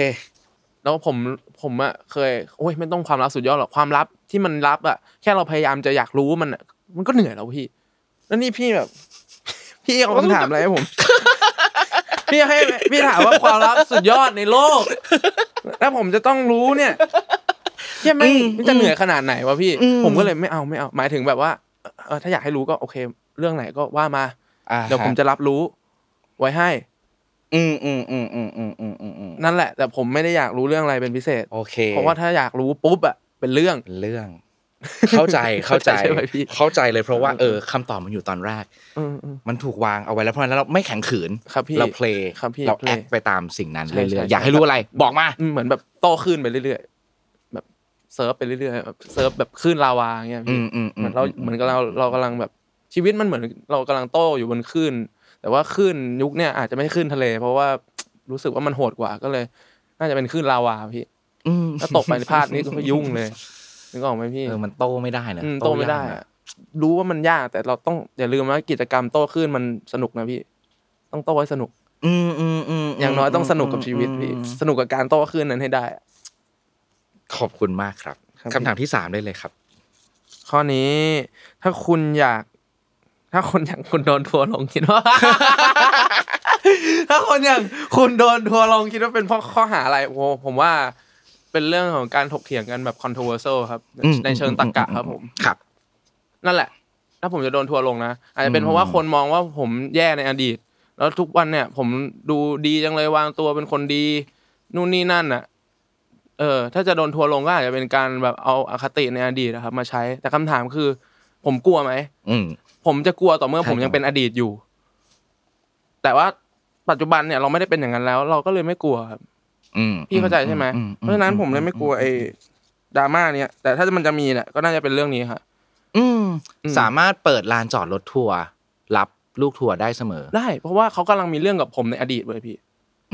แล้วผมผมอะเคยโอ้ยไม่ต้องความลับสุดยอดหรอกความลับที่มันลับอะแค่เราพยายามจะอยากรู้มันอะมันก็เหนื่อยแล้วพี่ แล้วนี่พี่แบบ พี่เอาคำถามอะไรให้ผม พี่ให้พี่ถามว่าความลับสุดยอดในโลก แล้วผมจะต้องรู้เนี่ยใช่ไหม อืม มันจะเหนื่อยขนาดไหนวะพี่ อืม ผมก็เลยไม่เอาไม่เอาหมายถึงแบบว่าเออถ้าอยากให้รู้ก็โอเค เรื่องไหนก็ว่ามา อ่า เดี๋ยวผมจะรับรู้ ไว้ให้ อืมอืมอืมอืมอืมอืมอืมอืม นั่นแหละ แต่ผมไม่ได้อยากรู้เรื่องอะไรเป็นพิเศษ โอเค เพราะว่าถ้าอยากรู้ปุ๊บอะเป็นเรื่อง เป็นเรื่อง เข้าใจเข้าเข้าใจใจใช่ไหมพี่ เข้าใจเลยเพราะว่าเออคำตอบมันอยู่ตอนแรก อืมอืม มันถูกวางเอาไว้แล้วเพราะฉะนั้นเราไม่แข็งขืน ครับพี่ เราเพลง ครับพี่ เราแอ play คไปตามสิ่งนั้น ใช่ เรื่ ใช่ อย ใช่ ๆอยากให้รู้อะไรบอกมา อืมเหมือนแบบโตขึ้นไปเรื่อยๆแบบเซิร์ฟไปเรื่อยๆแบบเซิร์ฟแบบขึ้นลาวาอย่างเงี้ย อื พี่ มอืม เหมือนเรา อืม เหมือนกับเราเรากำลังแบบชีวิตมันเหมือนเรากำลังโตอยู่บนขึ้น แต่ว่าขึ้นยุคเนี่ยอาจจะไม่ขึ้นทะเล เพราะว่ารู้สึกว่ามันโหดกว่าก็เลย น่าจะเป็นขึ้นลาวาพี่ อืม ถ้าตกไปในพลาดนี้ก็ยุ่ง เลยนึกออกไหมพี่ เออมันโตไม่ได้นะ อืมโตไม่ได้ ยากนะ อะรู้ว่ามันยากแต่เราต้องอย่าลืมว่ากิจกรรมโตขึ้นมันสนุกนะพี่ ต้องโตให้สนุก อืมอืมอืม อย่างน้อยต้องสนุกกับชีวิตพี่ อืม สนุกกับการโต้คลื่นนั้นให้ได้ ขอบคุณมากครับ ครับ คำถามที่สามได้เลยครับ ข้อนี้ถ้าคุณอยาก ถ้าคนอย่างคุณโดนทัวร์ลงคิดว่า ถ้าคนอย่างคุณโดนทัวร์ลงคิดว่าเป็นเพราะข้อหาอะไรโอ้ผมว่าเป็นเรื่องของการถกเถียงกันแบบ controversial ครับ อืม ในเชิงตรรกะครับผม ครับ นั่นแหละ ถ้าผมจะโดนทัวร์ลงนะ อาจจะเป็นเพราะว่าคนมองว่าผมแย่ในอดีต แล้วทุกวันเนี่ย ผมดูดีจังเลยวางตัวเป็นคนดี นู่นนี่นั่นน่ะ เออ ถ้าจะโดนทัวร์ลงก็อาจจะเป็นการแบบเอาอคติในอดีตนะครับ มาใช้ แต่คำถามคือ ผมกลัวไหม อืม ผมจะกลัวต่อเมื่อ ใช่ ผมยั ครั ง บ เป็นอดีตอยู่ แต่ว่าปัจจุบันเนี่ยเราไม่ได้เป็นอย่างนั้นแล้ว เราก็เลยไม่กลัวครับ อืม พี่เข้าใจใช่ไหม อืเพอืราะฉะนั้นผมเลยไม่กลัวไอ้ดราม่าเนี่ย แต่ถ้ามันจะมีเนี่ยก็น่าจะเป็นเรื่องนี้ครับ อืม อืม สามารถเปิดลานจอดรถทัวร์รับลูกทัวร์ได้เสมอ ได้ เพราะว่าเขากำลังมีเรื่องกับผมในอดีตเลยพี่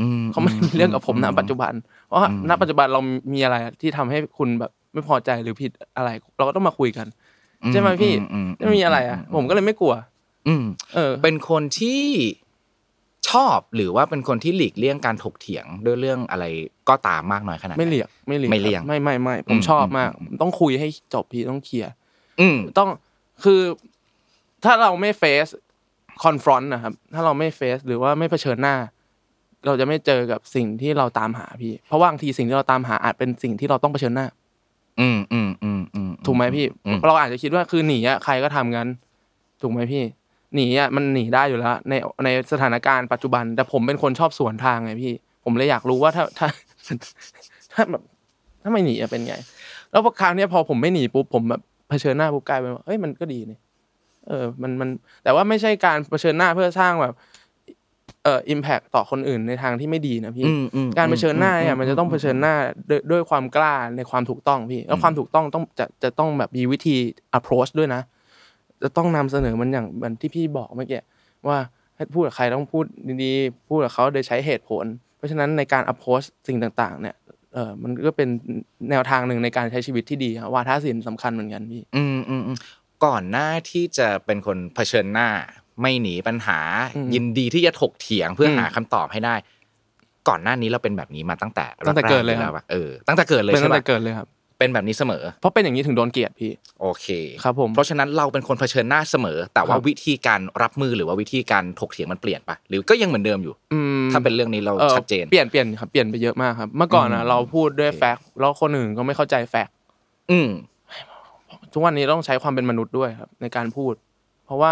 อืม เขาไม่ได้มีเรื่องกับผมณปัจจุบัน เพราะว่า อืม ณปัจจุบันเรามีอะไรที่ทำให้คุณแบบไม่พอใจหรือผิดอะไร เราก็ต้องมาคุยกัน ใช่ไหมพี่ อืมอืมอืม ไม่มีอะไรอ่ะ ผมก็เลยไม่กลัว อืม เออ เป็นคนที่ชอบหรือว่าเป็นคนที่หลีกเลี่ยงการถกเถียงด้วยเรื่องอะไรก็ตามมากน้อยขนาดหน ไม่เลี่ยงไม่เลี่ยง ไม่เลี่ยง ครับไม่ไม่ไม่ผ อื ม ม ชอบมาก อืม ผมต้องคุยให้จบพี่ต้องเคลียร์ อืม ต้องคือ ถ้าเราไม่เฟสคอนฟรอนต์นะครับ ถ้าเราไม่เฟสหรือว่าไม่เผชิญหน้า เราจะไม่เจอกับสิ่งที่เราตามหาพี่ เพราะว่าบางทีสิ่งที่เราตามหาอาจเป็นสิ่งที่เราต้องเผชิญหน้า อืมอืมอืมอืม ถูกไหมพี่ อืม เราอาจจะคิดว่าคือหนีอะใครก็ทำงั้น ถูกไหมพี่ หนีอะมันหนีได้อยู่แล้ว ในในสถานการณ์ปัจจุบัน แต่ผมเป็นคนชอบสวนทางไงพี่ ผมเลยอยากรู้ว่าถ้า ถ้า ถ้าแบบถ้าไม่หนีอะเป็นไง แล้วพอคราวเนี้ยพอผมไม่หนีปุ๊บผมแบบเผชิญหน้าปุ๊บกลายเป็นว่าเอ้ยมันก็ดีนี่เออ มันมัน แต่ว่าไม่ใช่การเผชิญหน้าเพื่อสร้างแบบ เอ่ออิมแพคต่อคนอื่นในทางที่ไม่ดีนะพี่ อืมอืม การเผชิญหน้า อื เนี่ยมันจะต้องเผชิญหน้าด้วยด้วยความกล้าในความถูกต้องพี่ แล้วความถูกต้องต้องจะจะต้องแบบมีวิธี approach ด้วยนะ จะต้องนำเสนอมันอย่างเหมือนที่พี่บอกเมื่อกี้ว่าให้พูดกับใครต้องพูดดีๆ พูดกับเขาโดยใช้เหตุผล เพราะฉะนั้นในการ approach สิ่งต่างๆ เนี่ยเออมันก็เป็นแนวทางหนึ่งในการใช้ชีวิตที่ดีครับวาทศิลป์สำคัญเหมือนกันพี่ อืมอืมอืมก่อนหน้าที่จะเป็นคนเผชิญหน้า ไม่หนีปัญหา อืม ยินดีที่จะถกเถียงเพื่ออ ม หาคำตอบให้ได้ ก่อนหน้านี้เราเป็นแบบนี้มาตั้งแต่ ตั้งแต่เกิดเลย แรๆแล้วอะเออตั้งแต่เกิดเลย เป็น ใช่ ตั้ง ปะ แต่เกิดเลยครับ เป็นแบบนี้เสมอ เพราะเป็นอย่างนี้ถึงโดนเกลียดพี่ โอเค ครับผม เพราะฉะนั้นเราเป็นคนเผชิญหน้าเสมอ แต่ว่า ครับ วิธีการรับมือหรือว่าวิธีการถกเถียงมันเปลี่ยนปะหรือก็ยังเหมือนเดิมอยู่ อืม ถ้าเป็นเรื่องนี้เรา อ่อ ชัดเจน เปลี่ยนเปลี่ยนครับเปลี่ยนไปเยอะมากครับ เมื่อก่อน อื นะ ม เราพูดด้วยแฟกต์แล้วคนอื่นก็ไม่เข้าใจแฟกต์ อืม ทุกวันนี้ต้องใช้ความเป็นมนุษย์ด้วยครับ ในการพูด เพราะว่า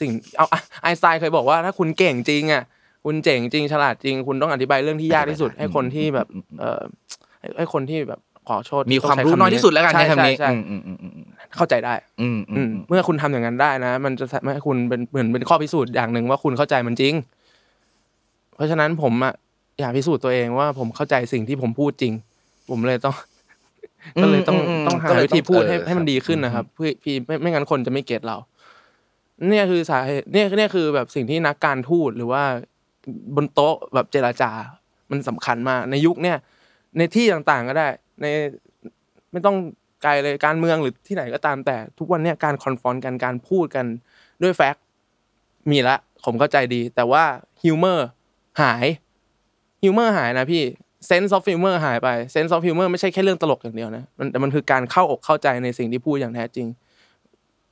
สิ่งเอาอ่ะไอน์สไตน์เคยบอกว่าถ้าคุณเก่งจริงอ่ะคุณเจ๋งจริงฉลาดจริง คุณต้องอธิบายเรื่องที่ยากที่สุด ให้คนที่แบบเออให้ให้คนที่แบบขอโทษ มีความรู้ ต้งใช้ำ น้อยที่สุดแล้วกันใน ใช่ คำนี้ ใช่ อื ใช่ มอืมอืมอืม เข้าใจได้ อืม อื อื ม ม เมื่อคุณทำอย่างนั้นได้นะ มันจะทำให้คุณเป็นเหมือนเป็นข้อพิสูจน์อย่างหนึ่งว่าคุณเข้าใจมันจริง เพราะฉะนั้นผมอะอยากพิสูจน์ตัวเองว่าผมเข้าใจสิ่งที่ผมพูดจริง ผมเลยต้อง ก็เลยต้อง ม ต้องหา ก็เลย วิธีพูดให้ เออ ให้มันดีขึ้นนะครับเพื่อพี่ไม่ไม่งั้นคนจะไม่เก็ตเรา เนี่ยคือสาเหตุเนี่ยเนี่ยคือแบบสิ่งที่นักการทูตหรือว่าบนโต๊ะแบบเจรจา มันสำคัญมากในยุคเนี่ย ในที่ต่างๆก็ได้ ในไม่ต้องไกลเลยการเมืองหรือที่ไหนก็ตามแต่ทุกวันเนี่ยการคอนฟอนต์กันการพูดกันด้วยแฟกต์มีละ ผมเข้าใจดี แต่ว่าฮิวเมอร์หายฮิวเมอร์หายนะพี่เซนส์ออฟฮิวเมอร์หายไปเซนส์ออฟฮิวเมอร์ไม่ใช่แค่เรื่องตลกอย่างเดียวนะมันแต่มันคือการเข้าอกเข้าใจในสิ่งที่พูดอย่างแท้จริง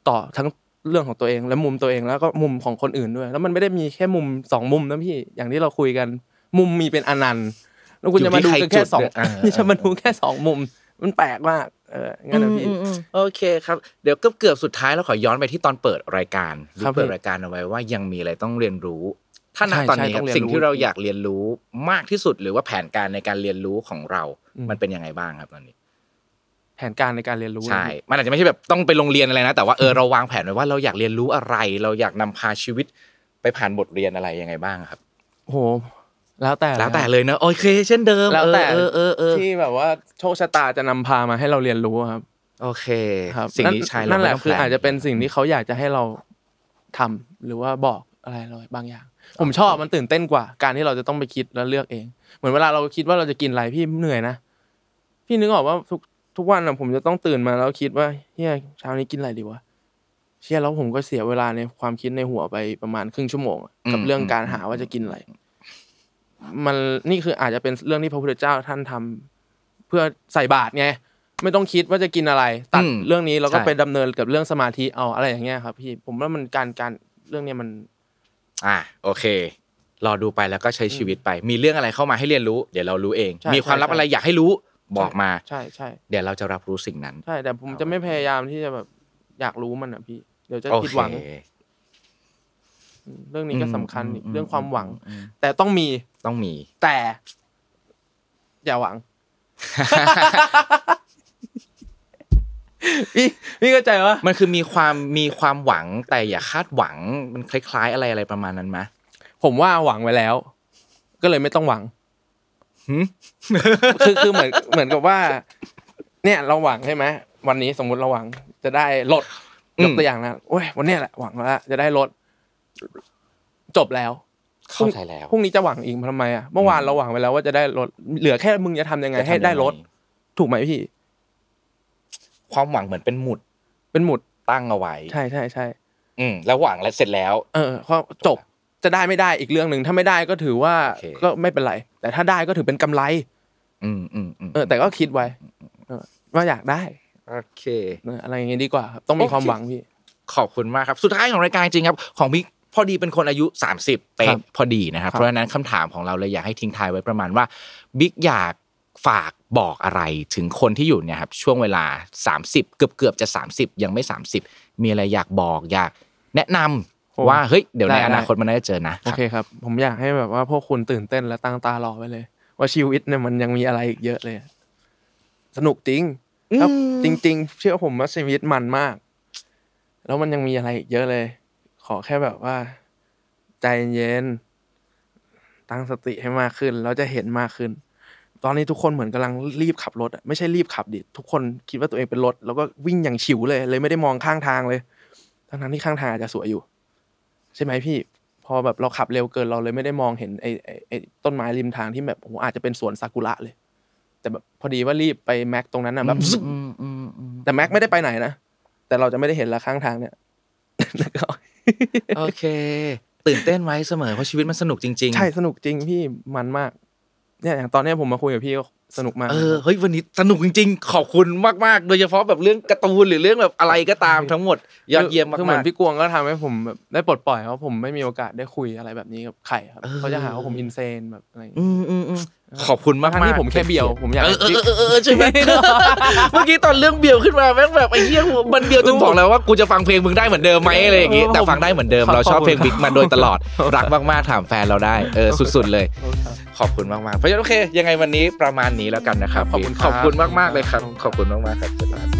ต่อทั้งเรื่องของตัวเองและมุมตัวเองแล้วก็มุมของคนอื่นด้วย แล้วมันไม่ได้มีแค่มุมสองมุมนะพี่อย่างที่เราคุยกัน มุมมีเป็นอนันต์แล้วคุณจะมาดูกันแค่สอง ยู่ที่ใรจุดเนี่ยเออ จะมาดูแค่สองมุม มันแปลกมาก เอองั้นนะพี่ อืมอืมอืมโอเคครับ เดี๋ยวเกือบเกือบสุดท้ายเราขอย้อนไปที่ตอนเปิดรายการหรือ ครับ เปิดรายการเอาไว้ว่ายังมีอะไรต้องเรียนรู้ ถ้าณ ใช่ ตอน ใช่ นี้ค ต้ รั อบ งเรียนรู้ สิ่งที่เราอยากเรียนรู้มากที่สุดหรือว่าแผนการในการเรียนรู้ของเรา อืม มันเป็นยังไงบ้างครับตอนนี้ แผนการในการเรียนรู้นะ ใช่ มันอาจจะไม่ใช่แบบต้องไปโรงเรียนอะไรนะ แต่ว่าเออเราวางแผนไว้ว่าเราอยากเรียนรู้อะไร เราอยากนำพาชีวิตไปผ่านบทเรียนอะไรยังไงบ้างครับ โห แล้วแต่ แล้วแต่เลยเนอะโอเค เช่นเดิม แล้วแต่ เออเออเออเออ ที่แบบว่าโชคชะตาจะนำพามาให้เราเรียนรู้ครับ โอเค ครับ สิ่งนี้ใช่เรา นั่นแหละ ไม่ต้ง คือ พ อาจจะเป็นสิ่งที่เขาอยากจะให้เราทำหรือว่าบอกอะไรเราบางอย่าง ผมชอบมันตื่นเต้นกว่า การที่เราจะต้องไปคิดแล้วเลือกเอง เหมือนเวลาเราคิดว่าเราจะกินอะไรพี่เหนื่อยนะพี่นึกออกว่าทุกทุกวันอะผมจะต้องตื่นมาแล้วคิดว่าเฮียเช้านี้กินอะไรดีวะเชี่ยแล้วผมก็เสียเวลาในความคิดในหัวไปประมาณครึ่งชั่วโมงอะกับเรื่องการหาว่าจะกินอะไร มันนี่คืออาจจะเป็นเรื่องที่พระพุทธเจ้าท่านทำเพื่อใส่บาตรไงไม่ต้องคิดว่าจะกินอะไร ตัดเรื่องนี้แล้วก็ไปดำเนินกับเรื่องสมาธิเอาอะไรอย่างเงี้ยครับ พี่ผมว่ามันการการเรื่องเนี้ยมัน อ่ะโอเค รอดูไปแล้วก็ใช้ชีวิตไป มีเรื่องอะไรเข้ามาให้เรียนรู้ เดี๋ยวเรารู้เอง ใช่ มีความลับ ใช่ อะไรอยากให้รู้บอกมา ใช่ใช่ เดี๋ยวเราจะรับรู้สิ่งนั้น ใช่ แต่ผมจะไม่พยายามที่จะแบบอยากรู้มันอ่ะพี่ เดี๋ยวจะ โอ ผิด เค หวังเรื่องนี้ก็สำคัญอีก อืม เรื่องความหวัง แต่ต้องมี ต้องมี แต่ อย่าหวัง พี่พี่เข้าใจว่า มันคือมีความมีความหวังแต่อย่าคาดหวังมันคล้าย ๆ อะไรอะไรประมาณนั้นไหม ผมว่าหวังไว้แล้ว ก็เลยไม่ต้องหวัง หึ คือคือเหมือนเหมือนกับว่า เนี่ยเราหวังใช่ไหมวันนี้สมมุติเราหวังจะได้ลด อืม ยกตัวอย่างนะโอ้ยวันเนี้ยแหละหวังแล้วจะได้ลดจบแล้ว เข้าใจแล้ว พรุ่งนี้จะหวังอีกทำไมอ่ะเมื่อวานเราหวังไปแล้วว่าจะได้ลดเหลือแค่มึงจะทำยังไง จะทำ ให้ได้ ยังง ลดถูกไหมพี่ ความหวังเหมือนเป็นหมุด เป็นหมุด ตั้งเอาไว้ ใช่ใช่ใช่ อืมแล้วหวังและเสร็จแล้ว เออก็จบจะได้ไม่ได้อีกเรื่องหนึ่งถ้าไม่ได้ก็ถือว่า โอเค ก็ไม่เป็นไร แต่ถ้าได้ก็ถือเป็นกำไร อืมอืมอืม เออแต่ก็คิดไว้เออว่าอยากได้ โอเค เอออะไรอย่างงี้ดีกว่าครับต้องมีความหวังพี่ ขอบคุณมากครับ สุดท้ายของรายการจริงครับ ของพี่พอดีเป็นคนอายุ 30เป๊ะ ครับ พอดีนะครับ ครับ เพราะฉะนั้นคำถามของเราเลยอยากให้ทิ้งท้ายไว้ประมาณว่าบิ๊กอยากฝากบอกอะไรถึงคนที่อยู่เนี่ยครับช่วงเวลา 30 เกือบเกือบๆจะ 30 ยังไม่ 30 มีอะไรอยากบอกอยากแนะนำว่าเฮ้ยเดี๋ยวในอนาคตมันน่าจะเจอนะ โอเคครับ ผมอยากให้แบบว่าพวกคุณตื่นเต้นและตั้งตารอไว้เลย ว่าชีวิตเนี่ยมันยังมีอะไรอีกเยอะเลยอะสนุกจริงแล้วจริง ๆ เชื่อผมว่าชีวิตมันมาก แล้วมันยังมีอะไรอีกเยอะเลย ขอแค่แบบว่า ใจเย็นตั้งสติให้มากขึ้นแล้วจะเห็นมากขึ้น ตอนนี้ทุกคนเหมือนกำลังรีบขับรถอะไม่ใช่รีบขับดิทุกคนคิดว่าตัวเองเป็นรถ แล้วก็วิ่งอย่างฉิวเลย เลยไม่ได้มองข้างทางเลยทั้งนั้นที่ข้างทางอาจจะสวยอยู่ ใช่ไหมพี่ พอแบบเราขับเร็วเกินเราเลยไม่ได้มองเห็นไอ้ไอ้ไอ้ต้นไม้ริมทางที่แบบโอ้โหอาจจะเป็นสวนซากุระเลย แต่แบบพอดีว่ารีบไปแม็กตรงนั้นนะแบบ อืมอืมอืม แต่แม็กไม่ได้ไปไหนนะ แต่เราจะไม่ได้เห็นละข้างทาง เนี่ย แล้วก็ โอเค ตื่นเต้นไว้เสมอเพราะชีวิตมันสนุกจริง ๆ ใช่สนุกจริงพี่มันมาก เนี่ยอย่างตอนเนี้ยผมมาคุยกับพี่ก็สนุกมาก เออเฮ้ยวันนี้สนุกจริงๆ ขอบคุณมากๆ โดยเฉพาะแบบเรื่องการ์ตูนหรือเรื่องแบบอะไรก็ตามทั้งหมด ยอดเยี่ยม คือเหมือ มาก นพี่กวงก็ทำให้ผมแบบได้ปลดปล่อยเพราะผมไม่มีโอกาสได้คุยอะไรแบบนี้กับใครครับเขาจะหาว่าผมอินเซนแบบอะไรอย่าง ๆ เงี้ย อืมอืมอืมขอบคุณมาก ทั้ง ๆ ที่ผมแค่เบี่ยวผมอยาก เอ ให้ อพี่เออเออเออเออใช่ ไหม เมื่อกี้ตอนเรื่องเบียวขึ้นมาแม่งแบบไอ้เหี้ยมันเบียวจนบอกแล้วว่ากูจะฟังเพลงมึงได้เหมือนเดิมไหมอะไรอย่างงี้แต่ฟังได้เหมือนเดิมเราชอบเพลงบิ๊กมาโดยตลอดรักมากๆถามแฟนเราได้เออสุด ๆ เลย ขอบคุณมากๆเพราะฉะนั้นโอเคยังไงวันนี้ประมาณนี้แล้วกันนะครับ ขอบคุณครับ ขอบคุณมากๆเลยครับ ขอบคุณมากๆครับ